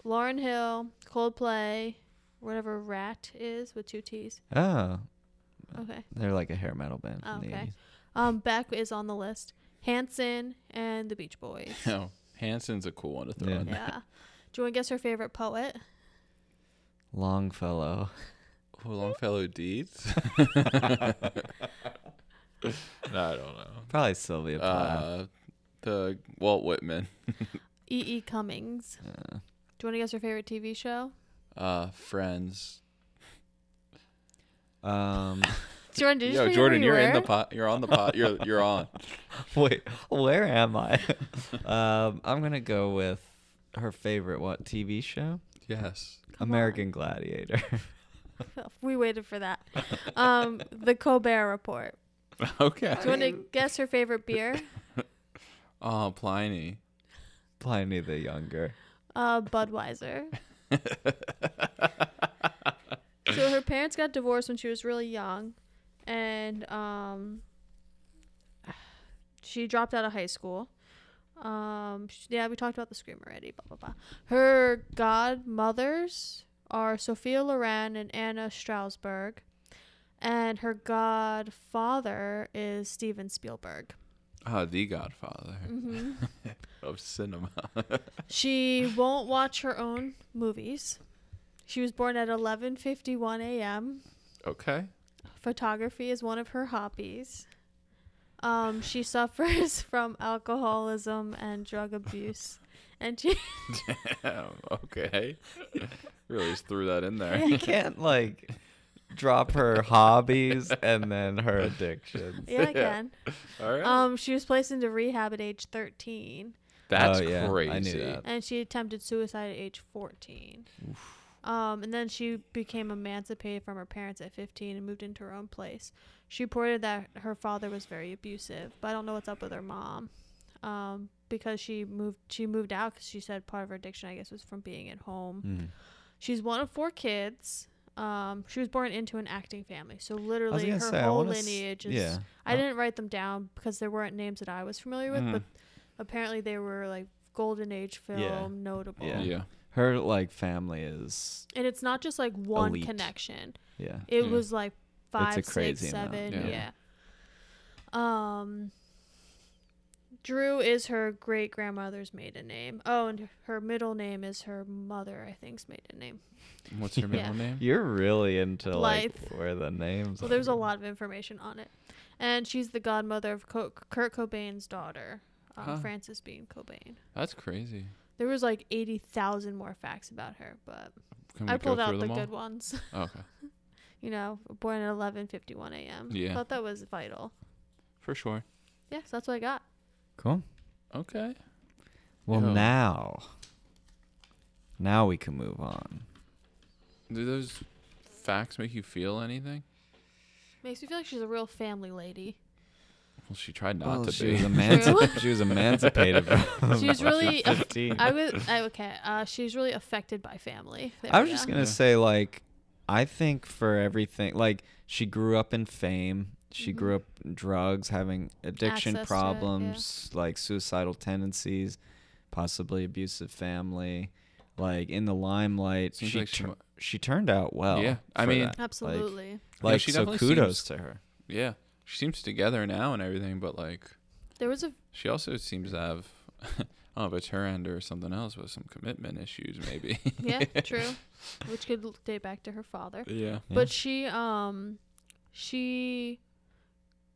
Speaker 2: Lauren Hill, Coldplay, whatever Rat is with two T's.
Speaker 1: Oh,
Speaker 2: Okay,
Speaker 1: they're like a hair metal band
Speaker 3: Oh,
Speaker 1: from the
Speaker 2: Okay.
Speaker 1: 80s.
Speaker 2: um, Beck is on the list. Hanson and the Beach Boys.
Speaker 3: No, Hanson's a cool one to throw
Speaker 1: Yeah.
Speaker 3: in there.
Speaker 2: yeah. Do you want to guess her favorite poet?
Speaker 1: Longfellow.
Speaker 3: Oh, Longfellow Deeds. no, I don't know.
Speaker 1: Probably Sylvia Plath.
Speaker 3: Uh, the Walt Whitman.
Speaker 2: E. E. Cummings.
Speaker 1: Yeah.
Speaker 2: Do you want to guess her favorite TV show?
Speaker 3: Uh, Friends.
Speaker 1: Um,
Speaker 2: Jordan, did you
Speaker 3: Yo,
Speaker 2: forget
Speaker 3: Jordan,
Speaker 2: where
Speaker 3: you're
Speaker 2: you
Speaker 3: in the
Speaker 2: were?
Speaker 3: pot. You're on the pot. You're you're on.
Speaker 1: wait, where am I? um, I'm gonna go with her favorite what TV show?
Speaker 3: Yes.
Speaker 2: Come
Speaker 1: American Gladiator.
Speaker 2: We waited for that. Um, the Colbert Report.
Speaker 3: Okay.
Speaker 2: Do you want to guess her favorite beer?
Speaker 3: Oh, Pliny.
Speaker 1: Pliny the Younger.
Speaker 2: Uh, Budweiser. so her parents got divorced when she was really young, and um, she dropped out of high school. Um, sh yeah, we talked about the scream already. Blah blah blah. Her godmothers are Sophia Loren and Anna Strausberg, and her godfather is Steven Spielberg. Mm-hmm.
Speaker 3: Oh, the Godfather of cinema.
Speaker 2: She won't watch her own movies. She was born at 11:51 a.m.
Speaker 3: Okay.
Speaker 2: Photography is one of her hobbies. Um, she suffers from alcoholism and drug abuse, and she
Speaker 3: Damn. Okay. really just threw that in there.
Speaker 1: You can't like drop her hobbies and then her addictions.
Speaker 2: yeah, I can.
Speaker 3: All right.
Speaker 2: Um, she was placed into rehab at age 13,
Speaker 3: That's
Speaker 1: Oh, yeah, I
Speaker 3: crazy.
Speaker 1: knew that.
Speaker 2: and she attempted suicide at age 14. Um, and then she became emancipated from her parents at 15 and moved into her own place. She reported that her father was very abusive, but I don't know what's up with her mom. Um, because she moved, she moved out because she said part of her addiction, I guess, was from being at home.
Speaker 1: Mm.
Speaker 2: She's one of four kids. Um, she was born into an acting family, so literally her
Speaker 1: gonna say, I
Speaker 2: whole
Speaker 1: wanna s-
Speaker 2: lineage is.
Speaker 1: yeah.
Speaker 2: I didn't write them down because there weren't names that I was familiar
Speaker 1: Hmm.
Speaker 2: with, but
Speaker 3: Mm-hmm.
Speaker 2: apparently they were like golden age film notable.
Speaker 1: Yeah.
Speaker 3: Yeah.
Speaker 1: Her like family is
Speaker 2: And it's not just like one
Speaker 1: Elite.
Speaker 2: connection.
Speaker 1: yeah.
Speaker 2: It
Speaker 3: Yeah.
Speaker 2: was like five, six, seven,
Speaker 1: crazy amount,
Speaker 2: Yeah.
Speaker 3: yeah.
Speaker 2: Um, Drew is her great grandmother's maiden name. Oh, and her middle name is her mother, I think's maiden name.
Speaker 3: What's your middle
Speaker 2: Yeah.
Speaker 3: name?
Speaker 1: You're really into
Speaker 2: Blythe.
Speaker 1: like where the names.
Speaker 2: Well,
Speaker 1: are.
Speaker 2: there's a lot of information on it. And she's the godmother of Co- Kurt Cobain's daughter. um,
Speaker 3: Huh.
Speaker 2: Frances Bean Cobain.
Speaker 3: That's crazy.
Speaker 2: There was like eighty thousand more facts about her, but
Speaker 3: Can we
Speaker 2: I pulled
Speaker 3: go through
Speaker 2: out the
Speaker 3: them all?
Speaker 2: good ones.
Speaker 3: Oh, okay,
Speaker 2: you know, born at eleven fifty one a.m.
Speaker 3: Yeah.
Speaker 2: thought that was vital.
Speaker 3: for sure.
Speaker 2: Yes, that's what I got.
Speaker 1: Cool.
Speaker 3: Okay.
Speaker 1: Well,
Speaker 3: Yeah.
Speaker 1: now, now we can move on.
Speaker 3: Do those facts make you feel anything?
Speaker 2: Makes me feel like she's a real family lady.
Speaker 3: Well, she tried not
Speaker 1: well,
Speaker 3: to
Speaker 1: Oh, she
Speaker 3: be.
Speaker 1: was emanci- she was emancipated. From
Speaker 2: She's
Speaker 1: when
Speaker 2: really-
Speaker 1: was 15.
Speaker 2: I was I, okay. Uh, she's really affected by family. There
Speaker 1: I
Speaker 2: we
Speaker 1: was just
Speaker 2: go.
Speaker 1: gonna
Speaker 3: Yeah.
Speaker 1: say like I think for everything like she grew up in fame. She grew up in drugs, having addiction
Speaker 2: Mm-hmm. Access to it, yeah.
Speaker 1: problems, like suicidal tendencies, possibly abusive family, like in the limelight.
Speaker 3: Seems
Speaker 1: she
Speaker 3: like she
Speaker 1: tur-
Speaker 3: mu-
Speaker 1: she turned out well.
Speaker 3: Yeah, I
Speaker 1: for
Speaker 3: mean-
Speaker 1: that.
Speaker 2: Absolutely.
Speaker 1: Like,
Speaker 3: she
Speaker 1: so
Speaker 3: definitely
Speaker 1: kudos
Speaker 3: seems-
Speaker 1: to her.
Speaker 3: yeah, she seems together now and everything, but like
Speaker 2: there was a
Speaker 3: she also seems to have. I don't know if it's her end or something else with some commitment issues, maybe.
Speaker 2: yeah, true, which could l- date back to her father.
Speaker 3: yeah.
Speaker 1: Yeah.
Speaker 2: But she um she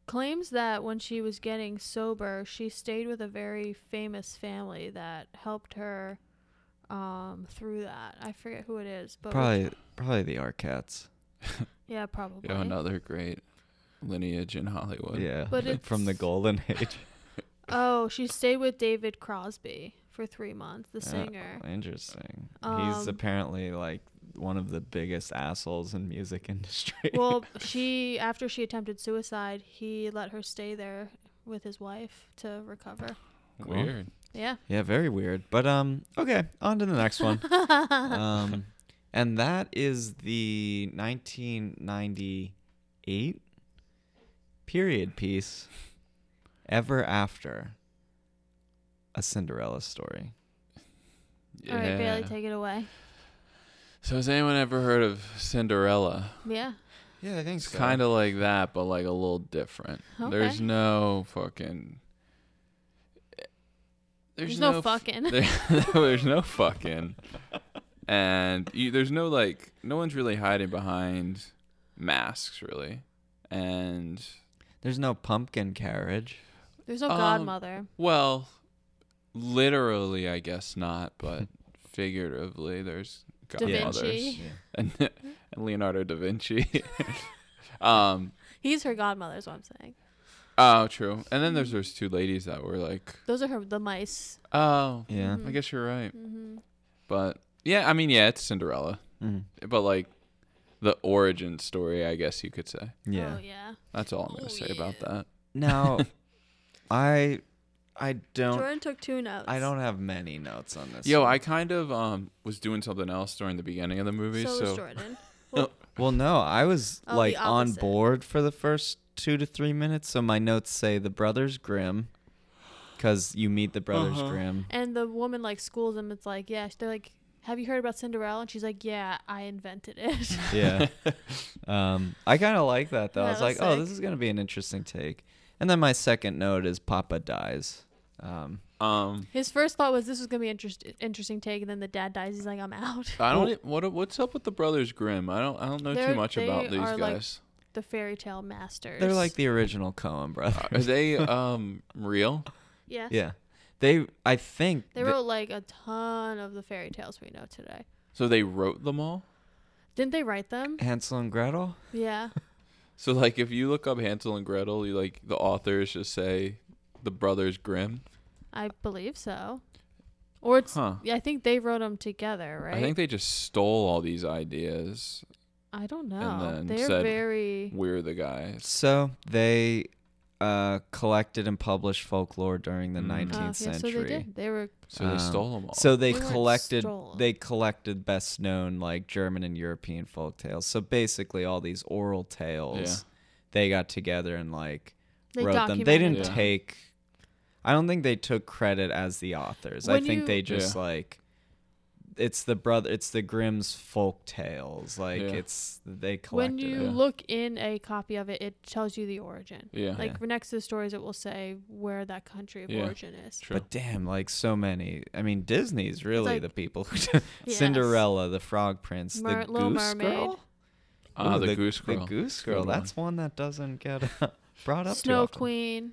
Speaker 2: claims that when she was getting sober, she stayed with a very famous family that helped her um through that. I forget who it is, but
Speaker 1: Probably probably the Arquettes.
Speaker 2: yeah, probably.
Speaker 3: Yeah, another great lineage in Hollywood.
Speaker 1: Yeah.
Speaker 2: But
Speaker 1: like, from the
Speaker 2: it's-
Speaker 1: golden age.
Speaker 2: Oh, she stayed with David Crosby for 3 months, the
Speaker 1: Yeah,
Speaker 2: singer.
Speaker 1: Interesting. He's
Speaker 2: Um,
Speaker 1: apparently like one of the biggest assholes in music industry.
Speaker 2: well, she after she attempted suicide, he let her stay there with his wife to recover.
Speaker 1: Cool.
Speaker 3: Weird.
Speaker 2: Yeah.
Speaker 1: Yeah, very weird. But um, okay, on to the next one. um, and that is the 1998 period piece, "Ever After," a Cinderella story.
Speaker 3: Yeah.
Speaker 2: All right, Bailey, take it away.
Speaker 3: so has anyone ever heard of Cinderella?
Speaker 2: Yeah.
Speaker 1: Yeah, I think
Speaker 3: It's kind of like that, but like a little different. There's
Speaker 2: Okay.
Speaker 3: no fucking.
Speaker 2: There's, no,
Speaker 3: f-
Speaker 2: fucking.
Speaker 3: there- there's no fucking, and you, there's no like no one's really hiding behind masks really, and
Speaker 1: There's no pumpkin carriage.
Speaker 2: There's no
Speaker 3: Um,
Speaker 2: godmother.
Speaker 3: well, literally I guess not, but figuratively there's
Speaker 2: Da
Speaker 3: godmothers
Speaker 2: Vinci.
Speaker 3: and, and Leonardo da Vinci. um,
Speaker 2: He's her godmother, is what I'm saying.
Speaker 3: Oh, true. And then
Speaker 2: Hmm.
Speaker 3: there's those two ladies that were like,
Speaker 2: Those are her the mice.
Speaker 3: oh,
Speaker 1: Yeah.
Speaker 3: I guess you're right.
Speaker 2: hmm
Speaker 3: But yeah, I mean, yeah, it's Cinderella,
Speaker 2: Mm-hmm.
Speaker 1: Mhm.
Speaker 3: but like the origin story, I guess you could say.
Speaker 1: Mm-hmm. Yeah.
Speaker 2: Oh, yeah.
Speaker 3: That's all I'm gonna
Speaker 2: Oh,
Speaker 3: say about
Speaker 2: yeah.
Speaker 3: that.
Speaker 1: Now, I, I don't.
Speaker 2: Jordan took two notes.
Speaker 1: I don't have many notes on this.
Speaker 3: Yo,
Speaker 1: one.
Speaker 3: I kind of um was doing something else during the beginning of the movie,
Speaker 2: So,
Speaker 3: so,
Speaker 2: is Jordan.
Speaker 1: Well, no, I was
Speaker 2: Oh, the
Speaker 1: like on
Speaker 2: opposite.
Speaker 1: board for the first two to three minutes. So my notes say the Brothers Grimm, because you meet the Brothers
Speaker 3: Uh-huh.
Speaker 1: Grimm.
Speaker 2: And the woman like schools him. It's like, yeah. They're like, have you heard about Cinderella? And she's like, yeah, I invented it.
Speaker 1: Yeah. um, I kind of like that though. I
Speaker 2: That
Speaker 1: was,
Speaker 2: was
Speaker 1: like, oh,
Speaker 2: sick.
Speaker 1: this is gonna be an interesting take. And then my second note is Papa dies. Um,
Speaker 3: um
Speaker 2: His first thought was this was gonna be interest- interesting take, and then the dad dies. He's like, I'm out.
Speaker 3: I don't e, what what's up with the brothers Grimm? I don't I don't know
Speaker 2: They're-
Speaker 3: too much
Speaker 2: they
Speaker 3: about these
Speaker 2: are, like,
Speaker 3: guys.
Speaker 2: The fairy tale masters.
Speaker 1: they're like the original Coen brothers.
Speaker 3: Uh, Are they um real?
Speaker 2: yeah.
Speaker 1: yeah, they. I think
Speaker 2: They
Speaker 1: th-
Speaker 2: wrote like a ton of the fairy tales we know today.
Speaker 3: So they wrote them all?
Speaker 2: Didn't they write them?
Speaker 1: Hansel and Gretel.
Speaker 2: Yeah.
Speaker 3: So like if you look up Hansel and Gretel, you like the authors just say the brothers Grimm.
Speaker 2: I believe so. Or it's
Speaker 3: Huh.
Speaker 2: yeah, I think they wrote them together, right?
Speaker 3: I think they just stole all these ideas.
Speaker 2: I don't know.
Speaker 3: then
Speaker 2: They're
Speaker 3: said-
Speaker 2: very uh,
Speaker 3: We're the guys.
Speaker 1: So they uh, collected and published folklore during the
Speaker 3: Mm. Oh,
Speaker 1: 19th
Speaker 2: uh, yeah, so
Speaker 1: century.
Speaker 2: they did. They were
Speaker 3: So they
Speaker 1: Um,
Speaker 3: stole them all.
Speaker 1: So they
Speaker 2: They weren't
Speaker 1: collected
Speaker 2: stolen.
Speaker 1: they collected best known like German and European folk tales. So basically all these oral tales they got together and like
Speaker 2: they
Speaker 1: wrote them.
Speaker 2: documented
Speaker 1: They didn't
Speaker 3: Yeah.
Speaker 1: take I don't think they took credit as the authors. I
Speaker 2: When
Speaker 1: think
Speaker 2: you-
Speaker 1: they just
Speaker 3: Yeah.
Speaker 1: like it's the brother it's the Grimm's folk tales. Like
Speaker 3: Yeah.
Speaker 1: it's they collected
Speaker 2: When you
Speaker 1: it.
Speaker 3: Yeah.
Speaker 2: look in a copy of it, it tells you the origin.
Speaker 1: Oh,
Speaker 3: yeah.
Speaker 2: Like next to the stories, it will say where that country of
Speaker 3: Yeah.
Speaker 2: origin is.
Speaker 3: true.
Speaker 1: But damn, like so many. I mean, Disney's really
Speaker 2: like-
Speaker 1: the people who do- Cinderella, the Frog Prince,
Speaker 2: Mer-
Speaker 1: the
Speaker 2: Little
Speaker 1: Goose
Speaker 2: Mermaid.
Speaker 1: Girl.
Speaker 3: Ah,
Speaker 1: Ooh,
Speaker 3: the, goose girl.
Speaker 1: The Goose Girl.
Speaker 3: Good
Speaker 1: That's one that doesn't get uh, brought up. too
Speaker 2: Snow
Speaker 1: often.
Speaker 2: Queen.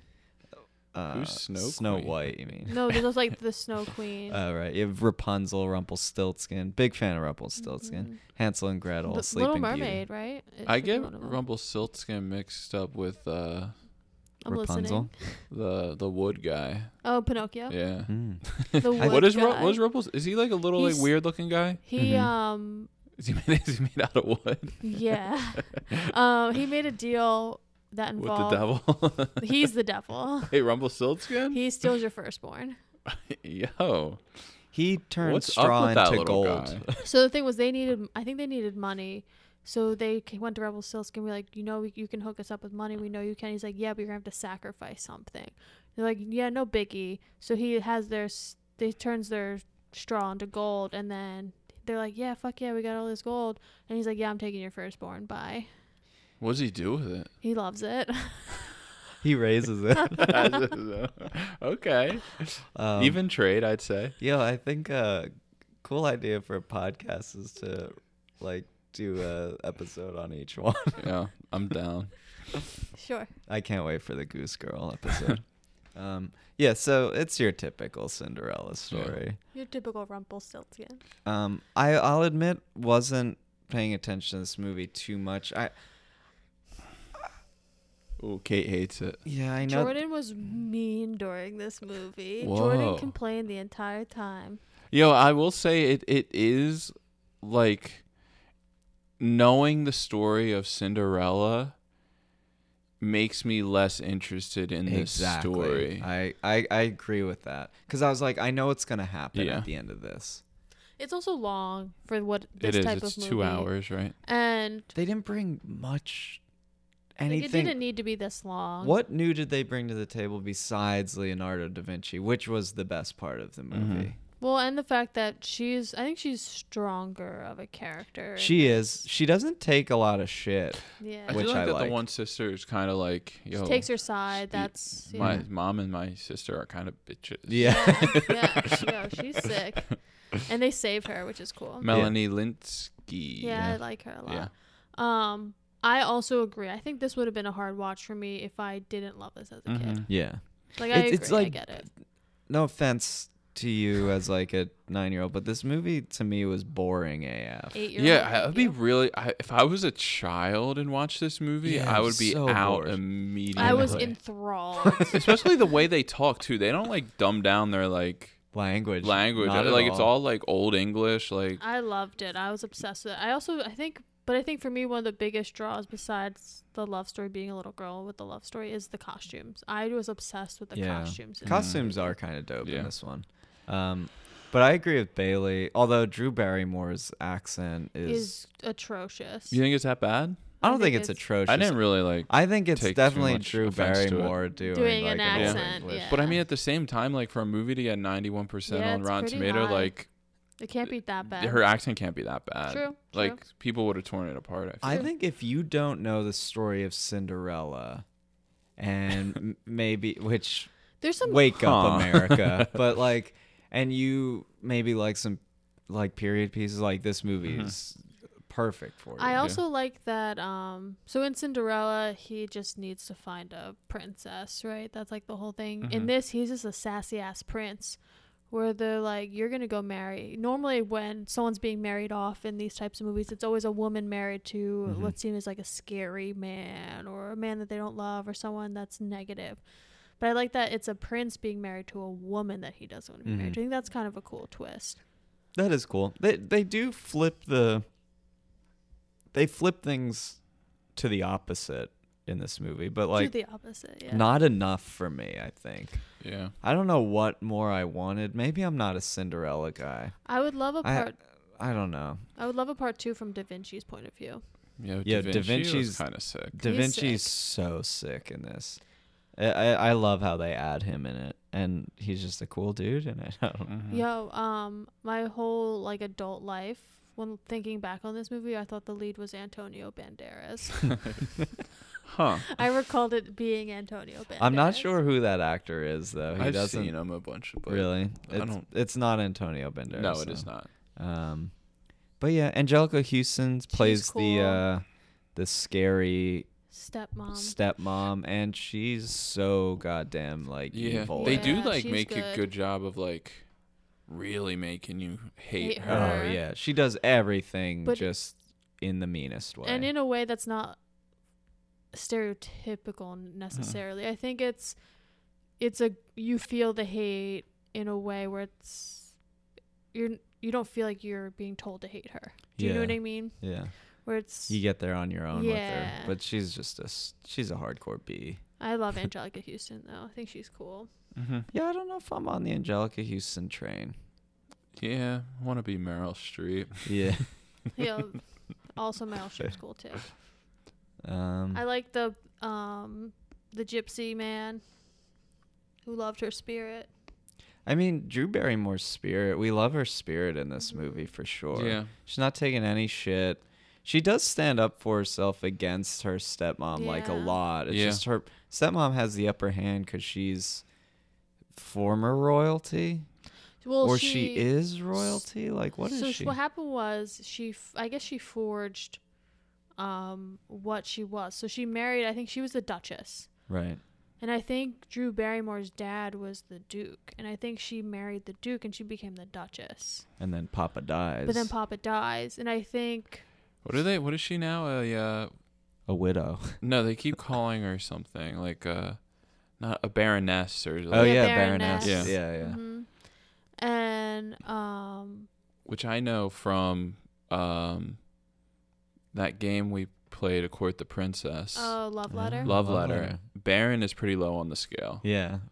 Speaker 1: uh,
Speaker 3: Who's Snow Queen?
Speaker 1: White. You mean?
Speaker 2: No, there's also, like the Snow Queen.
Speaker 1: Oh right, you have Rapunzel, Rumpelstiltskin. Big fan of Rumpelstiltskin. Hansel and Gretel,
Speaker 2: Mm-hmm. the
Speaker 1: Sleeping
Speaker 2: Little
Speaker 1: Beauty.
Speaker 2: Mermaid, right? It
Speaker 3: I
Speaker 2: should be
Speaker 3: get
Speaker 2: one of 'em.
Speaker 3: Rumpelstiltskin mixed up with uh,
Speaker 2: I'm
Speaker 1: Rapunzel.
Speaker 2: listening.
Speaker 3: the the wood guy.
Speaker 2: Oh, Pinocchio.
Speaker 3: Yeah.
Speaker 1: Mm.
Speaker 2: The wood
Speaker 3: What is Ru-
Speaker 2: guy.
Speaker 3: what is Rumpels? Is he like a little like
Speaker 2: He's-
Speaker 3: weird looking guy?
Speaker 2: He
Speaker 1: Mhm.
Speaker 2: um
Speaker 3: Is he made, is he made out of wood
Speaker 2: yeah, um he made a deal that
Speaker 3: with the
Speaker 2: involved
Speaker 3: devil?
Speaker 2: he's the devil.
Speaker 3: hey, Rumpelstiltskin.
Speaker 2: He steals your firstborn.
Speaker 3: Yo,
Speaker 1: He turns
Speaker 3: what's
Speaker 1: straw
Speaker 3: up with that
Speaker 1: into
Speaker 3: little
Speaker 1: gold.
Speaker 3: guy?
Speaker 2: So the thing was, they needed. I think they needed money. So they c- went to Rebel Silskin. We're like, you know, we, you can hook us up with money. We know you can. He's like, yeah, but you're gonna have to sacrifice something. They're like, yeah, no biggie. So he has their. s- They turns their straw into gold, and then they're like, yeah, fuck yeah, we got all this gold. And he's like, yeah, I'm taking your firstborn. Bye.
Speaker 3: What does he do with it?
Speaker 2: He loves it.
Speaker 1: He raises it.
Speaker 3: okay,
Speaker 1: Um,
Speaker 3: even trade, I'd say.
Speaker 1: Yo, I think uh, cool idea for a podcast is to like do a episode on each one.
Speaker 3: Yeah, I'm down.
Speaker 2: sure.
Speaker 1: I can't wait for the Goose Girl episode. um, yeah, so it's your typical Cinderella story.
Speaker 2: Your typical Rumpelstiltskin.
Speaker 1: Um, I I'll admit wasn't paying attention to this movie too much. I
Speaker 3: Oh, Kate hates it.
Speaker 1: yeah, I know.
Speaker 2: Jordan was mean during this movie. Jordan
Speaker 3: Whoa.
Speaker 2: complained the entire time.
Speaker 3: Yo, I will say it. It is like knowing the story of Cinderella makes me less interested in this
Speaker 1: exactly.
Speaker 3: story.
Speaker 1: I, I I agree with that because I was like, I know what's gonna happen
Speaker 3: Yeah.
Speaker 1: at the end of this.
Speaker 2: It's also long for what this
Speaker 3: it is.
Speaker 2: type
Speaker 3: It's
Speaker 2: of movie.
Speaker 3: two hours, right?
Speaker 2: and
Speaker 1: They didn't bring much.
Speaker 2: like,
Speaker 1: Anything.
Speaker 2: it didn't need to be this long.
Speaker 1: What new did they bring to the table besides Leonardo da Vinci, which was the best part of the
Speaker 3: Mm-hmm.
Speaker 1: movie?
Speaker 2: Well, and the fact that she's, I think she's stronger of a character.
Speaker 1: She is. She doesn't take a lot of shit.
Speaker 2: yeah,
Speaker 3: I
Speaker 1: Which
Speaker 3: feel like
Speaker 1: I
Speaker 3: that
Speaker 1: like.
Speaker 3: the one sister is kind of like yo.
Speaker 2: she takes her side.
Speaker 3: spe-
Speaker 2: That's yeah.
Speaker 3: my mom and my sister are kind of bitches.
Speaker 1: Yeah.
Speaker 2: yeah, yeah, she- yeah, she's sick, and they save her, which is cool.
Speaker 3: Melanie Linsky.
Speaker 2: Yeah, I like her a lot. Um, I also agree. I think this would have been a hard watch for me if I didn't love this as a kid.
Speaker 3: Mhm.
Speaker 1: Yeah.
Speaker 2: Like I agree,
Speaker 1: It's- it's
Speaker 2: I
Speaker 1: like-
Speaker 2: get it.
Speaker 1: No offense to you as like a nine year old, but this movie to me was boring AF.
Speaker 2: Eight years.
Speaker 3: Yeah, I- I'd be really. I, if I was a child and watched this movie,
Speaker 1: Yeah,
Speaker 3: I
Speaker 1: I'm
Speaker 3: would be
Speaker 1: so
Speaker 3: out
Speaker 1: bored.
Speaker 3: immediately.
Speaker 2: I was enthralled.
Speaker 3: Especially the way they talk too. They don't like dumb down their like
Speaker 1: Language.
Speaker 3: language.
Speaker 1: Not at
Speaker 3: Like it's all like old English. Like
Speaker 2: I loved it. I was obsessed with it. I also, I think, but I think for me, one of the biggest draws besides the love story being a little girl with the love story is the costumes. I was obsessed with the
Speaker 1: Yeah.
Speaker 2: costumes. in this
Speaker 1: Costumes
Speaker 2: movie.
Speaker 1: are kind of dope
Speaker 3: Yeah.
Speaker 1: in this one. Um, but I agree with Bailey. Although Drew Barrymore's accent is,
Speaker 2: is atrocious.
Speaker 3: you think it's that bad?
Speaker 1: I don't think, it's, atrocious.
Speaker 3: I didn't really like.
Speaker 1: I think it's
Speaker 3: take too
Speaker 1: definitely
Speaker 3: much
Speaker 1: Drew
Speaker 3: offense to it.
Speaker 1: Barrymore doing,
Speaker 2: Doing
Speaker 1: like
Speaker 2: an
Speaker 1: old
Speaker 2: accent,
Speaker 1: English.
Speaker 2: yeah.
Speaker 3: But I mean, at the same time, like for a movie to get ninety one percent
Speaker 2: Yeah,
Speaker 3: on
Speaker 2: it's
Speaker 3: Rotten
Speaker 2: pretty
Speaker 3: Tomato,
Speaker 2: high.
Speaker 3: like
Speaker 2: it can't be that bad.
Speaker 3: her accent can't be that bad.
Speaker 2: True,
Speaker 3: Like
Speaker 2: true.
Speaker 3: people would have torn it apart. I
Speaker 1: I think if you don't know the story of Cinderella and m- maybe which
Speaker 2: There's some.
Speaker 1: wake
Speaker 3: Huh.
Speaker 1: up America, but like and you maybe like some like period pieces like this movie is perfect for you.
Speaker 2: Mm-hmm. I also like that. Um, so in Cinderella, he just needs to find a princess, right? That's like the whole thing.
Speaker 1: Mm-hmm.
Speaker 2: In this, he's just a sassy ass prince, where they're like, "You're gonna go marry." Normally, when someone's being married off in these types of movies, it's always a woman married to
Speaker 1: Mm-hmm.
Speaker 2: what seems like a scary man or a man that they don't love or someone that's negative. But I like that it's a prince being married to a woman that he doesn't want to be
Speaker 1: Mm-hmm.
Speaker 2: married to. I think that's kind of a cool twist.
Speaker 1: that is cool. They they do flip the they flip things to the opposite in this movie, but like
Speaker 2: Do the opposite, yeah.
Speaker 1: not enough for me, I think.
Speaker 3: yeah.
Speaker 1: I don't know what more I wanted. Maybe I'm not a Cinderella guy.
Speaker 2: I would love a
Speaker 1: I-
Speaker 2: part.
Speaker 1: I don't know.
Speaker 2: I would love a part two from Da Vinci's point of view.
Speaker 3: Yeah,
Speaker 1: Yeah, Da
Speaker 3: Da Vinci's
Speaker 1: Vinci's-
Speaker 3: kind of sick.
Speaker 1: Da
Speaker 2: He's
Speaker 1: Vinci's
Speaker 2: sick.
Speaker 1: so sick in this. I, I I love how they add him in it, and he's just a cool dude. And I don't.
Speaker 3: Mm-hmm.
Speaker 2: Yo, um, my whole like adult life, when thinking back on this movie, I thought the lead was Antonio Banderas.
Speaker 3: Huh.
Speaker 2: I recalled it being Antonio Banderas.
Speaker 1: I'm not sure who that actor is though. He
Speaker 3: I've
Speaker 1: doesn't
Speaker 3: seen him a bunch of. But
Speaker 1: really.
Speaker 3: I
Speaker 1: It's,
Speaker 3: don't-
Speaker 1: it's not Antonio Banderas.
Speaker 3: No, it
Speaker 1: so.
Speaker 3: is not.
Speaker 1: Um, but yeah, Angelica Houston plays the
Speaker 2: cool.
Speaker 1: uh, the scary
Speaker 2: stepmom.
Speaker 1: stepmom, and she's so goddamn like
Speaker 3: Yeah,
Speaker 1: evil.
Speaker 3: they
Speaker 1: and-
Speaker 3: do
Speaker 2: Yeah,
Speaker 3: like
Speaker 2: she's
Speaker 3: make a
Speaker 2: good.
Speaker 3: good job of like really making you hate,
Speaker 2: Hate
Speaker 3: her.
Speaker 2: her.
Speaker 1: Oh yeah, she does everything
Speaker 2: But-
Speaker 1: just in the meanest way.
Speaker 2: and in a way that's not stereotypical necessarily i think it's it's a you feel the hate in a way where it's you're you don't feel like you're being told to hate her do you know what
Speaker 1: Yeah.
Speaker 2: i mean
Speaker 1: yeah,
Speaker 2: where it's
Speaker 1: you get there on your own with her,
Speaker 2: Yeah.
Speaker 1: but she's just a s- she's a hardcore B.
Speaker 2: i love angelica houston though i think she's cool
Speaker 3: Mm-hmm.
Speaker 1: Yeah, I don't know if I'm on the Angelica Houston train.
Speaker 3: Yeah, I want to be Meryl Streep.
Speaker 1: Yeah.
Speaker 2: yeah also meryl streep's cool too
Speaker 1: um,
Speaker 2: i like the um the gypsy man who loved her spirit
Speaker 1: I mean, Drew Barrymore's spirit. We love her spirit in this movie for sure.
Speaker 3: Yeah.
Speaker 1: She's not taking any shit. She does stand up for herself against her stepmom like a
Speaker 2: Yeah.
Speaker 1: lot. It's
Speaker 3: Yeah.
Speaker 1: just her stepmom has the upper hand because she's former royalty
Speaker 2: well
Speaker 1: or she, is royalty. Like what is
Speaker 2: so
Speaker 1: she?
Speaker 2: what happened was she, f- I guess she forged, um, what she was. So she married. I think she was the Duchess,
Speaker 1: right.
Speaker 2: and I think Drew Barrymore's dad was the Duke, and I think she married the Duke, and she became the Duchess.
Speaker 1: And then Papa dies.
Speaker 2: But then Papa dies, and I think
Speaker 3: What are they? What is she now? A uh,
Speaker 1: a widow.
Speaker 3: no, they keep calling her something like uh, not a baroness or
Speaker 1: Oh
Speaker 3: like,
Speaker 1: yeah,
Speaker 2: Yeah,
Speaker 1: Baroness.
Speaker 3: Baroness.
Speaker 1: Yeah, yeah. yeah.
Speaker 2: mhm. and um,
Speaker 3: which I know from um, that game we played, A Court the Princess.
Speaker 2: oh, love letter.
Speaker 3: Love
Speaker 1: Love
Speaker 3: letter.
Speaker 1: Letter.
Speaker 3: Baron is pretty low on the scale.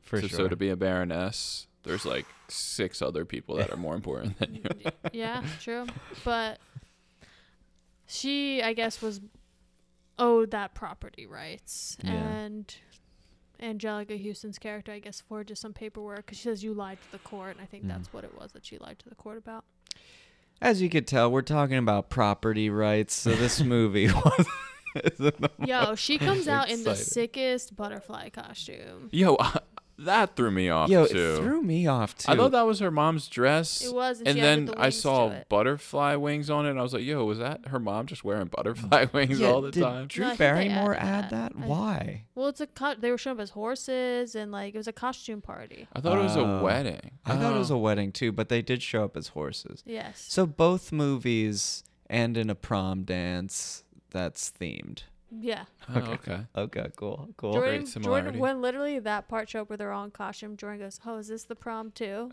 Speaker 1: for
Speaker 3: so,
Speaker 1: sure.
Speaker 3: so to be a baroness, there's like six other people that are more important than you.
Speaker 2: yeah, true. But she, I guess, was owed that property rights,
Speaker 1: Yeah.
Speaker 2: and Angelica Houston's character, I guess, forges some paperwork because she says you lied to the court, and I think
Speaker 1: Mhm.
Speaker 2: that's what it was that she lied to the court about.
Speaker 1: As you could tell, we're talking about property rights, so this movie was isn't the
Speaker 2: Yo, she comes out in the
Speaker 1: Excited.
Speaker 2: sickest butterfly costume.
Speaker 3: Yo, uh, that threw me off
Speaker 1: Yo,
Speaker 3: too.
Speaker 1: it threw me off too.
Speaker 3: I thought that was her mom's dress.
Speaker 2: It was, and,
Speaker 3: and
Speaker 2: she
Speaker 3: then
Speaker 2: added the
Speaker 3: I
Speaker 2: wings
Speaker 3: saw
Speaker 2: To it.
Speaker 3: butterfly wings on it, and I was like, "Yo, was that her mom just wearing butterfly wings
Speaker 1: Yeah,
Speaker 3: all the
Speaker 1: did
Speaker 3: time?"
Speaker 1: Drew
Speaker 2: No, I think they
Speaker 1: Barrymore
Speaker 2: added
Speaker 1: add that?
Speaker 2: that. I-
Speaker 1: uh, Why?
Speaker 2: Well, it's a co- they were showing up as horses, and like it was a costume party.
Speaker 3: I thought it was a
Speaker 1: Oh.
Speaker 3: wedding.
Speaker 1: I thought it was
Speaker 3: Oh.
Speaker 1: a wedding too, but they did show up as horses.
Speaker 2: Yes.
Speaker 1: So both movies end in a prom dance that's themed.
Speaker 2: yeah.
Speaker 3: Oh, okay.
Speaker 1: Okay, cool, cool.
Speaker 2: Jordan,
Speaker 3: similarity.
Speaker 2: Jordan, when literally that part showed up where they're all in costume, Jordan goes, "Oh, is this the prom too?"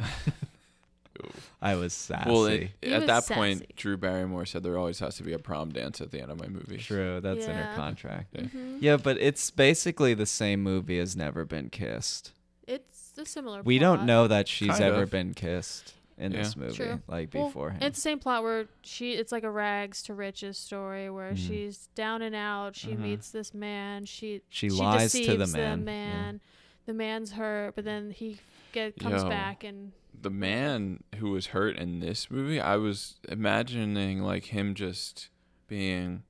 Speaker 1: I was sassy.
Speaker 3: Well, it,
Speaker 2: He was
Speaker 3: at that point,
Speaker 2: sassy.
Speaker 3: Drew Barrymore said there always has to be a prom dance at the end of my movie.
Speaker 1: True, that's in her
Speaker 2: Yeah.
Speaker 1: contract.
Speaker 3: Yeah.
Speaker 2: Mm-hmm.
Speaker 1: Yeah, but it's basically the same movie as Never Been Kissed.
Speaker 2: It's a similar.
Speaker 1: We don't
Speaker 2: plot.
Speaker 1: know that she's
Speaker 3: Kind
Speaker 1: ever
Speaker 3: of.
Speaker 1: been kissed in this
Speaker 3: Yeah.
Speaker 1: movie,
Speaker 2: True.
Speaker 1: like
Speaker 2: Well,
Speaker 1: beforehand.
Speaker 2: It's the same plot where she. It's like a rags to riches story where
Speaker 1: Mhm.
Speaker 2: she's down and out. She
Speaker 3: Mhm.
Speaker 2: meets this man. She
Speaker 1: Mm-hmm. She lies to the
Speaker 2: deceives
Speaker 1: man, yeah.
Speaker 2: The, man. the man's hurt, but then he get comes
Speaker 3: Yo.
Speaker 2: back and
Speaker 3: The man who was hurt in this movie, I was imagining like him just being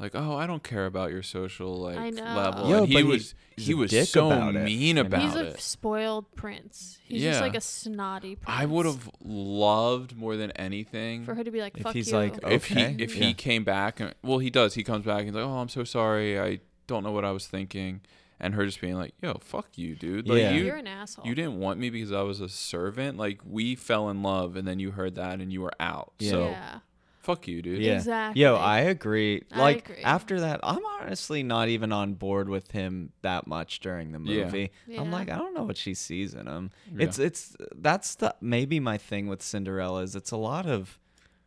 Speaker 3: like, "Oh, I don't care about your social like
Speaker 2: I know.
Speaker 3: level."
Speaker 1: Yo,
Speaker 3: and he
Speaker 1: but he-
Speaker 3: was
Speaker 1: he's
Speaker 3: he
Speaker 1: a
Speaker 3: was
Speaker 1: dick
Speaker 3: so
Speaker 1: about it.
Speaker 3: mean
Speaker 1: I know.
Speaker 3: about
Speaker 2: he's
Speaker 3: it.
Speaker 2: a spoiled prince. He's
Speaker 3: Yeah.
Speaker 2: just like a snotty. Prince.
Speaker 3: I would have loved more than anything
Speaker 2: for her to be like,
Speaker 1: If
Speaker 2: "Fuck
Speaker 1: he's
Speaker 2: you."
Speaker 1: like,
Speaker 3: if
Speaker 1: Okay,
Speaker 3: he if
Speaker 1: yeah.
Speaker 3: he came back and well he does he comes back and he's like oh I'm so sorry I don't know what I was thinking and her just being like yo fuck you dude like
Speaker 1: Yeah.
Speaker 3: you
Speaker 2: You're an asshole.
Speaker 3: you didn't want me because I was a servant like we fell in love and then you heard that and you were out
Speaker 1: Yeah.
Speaker 3: so
Speaker 2: yeah.
Speaker 3: fuck you dude
Speaker 1: Yeah.
Speaker 2: Exactly.
Speaker 1: Yo, I agree.
Speaker 2: I
Speaker 1: Like
Speaker 2: agree.
Speaker 1: after that, I'm honestly not even on board with him that much during the
Speaker 3: Yeah.
Speaker 1: movie. I'm
Speaker 2: Yeah.
Speaker 1: like, I don't know what she sees in him.
Speaker 3: Yeah.
Speaker 1: It's it's that's the maybe my thing with Cinderella is it's a lot of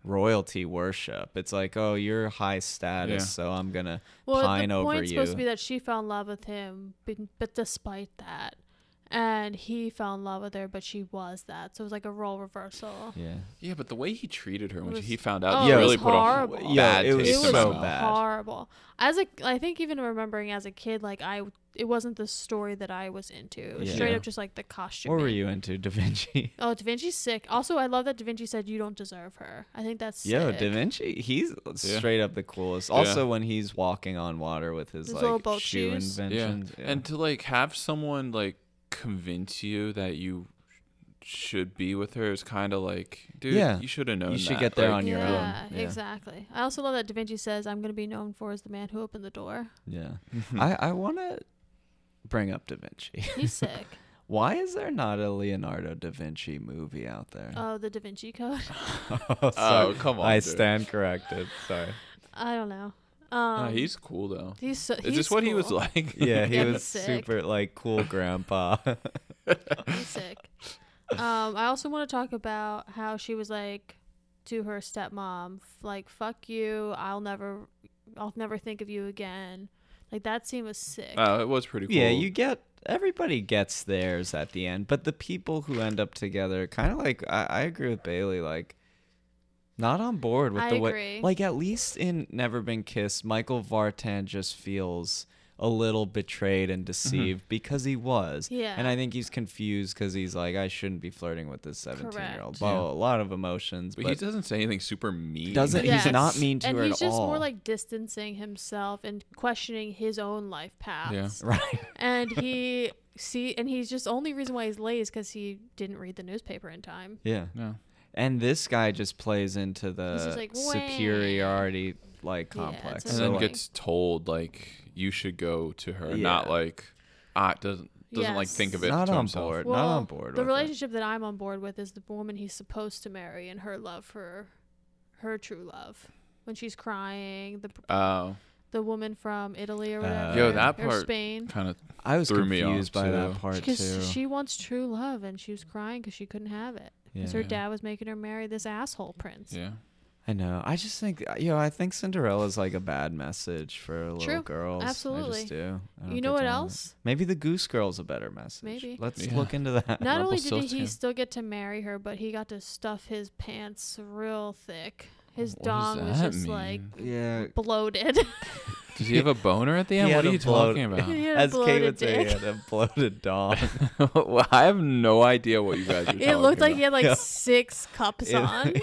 Speaker 1: royalty worship. It's like, oh, you're high status,
Speaker 3: Yeah.
Speaker 1: so I'm gonna
Speaker 2: Well,
Speaker 1: pine
Speaker 2: the
Speaker 1: over
Speaker 2: point's
Speaker 1: you.
Speaker 2: supposed to be that she fell in love with him, but, but despite that, and he fell in love with her, but she was that. So it was like a role reversal.
Speaker 1: yeah,
Speaker 3: yeah but the way he treated her when
Speaker 2: was-
Speaker 3: he found out
Speaker 2: oh,
Speaker 3: he
Speaker 1: it was
Speaker 3: really put
Speaker 2: horrible.
Speaker 3: a
Speaker 1: Yeah,
Speaker 3: bad
Speaker 1: it was
Speaker 2: It
Speaker 3: taste
Speaker 2: was
Speaker 3: in my
Speaker 1: so
Speaker 3: mouth.
Speaker 1: bad.
Speaker 2: horrible. As a, I think even remembering as a kid, like I, it wasn't the story that I was into. It was
Speaker 1: Yeah.
Speaker 2: straight
Speaker 3: Yeah.
Speaker 2: up just like the costume.
Speaker 1: what were you into, Da Vinci?
Speaker 2: Oh, Da Vinci's sick. Also, I love that Da Vinci said you don't deserve her. I think that's
Speaker 1: Yo,
Speaker 2: sick.
Speaker 1: Da Vinci, he's straight up the coolest. Also, when he's walking on water with his,
Speaker 2: His little
Speaker 1: like
Speaker 2: boat
Speaker 1: shoe
Speaker 2: shoes.
Speaker 1: inventions,
Speaker 3: and to like have someone like convince you that you should be with her is kind of like, dude,
Speaker 1: Yeah.
Speaker 3: you should have known.
Speaker 1: You should
Speaker 3: that.
Speaker 1: get there
Speaker 3: Like,
Speaker 1: on your own.
Speaker 2: yeah,
Speaker 3: Yeah.
Speaker 2: exactly. I also love that Da Vinci says, "I'm going to be known for as the man who opened the door."
Speaker 1: Yeah. I, I want to bring up Da Vinci.
Speaker 2: He's sick.
Speaker 1: Why is there not a Leonardo da Vinci movie out there?
Speaker 2: Oh, the Da Vinci Code.
Speaker 1: Sorry.
Speaker 3: Oh, come on,
Speaker 1: I
Speaker 3: dude.
Speaker 1: stand corrected. Sorry.
Speaker 2: I don't know. Um,
Speaker 3: Nah, he's cool though.
Speaker 2: he's so,
Speaker 3: Is this
Speaker 2: he's
Speaker 3: what he was
Speaker 2: cool.
Speaker 3: like?
Speaker 1: Yeah, he
Speaker 2: Yeah,
Speaker 1: was
Speaker 2: he's sick.
Speaker 1: super like cool grandpa.
Speaker 2: He's sick. Um, I also want to talk about how she was like to her stepmom, f- like "fuck you, I'll never, I'll never think of you again." Like that scene was sick.
Speaker 3: Oh, it was pretty cool.
Speaker 1: Yeah, you get everybody gets theirs at the end, but the people who end up together, kind of like I, I agree with Bailey, like not on board with
Speaker 2: I
Speaker 1: the way.
Speaker 2: agree.
Speaker 1: Like at least in Never Been Kissed, Michael Vartan just feels a little betrayed and deceived because he was.
Speaker 2: Mm-hmm. Yeah.
Speaker 1: And I think he's confused because he's like, I shouldn't be flirting with this seventeen-year-old.
Speaker 2: Correct.
Speaker 1: Blah, blah, a lot of emotions,
Speaker 3: but,
Speaker 1: but,
Speaker 3: he doesn't say anything super mean.
Speaker 1: Doesn't- he's not mean to
Speaker 2: and
Speaker 1: her at
Speaker 2: he's just
Speaker 1: all.
Speaker 2: more like distancing himself and questioning his own life paths.
Speaker 1: right.
Speaker 2: And he see, and he's just only reason why he's late is because he didn't read the newspaper in time.
Speaker 1: Yeah.
Speaker 3: No.
Speaker 1: And this guy just plays into the
Speaker 2: just like,
Speaker 1: superiority like
Speaker 2: Yeah, it's
Speaker 1: complex.
Speaker 2: like-
Speaker 3: And
Speaker 1: So,
Speaker 3: then
Speaker 1: like-
Speaker 3: gets told like you should go to her, not
Speaker 1: Yeah.
Speaker 3: like ah doesn't doesn't like
Speaker 2: Yes.
Speaker 3: think of it.
Speaker 1: Not
Speaker 3: to
Speaker 1: on
Speaker 3: himself.
Speaker 1: board. not on board with
Speaker 2: The
Speaker 1: it.
Speaker 2: relationship that I'm on board with is the woman he's supposed to marry and her love for her true love. When she's crying, the
Speaker 3: Oh,
Speaker 2: the woman from Italy or whatever,
Speaker 1: Uh, Yo,
Speaker 3: that
Speaker 2: or
Speaker 3: part-
Speaker 2: Spain,
Speaker 3: kind of
Speaker 1: I was
Speaker 3: threw me off,
Speaker 1: confused by that
Speaker 3: too.
Speaker 1: part too.
Speaker 2: because she wants true love and she was crying because she couldn't have it because her
Speaker 1: Yeah.
Speaker 2: dad was making her marry this asshole prince.
Speaker 3: yeah.
Speaker 1: I know. I just think you know. I think Cinderella's like a bad message for little
Speaker 2: True.
Speaker 1: girls. I
Speaker 2: Absolutely.
Speaker 1: just do. I don't
Speaker 2: You know
Speaker 1: get
Speaker 2: what
Speaker 1: down with it.
Speaker 2: else?
Speaker 1: Maybe the Goose Girl's a better message.
Speaker 2: Maybe.
Speaker 1: Let's
Speaker 3: Yeah.
Speaker 1: look into that.
Speaker 2: Not only did he
Speaker 3: Rumpelstiltskin.
Speaker 2: still get to marry her, but he got to stuff his pants real thick. His
Speaker 3: What does
Speaker 2: dong was
Speaker 3: that
Speaker 2: just like
Speaker 3: mean?
Speaker 1: yeah.
Speaker 2: bloated.
Speaker 3: Does he have a boner at the end?
Speaker 1: He
Speaker 3: What
Speaker 1: had
Speaker 3: are
Speaker 1: a
Speaker 3: you
Speaker 1: bloat.
Speaker 3: talking about?
Speaker 2: He had a
Speaker 1: Uh, As Kate
Speaker 2: bloated
Speaker 1: would say,
Speaker 2: dick.
Speaker 1: he had a bloated dong.
Speaker 3: well, I have no idea what you
Speaker 1: uh,
Speaker 3: guys are talking
Speaker 2: it looked like he
Speaker 3: about.
Speaker 2: had like
Speaker 1: Yeah.
Speaker 2: six cups
Speaker 1: Yeah.
Speaker 2: on.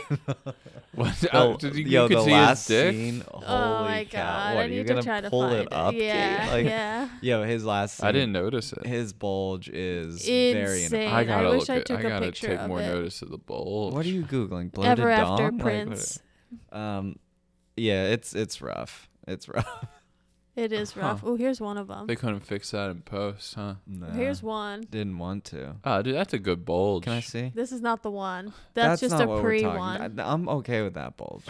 Speaker 3: What,
Speaker 1: Oh,
Speaker 3: oh, did you,
Speaker 1: yo,
Speaker 3: you could
Speaker 1: the
Speaker 3: see
Speaker 1: last
Speaker 3: his dick?
Speaker 1: scene. Holy
Speaker 2: oh my
Speaker 1: cow!
Speaker 2: god!
Speaker 1: What
Speaker 2: I
Speaker 1: are
Speaker 2: need
Speaker 1: you
Speaker 2: to
Speaker 1: gonna
Speaker 2: try to
Speaker 1: pull
Speaker 2: find
Speaker 1: it up? Kate?
Speaker 2: Yeah,
Speaker 1: Like,
Speaker 2: yeah.
Speaker 1: Yo, his last. Scene,
Speaker 3: I didn't notice it.
Speaker 1: His bulge is very.
Speaker 2: Insane.
Speaker 1: inappropriate.
Speaker 3: I gotta
Speaker 2: wish
Speaker 3: look.
Speaker 2: I
Speaker 3: at-
Speaker 2: took a
Speaker 3: gotta
Speaker 2: picture
Speaker 3: take
Speaker 2: of
Speaker 3: more
Speaker 2: it.
Speaker 3: notice of the bulge.
Speaker 1: What are you googling? Bloated
Speaker 2: Ever after
Speaker 1: dong? Like, what-
Speaker 2: Prince,
Speaker 1: um, yeah, it's it's rough. It's rough.
Speaker 2: it is rough. Oh, here's one of them.
Speaker 3: They couldn't fix that in post, huh?
Speaker 1: Nah,
Speaker 2: Here's one.
Speaker 1: didn't want to.
Speaker 3: Oh, dude, that's a good bulge.
Speaker 1: Can I see?
Speaker 2: This is not the one. That's, just
Speaker 1: not
Speaker 2: a
Speaker 1: what
Speaker 2: pre
Speaker 1: we're talking
Speaker 2: one.
Speaker 1: About. I'm okay with that bulge.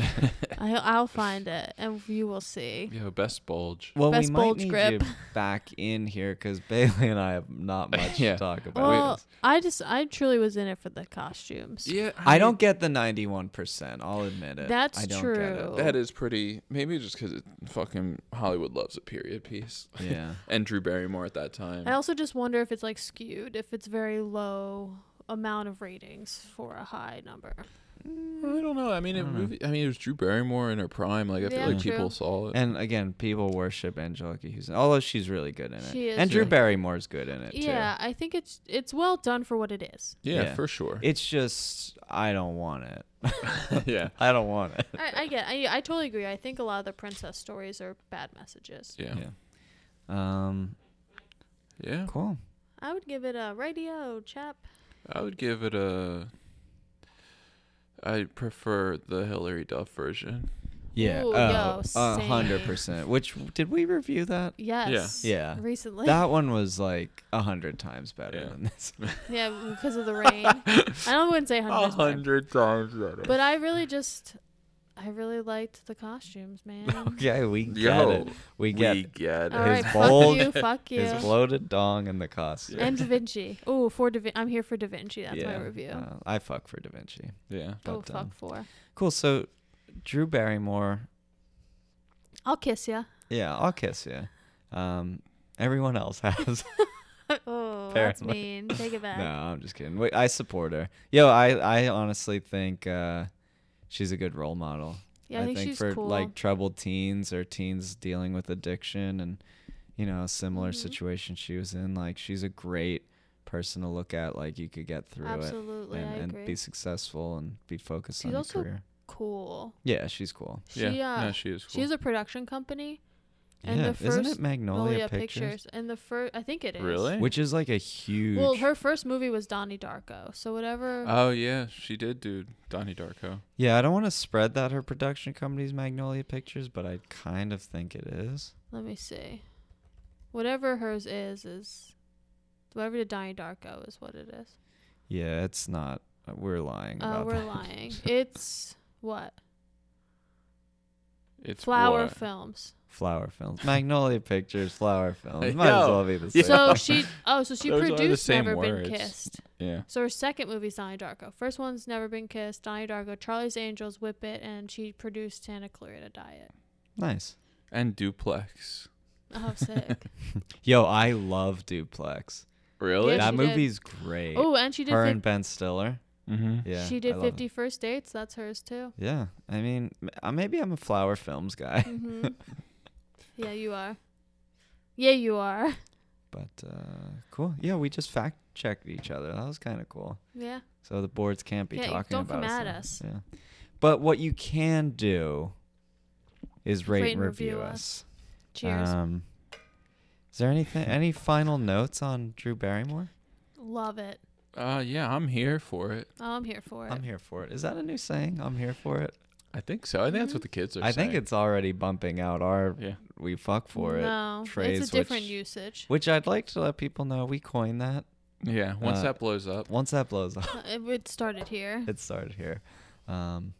Speaker 2: I, I'll find it and you will see.
Speaker 3: Yo, best bulge.
Speaker 1: Well,
Speaker 2: Best
Speaker 1: we might
Speaker 2: bulge
Speaker 1: need
Speaker 2: grip.
Speaker 1: you back in here because Bailey and I have not much
Speaker 3: Yeah.
Speaker 1: to talk about.
Speaker 2: Well, I just, I truly was in it for the costumes.
Speaker 3: Yeah,
Speaker 1: I don't get the 91%. I'll admit it.
Speaker 2: That's
Speaker 1: I don't
Speaker 2: true.
Speaker 3: That is pretty. Maybe just because it fucking Hollywood loves a period piece.
Speaker 1: Get it. Yeah.
Speaker 3: and Drew Barrymore at that time.
Speaker 2: I also just wonder if it's like skewed, if it's very low amount of ratings for a high number.
Speaker 3: I don't know. I mean, it movie, I mean, it was Drew Barrymore in her prime. Like I feel
Speaker 2: Yeah,
Speaker 3: like
Speaker 2: true.
Speaker 3: people saw it.
Speaker 1: And again, people worship Angelica Houston, although she's really good in it.
Speaker 2: She is
Speaker 1: and Drew
Speaker 2: really good.
Speaker 1: Barrymore's good in it,
Speaker 2: Yeah, I think it's it's well done for what it is.
Speaker 3: yeah,
Speaker 1: yeah.
Speaker 3: for sure.
Speaker 1: too. It's just, I don't want it.
Speaker 3: yeah,
Speaker 1: I don't want it.
Speaker 2: I, I get. I, I totally agree. I think a lot of the princess stories are bad messages.
Speaker 3: yeah, yeah.
Speaker 1: Um, cool.
Speaker 2: I would give it a radio chap.
Speaker 3: I would give it a. I prefer the Hillary Duff version.
Speaker 1: Yeah.
Speaker 2: Ooh,
Speaker 1: oh,
Speaker 2: yo,
Speaker 1: a hundred
Speaker 2: same.
Speaker 1: percent. Which did we review that?
Speaker 2: Yes.
Speaker 1: Yeah.
Speaker 2: Recently.
Speaker 1: That one was like a hundred times better
Speaker 3: Yeah.
Speaker 1: than this.
Speaker 2: yeah, because of the rain. I don't wouldn't say hundred. times better.
Speaker 3: times better.
Speaker 2: But I really just, I really liked the costumes, man.
Speaker 1: okay, we get
Speaker 3: Yo,
Speaker 1: it. We get
Speaker 3: we get it.
Speaker 2: All right,
Speaker 1: Oh, his bulge,
Speaker 2: fuck you, fuck you.
Speaker 1: his bloated dong and the costume.
Speaker 2: and Da Vinci. Oh, for Da Vin- I'm here for Da Vinci. That's
Speaker 1: Yeah,
Speaker 2: my review.
Speaker 1: uh, I fuck for Da Vinci.
Speaker 3: Yeah.
Speaker 1: but,
Speaker 2: oh,
Speaker 1: um,
Speaker 2: fuck for.
Speaker 1: Cool. So, Drew Barrymore.
Speaker 2: I'll kiss ya.
Speaker 1: Yeah, I'll kiss you. Um, everyone else has.
Speaker 2: Oh, that's
Speaker 1: Apparently.
Speaker 2: mean. Take it back.
Speaker 1: no, I'm just kidding. Wait, I support her. Yo, I I honestly think uh, she's a good role model.
Speaker 2: Yeah, I, think, she's
Speaker 1: for
Speaker 2: cool.
Speaker 1: like troubled teens or teens dealing with addiction and you know a similar
Speaker 2: Mm-hmm.
Speaker 1: situation she was in, like she's a great person to look at. Like you could get through
Speaker 2: Absolutely,
Speaker 1: it
Speaker 2: I
Speaker 1: and,
Speaker 2: agree.
Speaker 1: and be successful and be focused
Speaker 2: She's
Speaker 1: on your
Speaker 2: also
Speaker 1: career.
Speaker 2: cool.
Speaker 1: Yeah, she's cool.
Speaker 2: She,
Speaker 3: Yeah.
Speaker 2: uh,
Speaker 3: no, she is cool.
Speaker 2: she has a production company, And
Speaker 1: yeah,
Speaker 2: the
Speaker 1: isn't
Speaker 2: first
Speaker 1: it Magnolia Pictures?
Speaker 2: And the first, I think it is.
Speaker 3: Really?
Speaker 1: Which is like a huge.
Speaker 2: Well, her first movie was Donnie Darko. So whatever.
Speaker 3: Oh yeah, she did do Donnie Darko.
Speaker 1: yeah, I don't want to spread that her production company's Magnolia Pictures, but I kind of think it is.
Speaker 2: let me see. Whatever hers is is whatever the Donnie Darko is what it is.
Speaker 1: Yeah, it's not. We're lying.
Speaker 2: Uh,
Speaker 1: about
Speaker 2: we're
Speaker 1: that.
Speaker 2: lying. It's what
Speaker 3: It's
Speaker 2: flower
Speaker 3: what?
Speaker 2: films.
Speaker 1: Flower films, Magnolia Pictures, flower films.
Speaker 3: Yo.
Speaker 1: Might as well be the same.
Speaker 2: So she oh so she
Speaker 3: Those are the
Speaker 2: produced
Speaker 3: same
Speaker 2: Never
Speaker 3: words.
Speaker 2: Been Kissed.
Speaker 3: Yeah.
Speaker 2: So her second movie's Donnie Darko. First one's Never Been Kissed, Donnie Darko, Charlie's Angels, Whip It, and she produced Santa Clarita Diet.
Speaker 1: nice.
Speaker 3: And Duplex.
Speaker 2: Oh sick.
Speaker 1: Yo, I love Duplex.
Speaker 3: Really?
Speaker 2: Yeah,
Speaker 1: that
Speaker 2: she did.
Speaker 1: movie's great.
Speaker 2: oh, and she did
Speaker 1: her
Speaker 2: fif-
Speaker 1: and Ben Stiller.
Speaker 3: Mm-hmm.
Speaker 1: Yeah,
Speaker 2: she
Speaker 1: I
Speaker 2: did
Speaker 1: love it.
Speaker 2: Fifty First Dates, that's hers too.
Speaker 1: Yeah, I mean, m- uh, maybe I'm a flower films guy,
Speaker 2: hmm yeah, you are. Yeah, you are.
Speaker 1: but uh, cool. Yeah, we just fact checked each other. That was kind of cool.
Speaker 2: Yeah.
Speaker 1: So the boards can't be
Speaker 2: Yeah, you-
Speaker 1: talking
Speaker 2: don't
Speaker 1: about
Speaker 2: come
Speaker 1: us.
Speaker 2: at
Speaker 1: now.
Speaker 2: us.
Speaker 1: Yeah, but what you can do is rate, and review, us.
Speaker 2: Cheers.
Speaker 1: Um, is there anything? Any final notes on Drew Barrymore?
Speaker 2: Love it.
Speaker 3: Uh yeah, I'm here for it.
Speaker 2: Oh, I'm here for it.
Speaker 1: I'm here for it. Is that a new saying? I'm here for it.
Speaker 3: I think so. I think that's what the kids are
Speaker 1: I
Speaker 3: saying.
Speaker 1: think it's already bumping out our
Speaker 3: Yeah.
Speaker 1: "we fuck for it"
Speaker 2: no,
Speaker 1: phrase,
Speaker 2: it's a different
Speaker 1: which-
Speaker 2: usage.
Speaker 1: which I'd like to let people know we coined that.
Speaker 3: Yeah. Once
Speaker 1: Uh,
Speaker 3: that blows up.
Speaker 1: Once that blows up,
Speaker 2: Uh, It, it started here.
Speaker 1: it started here. Um,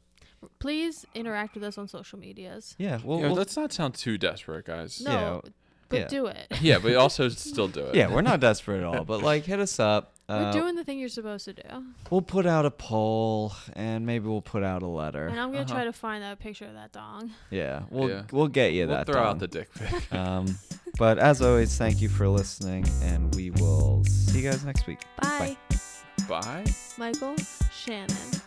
Speaker 2: Please interact with us on social medias.
Speaker 1: yeah, well,
Speaker 3: Yeah,
Speaker 1: we'll-
Speaker 3: let's not sound too desperate, guys.
Speaker 2: No, but
Speaker 1: yeah.
Speaker 2: do it.
Speaker 3: yeah, but also still do it.
Speaker 1: yeah, we're not desperate at all, but like, hit us up.
Speaker 2: We're
Speaker 1: Uh,
Speaker 2: doing the thing you're supposed to do. And
Speaker 1: we'll put out a poll, and maybe we'll put out a letter.
Speaker 2: I'm gonna
Speaker 3: Uh-huh.
Speaker 2: try to find that picture of that dong.
Speaker 1: Yeah, we'll
Speaker 3: Yeah.
Speaker 1: we'll get you
Speaker 3: We'll
Speaker 1: that.
Speaker 3: throw out the
Speaker 1: done.
Speaker 3: dick pic.
Speaker 1: um, but as always, thank you for listening, and we will see you guys next week.
Speaker 2: Bye.
Speaker 3: Bye.
Speaker 2: Michael Shannon.